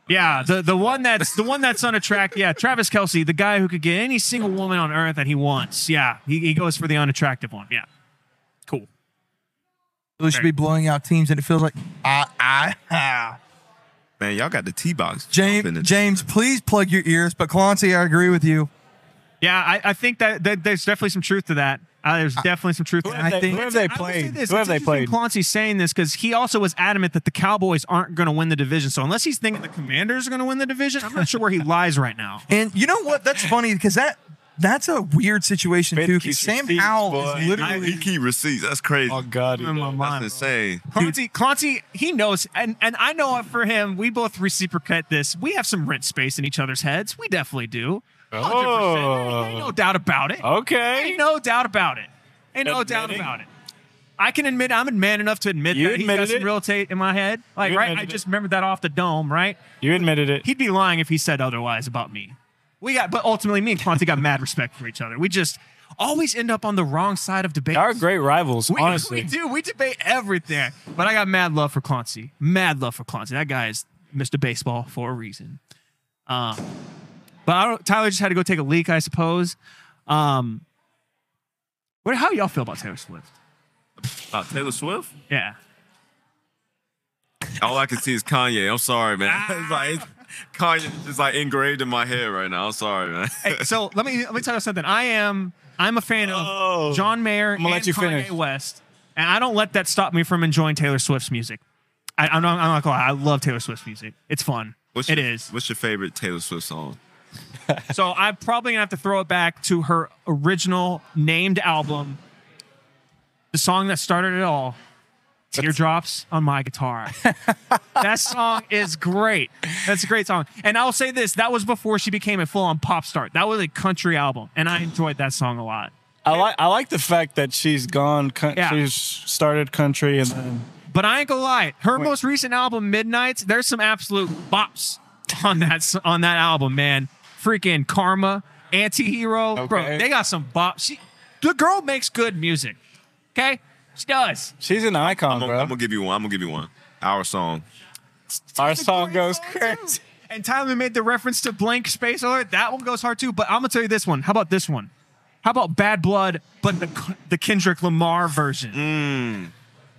Yeah, the, the one that's the one that's unattractive. Yeah, Travis Kelsey, the guy who could get any single woman on earth that he wants. Yeah, he, he goes for the unattractive one. Yeah, cool.
Those should be blowing out teams, and it feels like I, I, ah.
Man, y'all got the T box.
James, James, please plug your ears. But Clancy, I agree with you.
Yeah, I, I think that, that there's definitely some truth to that. Uh, there's definitely some truth to that.
I think-
who have they
I will say
played?
this,
Who have
it's
they
interesting
played?
Clancy's saying this because he also was adamant that the Cowboys aren't going to win the division. So unless he's thinking the Commanders are going to win the division, I'm not sure where he lies right now.
And you know what? That's funny because that that's a weird situation
Fifth
too.
piece
Because
of
Sam
seats,
Howell
boy.
is literally
He keep receipts. That's crazy.
Oh God.
In my
that's
mind, bro.
insane.
Clancy, Clancy, he knows, and and I know it for him. We both reciprocate this. We have some rent space in each other's heads. We definitely do. 100%.
Oh.
Ain't no doubt about it.
Okay.
Ain't no doubt about it. Ain't no doubt
Admitting.
about it. I can admit I'm a man enough to admit
You
that he's got
admitted
some
it.
real estate in my head. Like
You
right, I
admitted
just remembered that off the dome. Right,
You admitted it.
he'd be lying if he said otherwise about me. We got, but ultimately, me and Clancy got mad respect for each other. We just always end up on the wrong side of debate.
They are great rivals,
We,
honestly.
we do. We debate everything. But I got mad love for Clancy. Mad love for Clancy. That guy is Mr. Baseball for a reason. Um, but I don't, Tyler just had to go take a leak, I suppose. Um, what? How y'all feel about Taylor Swift?
Uh, Taylor Swift?
Yeah.
All I can see is Kanye. I'm sorry, man. it's like it's, Kanye is like engraved in my head right now. I'm sorry, man.
Uh,
Hey, so let me let me tell you something. I am I'm a fan of
Oh.
John Mayer
gonna let
and
you
Kanye
finish.
West, and I don't let that stop me from enjoying Taylor Swift's music. I, I'm, not, I'm not gonna lie. I love Taylor Swift's music. It's fun.
What's
It
your,
is.
What's your favorite Taylor Swift song?
So I'm probably gonna have to throw it back to her original named album, the song that started it all, "Teardrops on My Guitar." that song is great. That's a great song. And I'll say this: that was before she became a full-on pop star. That was a country album, and I enjoyed that song a lot.
I like I like the fact that she's gone. Con-
Yeah.
She's started country and then
But I ain't gonna lie, her most recent album, Midnights, there's some absolute bops on that s- on that album, man. Freaking Karma, Anti-Hero, bro.
Okay.
They got some bops. She, the girl makes good music. Okay, she does.
she's an icon,
I'm gonna,
bro.
I'm gonna give you one. I'm gonna give you one. Our song.
Our song goes crazy.
And Tyler made the reference to Blank Space Alert. That one goes hard too. But I'm gonna tell you this one. How about this one? How about Bad Blood, but the the Kendrick Lamar version?
Mm.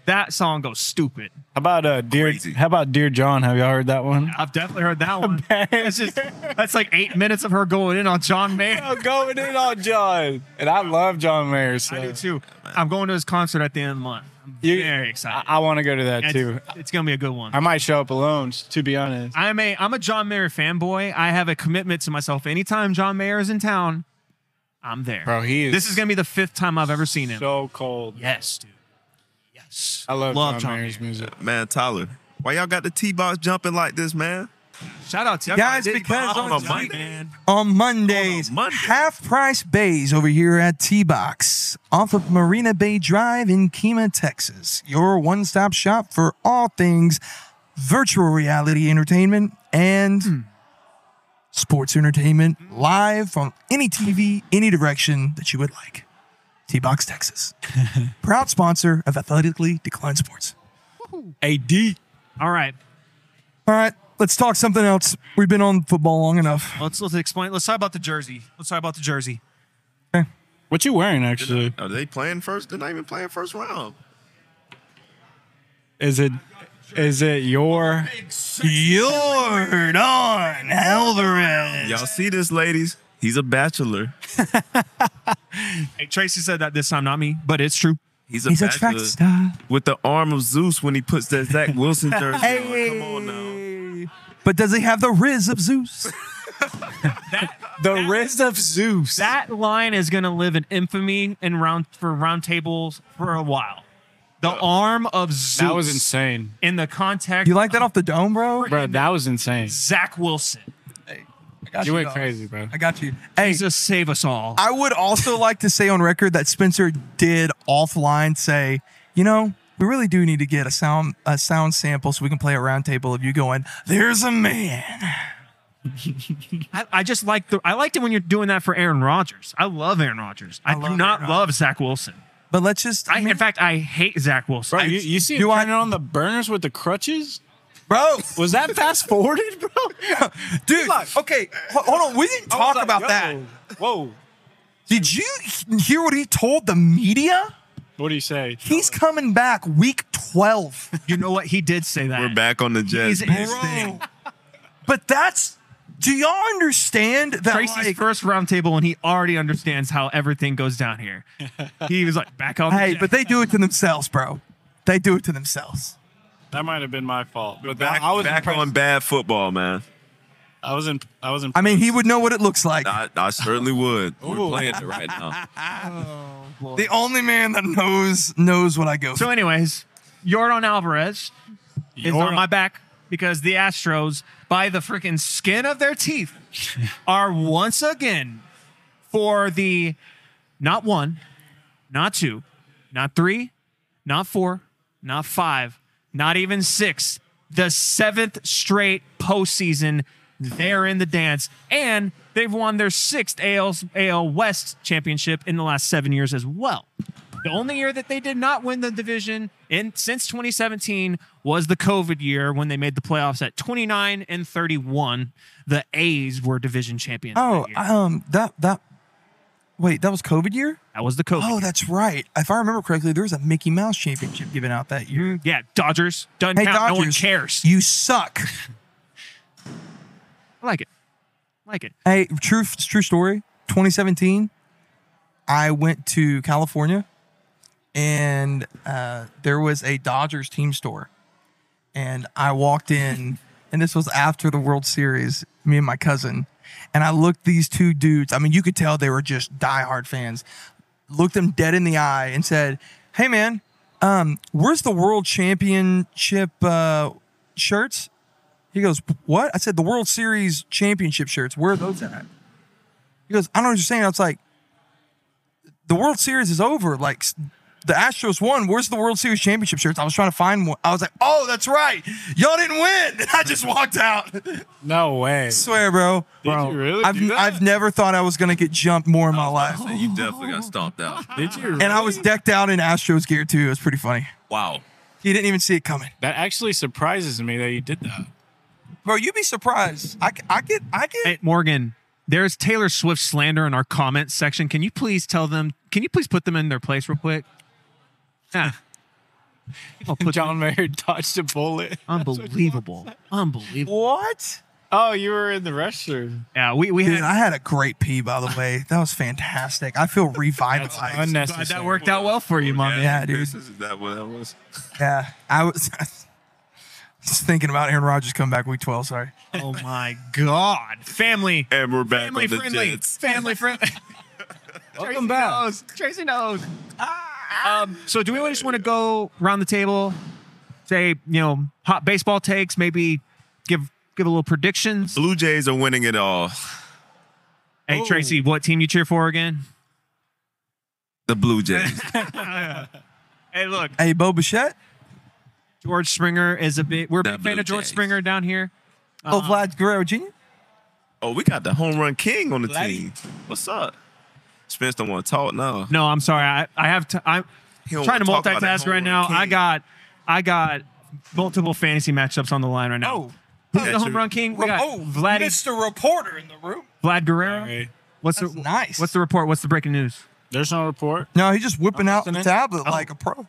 That song goes stupid.
How about uh, dear?
Crazy.
How about dear John? Have y'all heard that one?
I've definitely heard that one. That's just that's like eight minutes of her going in on John Mayer.
I'm going in on John, and I love John Mayer. So
I do too. I'm going to his concert at the end of the month. I'm
You-
very excited.
I, want to go to that
It's-
too.
It's, gonna be a good one.
I might show up alone, to be honest.
I'm a I'm a John Mayer fanboy. I have a commitment to myself. Anytime John Mayer is in town, I'm there.
Bro, he is
this is gonna be the fifth time I've ever seen him.
so cold.
yes, dude. Yes.
I love, John,
John
Mayer's music.
Man, Tyler, why y'all got the T box jumping like this, man?
Shout out to
Guys,
everybody.
because
Bob's
on
on
the
Monday, man.
weekend- on Mondays.
On a Monday.
Half price bays over here at T Box off of Marina Bay Drive in Kima, Texas. Your one stop shop for all things virtual reality entertainment and
Hmm.
sports entertainment live from any TV, any direction that you would like. T Box, Texas. Proud sponsor of Athletically Declined Sports.
AD.
All right.
All right, let's talk something else. We've been on football long enough.
Let's let's explain. Let's talk about the jersey. Let's talk about the jersey.
What you wearing actually?
Are they playing first? They're not even playing first round.
Is it is it your
Jordan Alvarez.
Y'all see this, ladies? He's a bachelor.
Hey, Tracy said that this time, not me, but it's true.
He's a
He's a
bachelor
track star.
with the arm of Zeus when he puts that Zach Wilson jersey on. Come on now.
But does he have the riz of Zeus?
the Riz of Zeus?
that line is going to live in infamy in round for round tables for a while. The arm of Zeus.
That was insane,
in the context.
You like that off the dome, bro?
bro. That was insane.
Zach Wilson?
I got
You went
dog.
crazy, bro.
I got you. Hey,
Jesus save us all.
I would also like to say on record that Spencer did offline say, you know, we really do need to get a sound a sound sample so we can play a roundtable of you going, there's a man.
I, I just like the. I liked it when you're doing that for Aaron Rodgers. I love Aaron Rodgers. I,
love
do not
Aaron
love Zach Wilson.
But let's just,
I, in fact, I hate Zach Wilson.
Bro,
I-
you, you see him
Do I-
turning on the burners with the crutches?
bro,
Was that fast forwarded, bro?
dude, okay, ho- hold on. We didn't talk about that.
Whoa.
Did you he- hear what he told the media?
What do you say?
He's coming back week 12.
you know what? He did say that.
We're back on the Jets.
He's
Bro. but that's do y'all understand that
Tracy's
like,
first round table, and he already understands how everything goes down here. He was like, back on. the
hey
Jets.
but they do it to themselves bro they do it to themselves
That might have been my fault. But
Back,
that, I was
back
impressed.
on bad football, man.
I was in. I was in.
i mean he would know what it looks like
I, I certainly would. We're
Ooh.
playing it right now.
the only man that knows knows what i go
So,
through.
anyways, Jordan Alvarez is on
Jordan-
my back because the Astros, by the freaking skin of their teeth, are once again for the not one, not two, not three, not four, not five, not even six, the seventh straight postseason. They're in the dance, and they've won their sixth AL, AL West championship in the last seven years as well. The only year that they did not win the division in since 2017 was the COVID year when they made the playoffs at 29 and 31. The A's were division champions.
oh
that, year.
um that that wait that was covid year
That was the COVID.
oh that's right if i remember correctly there was a mickey mouse championship given out that year
yeah, Dodgers doesn't
hey
Mm-hmm. count.
dodgers
No one cares.
you suck
I like it. I like it.
Hey, true true story. 2017, I went to California, and uh, there was a Dodgers team store, and I walked in, and this was after the World Series, me and my cousin, and I looked these two dudes. I mean, you could tell they were just diehard fans. Looked them dead in the eye and said, "Hey, man, um, where's the World Championship uh, shirts?" He goes, "What?" I said, "The World Series championship shirts. Where are those at?" He goes, "I don't understand." I was like, "The World Series is over. Like, s- the Astros won. Where's the World Series championship shirts?" I was trying to find one. I was like, "Oh, that's right. Y'all didn't win." And I just walked out.
No way.
swear, bro.
Did
Bro,
you really
I've
do that? Oh,
I've never thought I was gonna get jumped more in my life.
So you definitely got stomped out.
Did you?
And I was
really?
decked out in Astros gear too. It was pretty funny.
Wow.
He didn't even see it coming.
That actually surprises me that you did that.
Bro, you'd be surprised. I, c- I get I get
Hey, Morgan, there's Taylor Swift slander in our comments section. Can you please tell them? Can you please put them in their place real quick? Ah. I'll put them-
John Mayer dodged a bullet.
unbelievable, unbelievable.
what?
Oh, you were in the restroom.
Yeah, we we
Dude,
had
I had a great pee, by the way. That was fantastic. I feel revitalized.
Unnecessary.
that worked out well for you, my man.
Yeah, dude.
Is that what that was?
Yeah, I was just thinking about Aaron Rodgers coming back week 12. Sorry.
Oh my God, family,
And we're back
family
on the
friendly,
Jets.
family friendly. Tracy
Welcome back.
knows. Tracy knows. Um, so, do we just want to go around the table, say you know hot baseball takes, maybe give give a little predictions?
Blue Jays are winning it all.
Hey Tracy, what team you cheer for again?
The Blue Jays.
Hey, look,
Hey, Bo Bichette.
George Springer is a big. We're a big
The
fan
Blue
of George
Jays.
Springer down here.
oh,
Uh-huh.
Vlad Guerrero Jr.
oh, we got the home run king on the
Laddie.
team. What's up? Spence don't want to talk now.
No, I'm sorry. I I have t- I'm
He don't
trying to
wanna talk about that
multitask right
home
now.
run king.
I got I got multiple fantasy matchups on the line right now.
Oh.
Who's
Yeah,
the home
true.
run king? We got
oh,
Vladdy-
Mr. Reporter in the room.
Vlad Guerrero.
Right.
What's
That's
the
nice.
What's Oh, the report? What's the breaking news?
There's no report.
No, he's just whipping out the
listening.
tablet like a pro. He's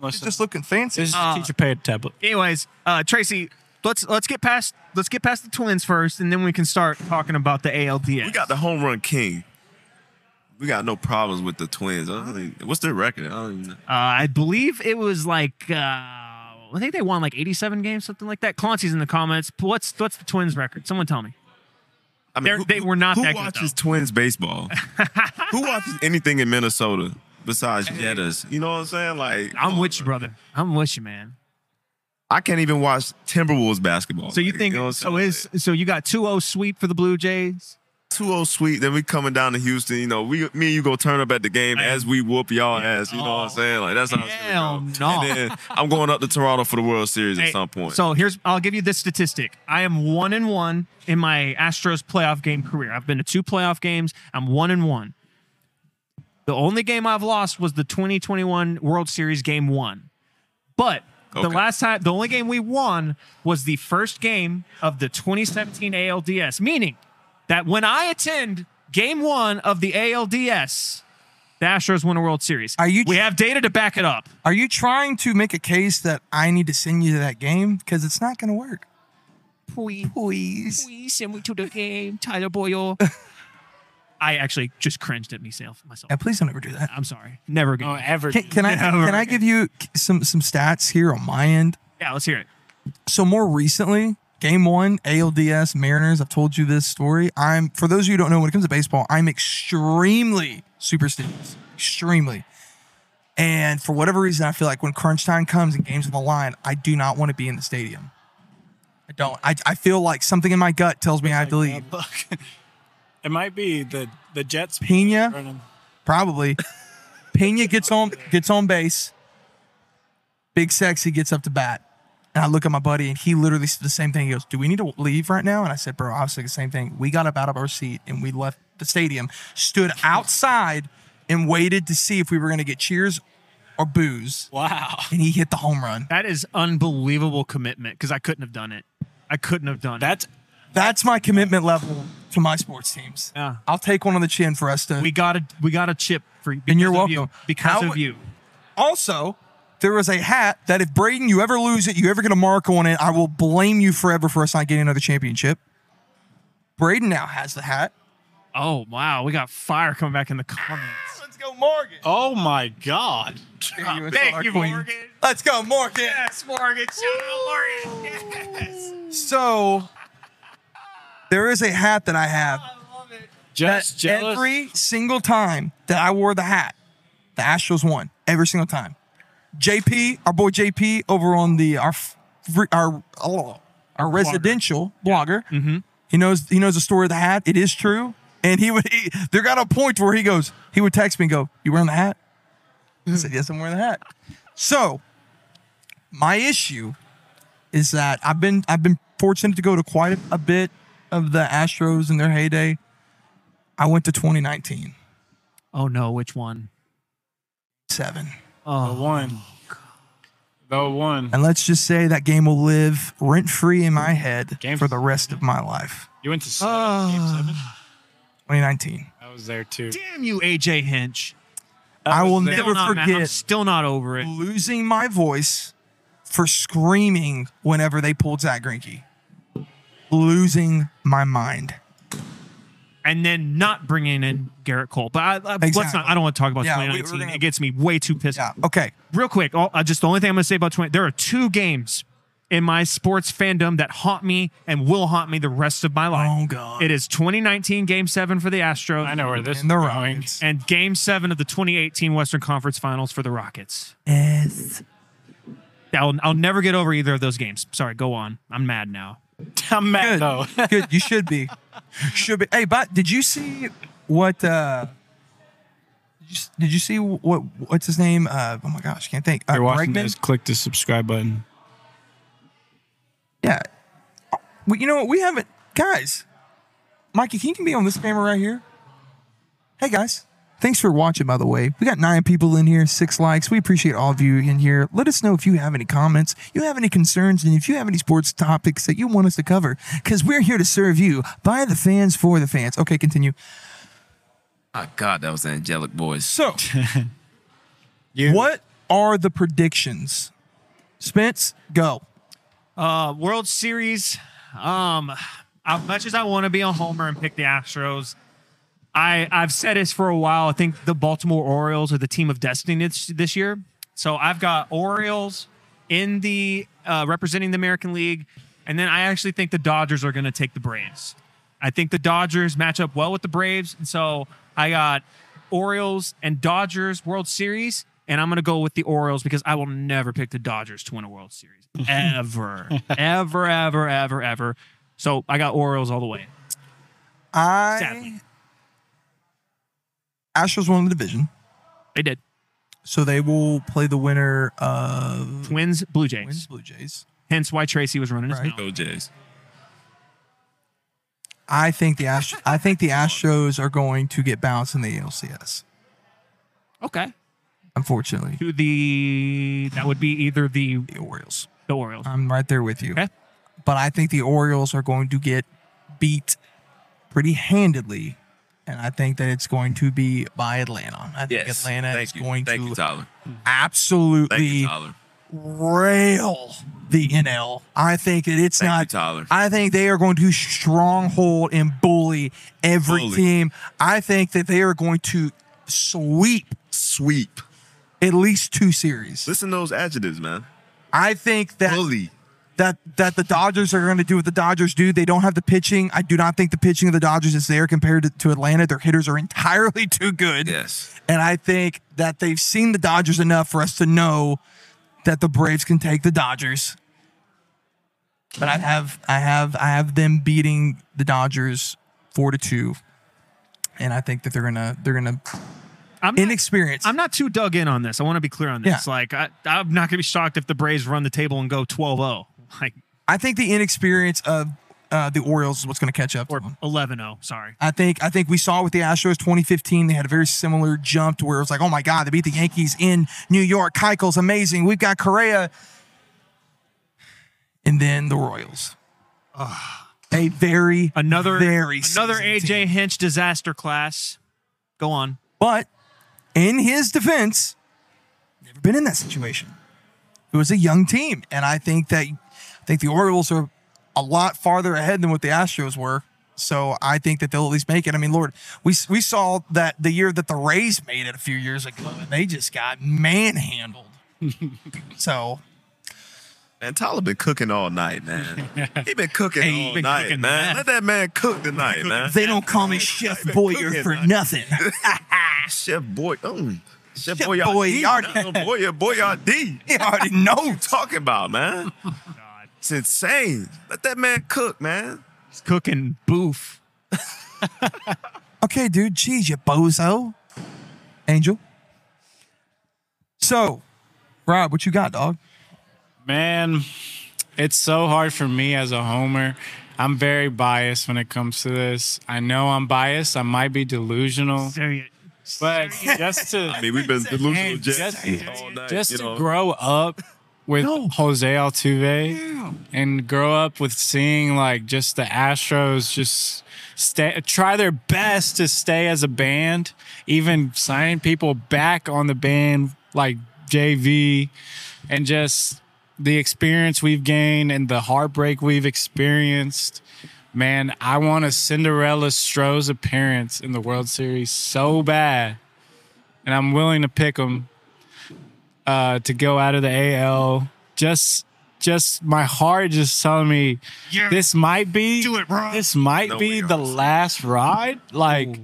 Listen,
just looking fancy.
this is a teacher paid tablet.
Anyways, uh, Tracy, let's let's get past let's get past the Twins first, and then we can start talking about the ALDS.
We got the home run king. We got no problems with the Twins. I don't think- what's their record? I don't even know.
Uh, I believe it was like uh, I think they won like 87 games, something like that. Clancy's in the comments. What's what's the Twins' record? Someone tell me.
I mean,
They're- they were not
Who
that good,
watches Twins baseball? who watches anything in Minnesota besides Jettas? You know what I'm saying? Like,
I'm with you, brother. I'm with you, man.
I can't even watch Timberwolves basketball.
So you
Like,
think
know what I'm
so?
saying?
Is so you got 2-0 sweep for the Blue Jays?
2-0 sweep. Then we coming down to Houston. You know, we me and you go turn up at the game as we whoop y'all ass. You know what I'm saying? Like that's how it's
Oh. Hell
gonna go.
no.
And then I'm going up to Toronto for the World Series
Hey,
at some point.
So here's I'll give you this statistic. I am one and one in my Astros playoff game career. I've been to two playoff games. I'm one and one. The only game I've lost was the 2021 World Series game one. But the
Okay.
last time the only game we won was the first game of the 2017 ALDS, meaning that when I attend game one of the ALDS, the Astros win a World Series.
Are you-
we have data to back it up.
Are you trying to make a case that I need to send you to that game? Because it's not going to work.
Please.
Please.
please send me to the game, Tyler Boyle. I actually just cringed at myself. Myself.
Yeah, please don't ever do that.
I'm sorry. Never again.
Oh, ever.
Can, can I can I give you some some stats here on my end?
yeah, let's hear it.
So more recently, game one, ALDS Mariners. I've told you this story. I'm for those of you who don't know, when it comes to baseball, I'm extremely superstitious. Extremely. And for whatever reason, I feel like when crunch time comes and games on the line, I do not want to be in the stadium. I don't. I, I feel like something in my gut tells me I have to leave.
it might be the the Jets.
Pena?
running.
Probably. Pena gets on gets on base. Big sexy gets up to bat. And I look at my buddy and he literally said the same thing. He goes, Do we need to leave right now? And I said, Bro, I was thinking the same thing. We got up out of our seat and we left the stadium, stood outside and waited to see if we were gonna get cheers or boos.
Wow.
And he hit the home run.
That is unbelievable commitment because I couldn't have done it. I couldn't have done it.
That's
That's my commitment level to my sports teams.
Yeah.
I'll take one on the chin for us to
We got a we got a chip for you.
And you're
because of you,
welcome.
because
How
of
would-
you.
Also, there was a hat that if Braden, you ever lose it, you ever get a mark on it, I will blame you forever for us not getting another championship. Braden now has the hat.
Oh wow, we got fire coming back in the comments.
Let's go, Morgan.
Oh my God.
Thank you,
Oh, Thank you, Morgan.
Let's go, Morgan.
Yes, Morgan. Shout out, Morgan. Yes.
So there is a hat that I have
I love it.
Just
that
jealous.
every single time that I wore the hat, the Astros won every single time. JP, our boy JP over on the our f- our oh, our residential blogger, he knows he knows the story of the hat. It is true, and he would he, there got a point where he goes he would text me and go, "You wearing the hat?" I said, "Yes, I'm wearing the hat." So my issue is that I've been I've been fortunate to go to quite a, a bit of the Astros in their heyday. I went to 2019
Oh no, which one?
seven,
the one. The one.
and let's just say that game will live rent free in my head
Game-
for the rest of my life.
You went to seven, game seven?
2019.
I was there too.
Damn you, AJ Hinch.
I will
there.
never
Still not, man. I'm
forget
still not over it.
losing my voice for screaming whenever they pulled Zach Greinke. Losing my mind.
and then not bringing in Garrett Cole. But I, I, let's
Exactly.
not. I don't want to talk about
Yeah, we- we're
2019.
gonna-
it gets me way too pissed.
Yeah. Okay.
Real quick, all, uh, just the only thing I'm going to say about 20. There are two games in my sports fandom that haunt me and will haunt me the rest of my life.
Oh God.
It is 2019 Game Seven for the Astros.
I know where this is
And the
going.
Rockets.
And game seven of the 2018 Western Conference Finals for the Rockets.
Yes.
I'll, I'll never get over either of those games. Sorry, go on. I'm mad now.
I'm mad
Good.
though.
Good. You should be. Should be. Hey, but did you see what? uh did you- Did you see what? What's his name? Uh, oh my gosh, can't think. Uh,
You're watching
Bregman?
this, click the subscribe button.
Yeah. Well, you know what? We haven't, guys. Mikey, can you be on this camera right here? Hey, guys. Thanks for watching, by the way. We got nine people in here, six likes. We appreciate all of you in here. Let us know if you have any comments, you have any concerns, and if you have any sports topics that you want us to cover, because we're here to serve you by the fans for the fans. Okay, continue.
Oh God, that was an angelic voice.
So, what are the predictions? Spence, go.
Uh, World Series. Um, as much as I want to be a homer and pick the Astros, I I've said this for a while. I think the Baltimore Orioles are the team of destiny this, this year. So I've got Orioles in the uh, representing the American League, and then I actually think the Dodgers are going to take the Braves. I think the Dodgers match up well with the Braves, and so I got Orioles and Dodgers World Series. And I'm gonna go with the Orioles because I will never pick the Dodgers to win a World Series ever, ever, ever, ever, ever. So I got Orioles all the way.
I.
Sadly.
Astros won the division.
They did.
So they will play the winner of
Twins, Blue Jays.
Twins Blue Jays.
Hence why Tracy was running his
Right.
mouth.
Go Jays.
I think the Ast- I think the Astros are going to get bounced in the ALCS.
Okay.
Unfortunately,
To the that would be either the
the Orioles.
the Orioles.
I'm right there with you.
Okay.
But I think the Orioles are going to get beat pretty handedly, and I think that it's going to be by Atlanta. I think
Yes.
Atlanta
Thank
is
you.
going
Thank
to
you, Tyler. Thank
absolutely
you, Tyler.
rail the NL. I think that it's
Thank you,
not.
Tyler.
I think they are going to stronghold and bully every
Bully.
team. I think that they are going to sweep
Sweep.
at least two series.
Listen to those adjectives, man.
I think that
Bully.
that that the Dodgers are going to do what the Dodgers do. They don't have the pitching. I do not think the pitching of the Dodgers is there compared to, to Atlanta. Their hitters are entirely too good.
Yes.
And I think that they've seen the Dodgers enough for us to know that the Braves can take the Dodgers. But I have I have I have them beating the Dodgers four to two. And I think that they're gonna they're gonna
I'm not,
inexperienced.
I'm not too dug in on this. I want to be clear on this.
Yeah.
Like I, I'm not gonna be shocked if the Braves run the table and go 12-0, like
I think the inexperience of uh, the Orioles is what's gonna catch up to
or
them.
11-0. Sorry.
I think I think we saw it with the Astros 2015. They had a very similar jump to where it was like, oh my God, they beat the Yankees in New York. Keuchel's amazing. We've got Correa. And then the Royals. A very
Another
very
another
seasoned
AJ
team.
Hinch disaster class. Go on.
But in his defense, never been in that situation. It was a young team, and I think that I think the Orioles are a lot farther ahead than what the Astros were. So I think that they'll at least make it. I mean, Lord, we we saw that the year that the Rays made it a few years ago, and they just got manhandled. so
And Tyler been cooking all night, man. He been cooking
Hey, he
all
been
night,
cooking,
man.
man.
Let that man cook tonight, man.
they don't call me Chef Boyer for nothing.
Chef Boy, mm. Chef
Chef
Boyardee,
Boyardee.
man. Boy, Boyardee.
you already know.
What you talking about, man? It's insane. Let that man cook, man.
He's cooking boof.
Okay, dude. Jeez, you bozo. Angel. So, Rob, what you got, dog?
Man, it's so hard for me as a homer. I'm very biased when it comes to this. I know I'm biased. I might be delusional, but just to
I mean, we've been delusional
And
just,
just-
all night.
just
you
to
know.
grow up with Jose Altuve and grow up with seeing like just the Astros just stay try their best to stay as a band, even signing people back on the band like JV and just the experience we've gained and the heartbreak we've experienced. Man, I want a Cinderella Stroh's appearance in the World Series so bad. And I'm willing to pick them uh, to go out of the AL. Just, just my heart just telling me this might be
Do it, bro.
This might
No way,
be the
honestly.
last ride. Like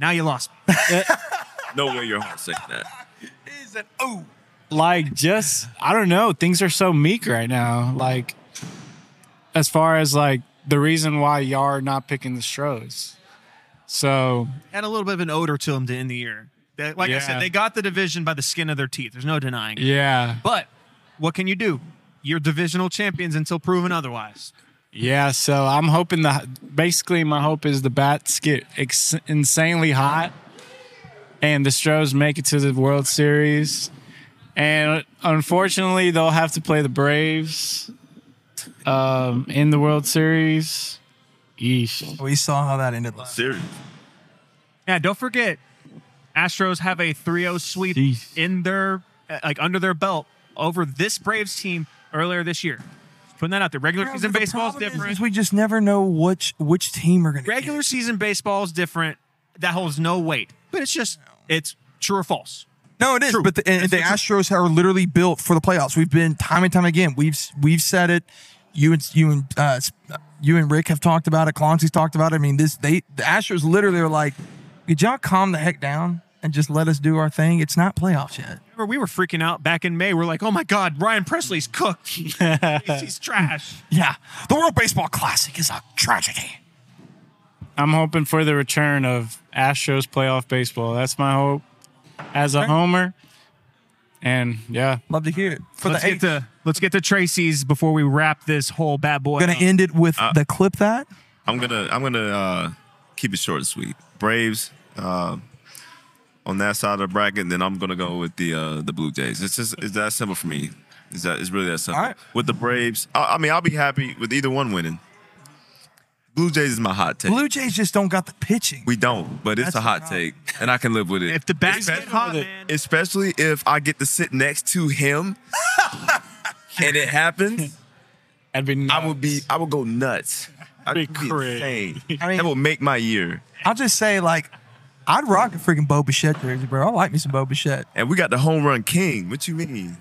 Now you lost. me.
No way your heart saying that.
like just I don't know. Things are so meek right now. Like as far as like the reason why y'all are not picking the Stros. So
Had a little bit of an odor to him to end the year. They- like I
Yeah.
said, they got the division by the skin of their teeth. There's no denying. it.
yeah,
But what can you do? You're divisional champions until proven otherwise.
yeah. So I'm hoping the basically my hope is the bats get ex- insanely hot, and the Stros make it to the World Series. And unfortunately, they'll have to play the Braves um, in the World Series. Yeesh.
We saw how that ended last.
Serious.
Yeah, don't forget, Astros have a 3-0 sweep
Jeez.
in their uh, like under their belt over this Braves team earlier this year. Just putting that out there. Regular season
The
baseball is
problem
different.
is we just never know which which team are going to
Regular season baseball is different. That holds no weight. But it's just it's true or false.
No, it is. But the, and the Astros are literally built for the playoffs. We've been time and time again. We've we've said it. You and you and uh, you and Rick have talked about it. Clancy's talked about it. I mean, this they the Astros literally are like, could y'all calm the heck down and just let us do our thing? It's not playoffs yet.
Remember, we were freaking out back in May. We're like, oh my God, Ryan Presley's cooked. he's, he's trash.
Yeah, the World Baseball Classic is a tragedy.
I'm hoping for the return of Astros playoff baseball. That's my hope as a homer. And yeah,
Love to hear it. For
Let's
the
get
eighth,
to let's get to Tracy's before we wrap this whole bad boy.
gonna
up.
end it with the clip that.
I'm gonna I'm gonna uh, keep it short and sweet. Braves uh, on that side of the bracket, then I'm gonna go with the uh, the Blue Jays. It's just it's that simple for me. Is that it's really that simple.
All right.
With the Braves, I, I mean I'll be happy with either one winning. Blue Jays is my hot take.
Blue Jays just don't got the pitching.
we don't, but it's
That's
a hot
the
take, and I can live with it.
if the back's
Especially
getting hot,
with it.
man.
especially if I get to sit next to him, and it happens.
I'd be.
I would be I would go nuts. I'd
Be
be,
crazy.
insane.
I mean-
that will make my year.
I'll just say like, I'd rock a freaking Bo Bichette jersey, bro. I like me some Bo Bichette.
And we got the home run king. What you mean?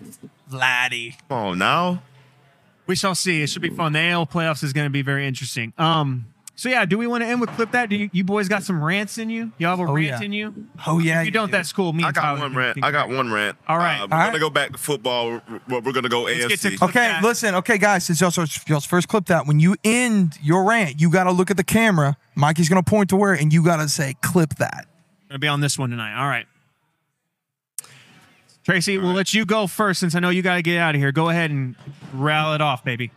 Vladdy.
Come on now.
We shall see. It should be fun. The AL playoffs is going to be very interesting. Um. So yeah, do we want to end with clip that? Do you, you boys got some rants in you? Y'all have a
Oh,
rant
yeah.
in you?
Oh yeah,
If you don't,
do.
that's cool. Me
I
and
got
Tyler
one
can
rant.
think
I got
about it.
one rant.
All right.
Uh, we're
All right.
gonna go back to football. We're, we're- we're gonna go
get
AFC.
to-
Okay,
that.
listen. Okay, guys, since y'all's, y'all's first clip that, when you end your rant, you got to look at the camera. Mikey's going to point to where, and you got to say, clip that.
Gonna be on this one tonight. All right. Tracy, we'll let you go first since I know you got to get out of here. Go ahead and rattle it off, baby.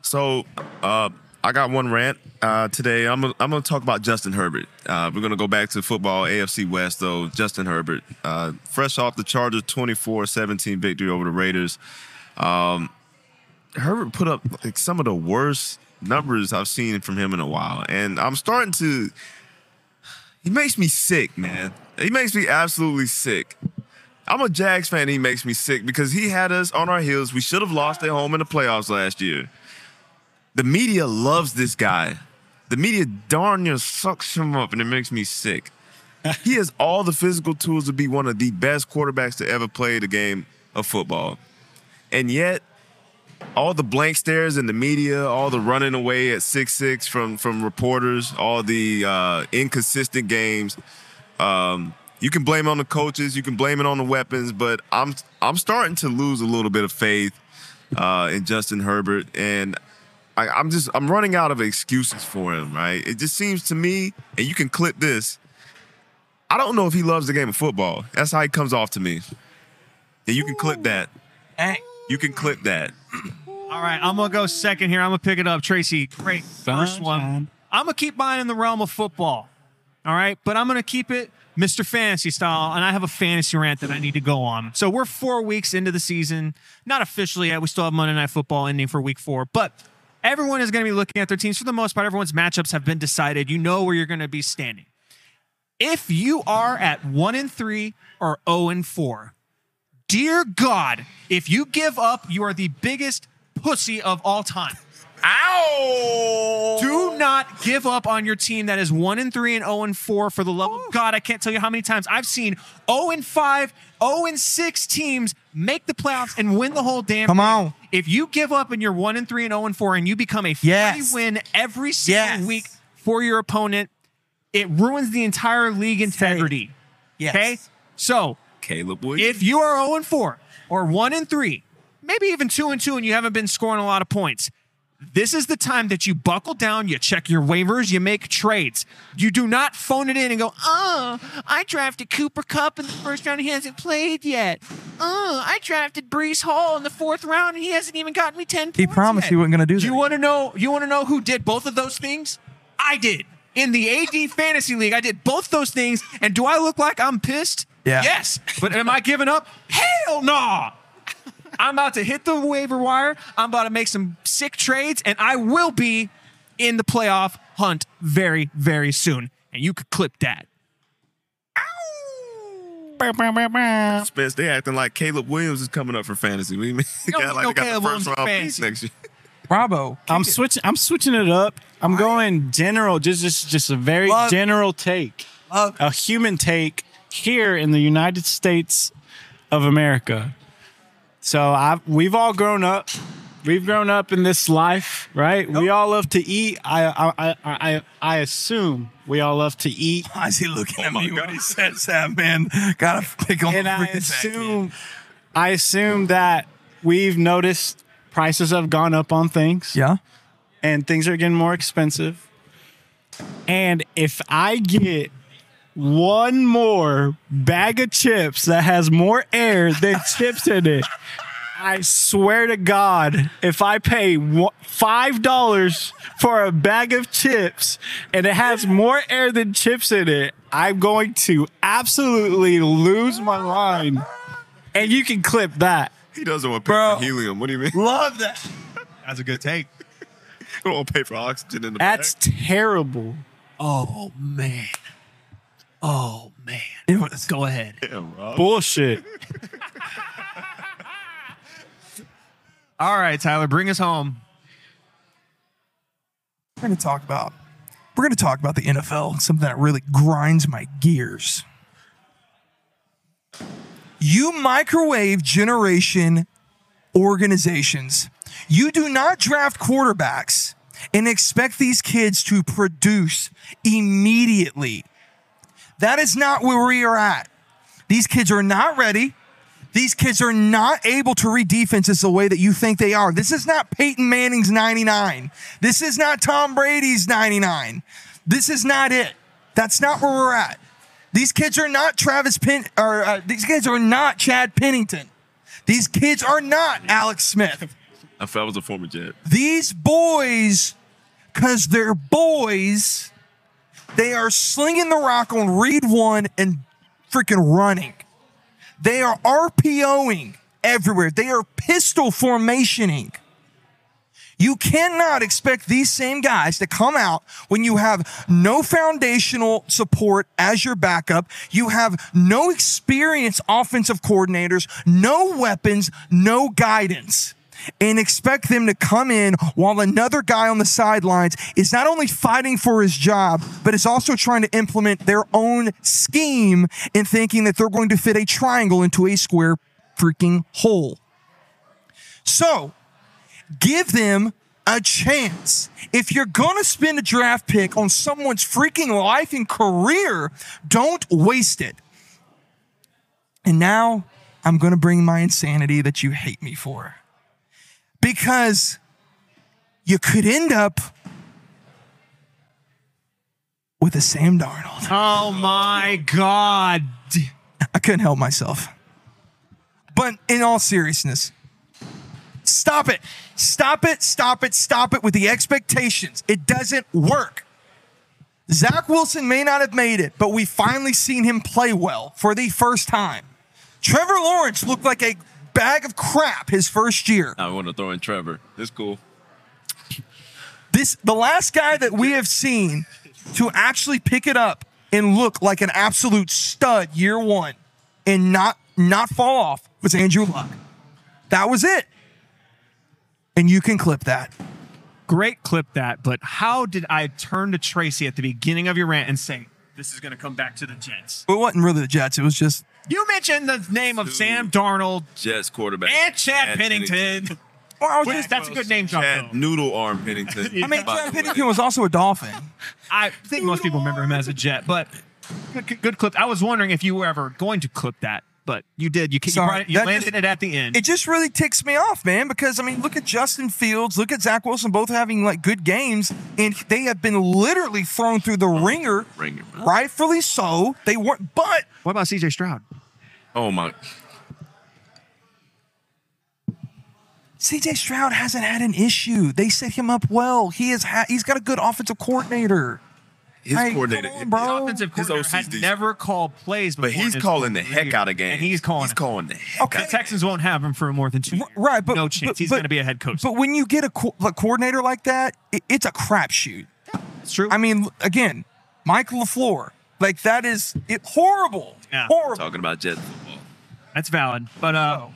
so uh, I got one rant uh, today. I'm gonna, I'm gonna talk about Justin Herbert. Uh, we're gonna go back to football, AFC West though. Justin Herbert, uh, fresh off the Chargers 24-17 victory over the Raiders. Um, Herbert put up like some of the worst numbers I've seen from him in a while, and I'm starting to. He makes me sick, man. He makes me absolutely sick. I'm a Jags fan. He makes me sick because he had us on our heels. We should have lost at home in the playoffs last year. The media loves this guy. The media darn near sucks him up, and it makes me sick. he has all the physical tools to be one of the best quarterbacks to ever play the game of football, and yet all the blank stares in the media, all the running away at six six from from reporters, all the uh, inconsistent games. Um, you can blame it on the coaches, you can blame it on the weapons, but I'm I'm starting to lose a little bit of faith uh, in Justin Herbert, and I, I'm just I'm running out of excuses for him. Right? It just seems to me, and you can clip this. I don't know if he loves the game of football. That's how he comes off to me. And you can clip that.
Eh.
You can clip that.
All right, I'm gonna go second here. I'm gonna pick it up, Tracy. Great first one.
Sunshine.
I'm gonna keep mine in the realm of football. All right, but I'm gonna keep it Mr. Fantasy style, and I have a fantasy rant that I need to go on. So we're four weeks into the season, not officially yet. We still have Monday Night Football ending for Week Four, but everyone is gonna be looking at their teams for the most part. Everyone's matchups have been decided. You know where you're gonna be standing. If you are at one and three or zero and four, dear God, if you give up, you are the biggest pussy of all time. Ow! Do not give up on your team that is one and three and zero and four. For the love of God, I can't tell you how many times I've seen zero and five, zero and six teams make the playoffs and win the whole damn.
Come
thing.
on.
If you give up and you're one and three and zero and four, and you become a free
Yes.
win every single
Yes.
week for your opponent, it ruins the entire league integrity.
Yes.
Okay, so
Caleb Williams.
if you are 0 and 4 or 1 and 3, maybe even 2 and 2 and you haven't been scoring a lot of points, this is the time that you buckle down, you check your waivers, you make trades. You do not phone it in and go, "Oh, I drafted Cooper Cup in the first round, he hasn't played yet. Oh, I drafted Brees Hall in the fourth round, and he hasn't even gotten me ten
He
points
promised
yet."
he wasn't gonna do that.
You want to know? You want to know who did both of those things? I did in the AD Fantasy League. I did both those things, and do I look like I'm pissed?
Yeah.
Yes. But am I giving up? Hell no. I'm about to hit the waiver wire. I'm about to make some sick trades, and I will be in the playoff hunt very, very soon. And you could clip that.
Spence, they acting like Caleb Williams is coming up for fantasy. We
don't
got like
know
they got
Caleb
the
Williams
first
in
round pick
fantasy.
next year.
Bravo.
I'm switching. I'm switching it up. I'm going general. Just just just a very
Love-
general take,
Love-
a human take here in the United States of America. So I we've all grown up. We've grown up in this life, right? We all love to eat. I I I I, I assume we all love to eat.
Why is he looking at
my
me when
God.
he says that, man? Gotta pick on
and
the
I
freaking sack, man.
assume, I assume that we've noticed prices have gone up on things,
Yeah.
and things are getting more expensive. And if I get one more bag of chips that has more air than chips in it, I swear to God, if I pay one- five dollars for a bag of chips and it has more air than chips in it, I'm going to absolutely lose my mind. And you can clip that.
He doesn't want to pay
Bro.
for helium. What do you mean?
Love that.
That's a good take.
He don't want to pay for oxygen in the
That's
back.
terrible.
Oh man. Oh man.
It was-
Go ahead.
Damn, Rob.
Bullshit.
All right, Tyler, bring us home.
we're gonna talk about we're gonna talk about the NFL, something that really grinds my gears. You microwave generation organizations. You do not draft quarterbacks and expect these kids to produce immediately. That is not where we are at. These kids are not ready. These kids are not able to read defenses the way that you think they are. This is not Peyton Manning's 99. This is not Tom Brady's 99. This is not it. That's not where we're at. These kids are not Travis Penn or uh, these kids are not Chad Pennington. These kids are not Alex Smith
I felt I was a former jet.
these boys, because they're boys, they are slinging the rock on read one and freaking running. They are RPOing everywhere. They are pistol formationing. You cannot expect these same guys to come out when you have no foundational support as your backup. You have no experience offensive coordinators, no weapons, no guidance. and expect them to come in while another guy on the sidelines is not only fighting for his job, but is also trying to implement their own scheme and thinking that they're going to fit a triangle into a square freaking hole. So give them a chance. If you're going to spend a draft pick on someone's freaking life and career, don't waste it. And now I'm going to bring my insanity that you hate me for. Because you could end up with a Sam Darnold.
Oh my God.
I couldn't help myself. But in all seriousness, stop it. Stop it, stop it, stop it with the expectations. It doesn't work. Zach Wilson may not have made it, but we finally seen him play well for the first time. Trevor Lawrence looked like a bag of crap his first year.
I want to throw in Trevor. That's cool.
This the last guy that we have seen to actually pick it up and look like an absolute stud year one and not not fall off was Andrew Luck. That was it. And you can clip that.
Great clip that, but how did I turn to Tracy at the beginning of your rant and say, this is going to come back to the Jets?
It wasn't really the Jets. It was just
You mentioned the name of Sam Darnold
Jets quarterback.
and Chad Pennington.
Well, I was
Which is-
just-
that's a good name drop,
Chad
though.
Noodle Arm Pennington.
I mean, Chad Pennington
was.
was also a Dolphin.
I think most people remember him as a Jet, but good, good, good clip. I was wondering if you were ever going to clip that, but you did. You, you,
Sorry,
brought it- you
that
landed
just-
it at the end.
It just really ticks me off, man, because I mean, look at Justin Fields, look at Zach Wilson, both having like good games, and they have been literally thrown through the ringer.
ringer.
Rightfully so. They weren't, but
what about CJ Stroud?
Oh my!
CJ Stroud hasn't had an issue. They set him up well. He is ha- he's got a good offensive coordinator.
His
Hey,
coordinator,
come on, bro.
Offensive
His
coordinator
OC's
had
decent.
never called plays before.
but
in
he's
his
calling the
career,
heck out of games.
And he's calling
He's
it.
calling the heck.
Okay.
Out
The Texans won't have him for more than two.
R-
years.
Right, but
no chance.
but-
he's
but-
going to be a head coach.
But when you get a, co- a coordinator like that, it, it's a crapshoot.
it's true.
I mean, again, Mike LaFleur. Like that is it, horrible.
Yeah.
Horrible.
Talking about Jets football.
That's valid. But uh,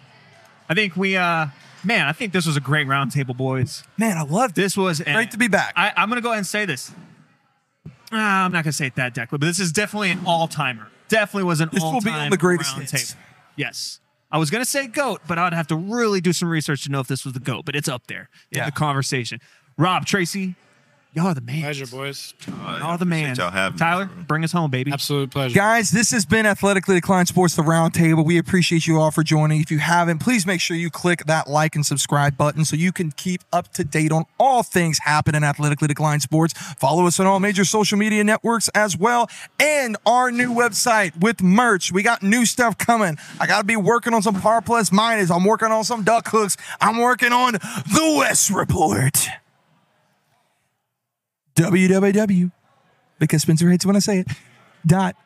I think we, uh, man, I think this was a great roundtable, boys.
Man, I love this.
This was an-
Great to be back.
I, I'm going to go ahead and say this. Ah, I'm not going to say it that, Declan, but this is definitely an all timer. Definitely was an
This
all
will be on
time
the greatest hits.
roundtable. Yes. I was going to say GOAT, but I'd have to really do some research to know if this was the GOAT, but it's up there in
Yeah.
the conversation. Rob, Tracy, y'all are the man.
Pleasure, boys.
Uh,
Y'all are the man.
y'all having me,
Tyler,
bro.
bring us home, baby.
Absolute pleasure.
Guys, this has been Athletically Declined Sports The Roundtable. We appreciate you all for joining. If you haven't, please make sure you click that like and subscribe button so you can keep up to date on all things happening at Athletically Declined Sports. Follow us on all major social media networks as well and our new website with merch. We got new stuff coming. I got to be working on some Par Plus Minus. I'm working on some Duck Hooks. I'm working on The West Report. www. Because Spencer hates when I say it. Dot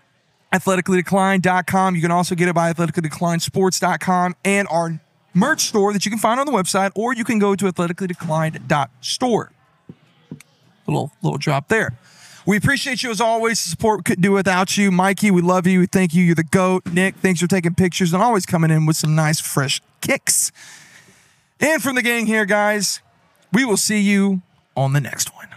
athleticallydecline.com. You can also get it by athleticallydeclinesports.com and our merch store that you can find on the website, or you can go to athleticallydeclined.store. Little little drop there. We appreciate you as always. The support couldn't do without you. Mikey, we love you. We thank you. You're the GOAT. Nick, thanks for taking pictures and always coming in with some nice fresh kicks. And from the gang here, guys, we will see you on the next one.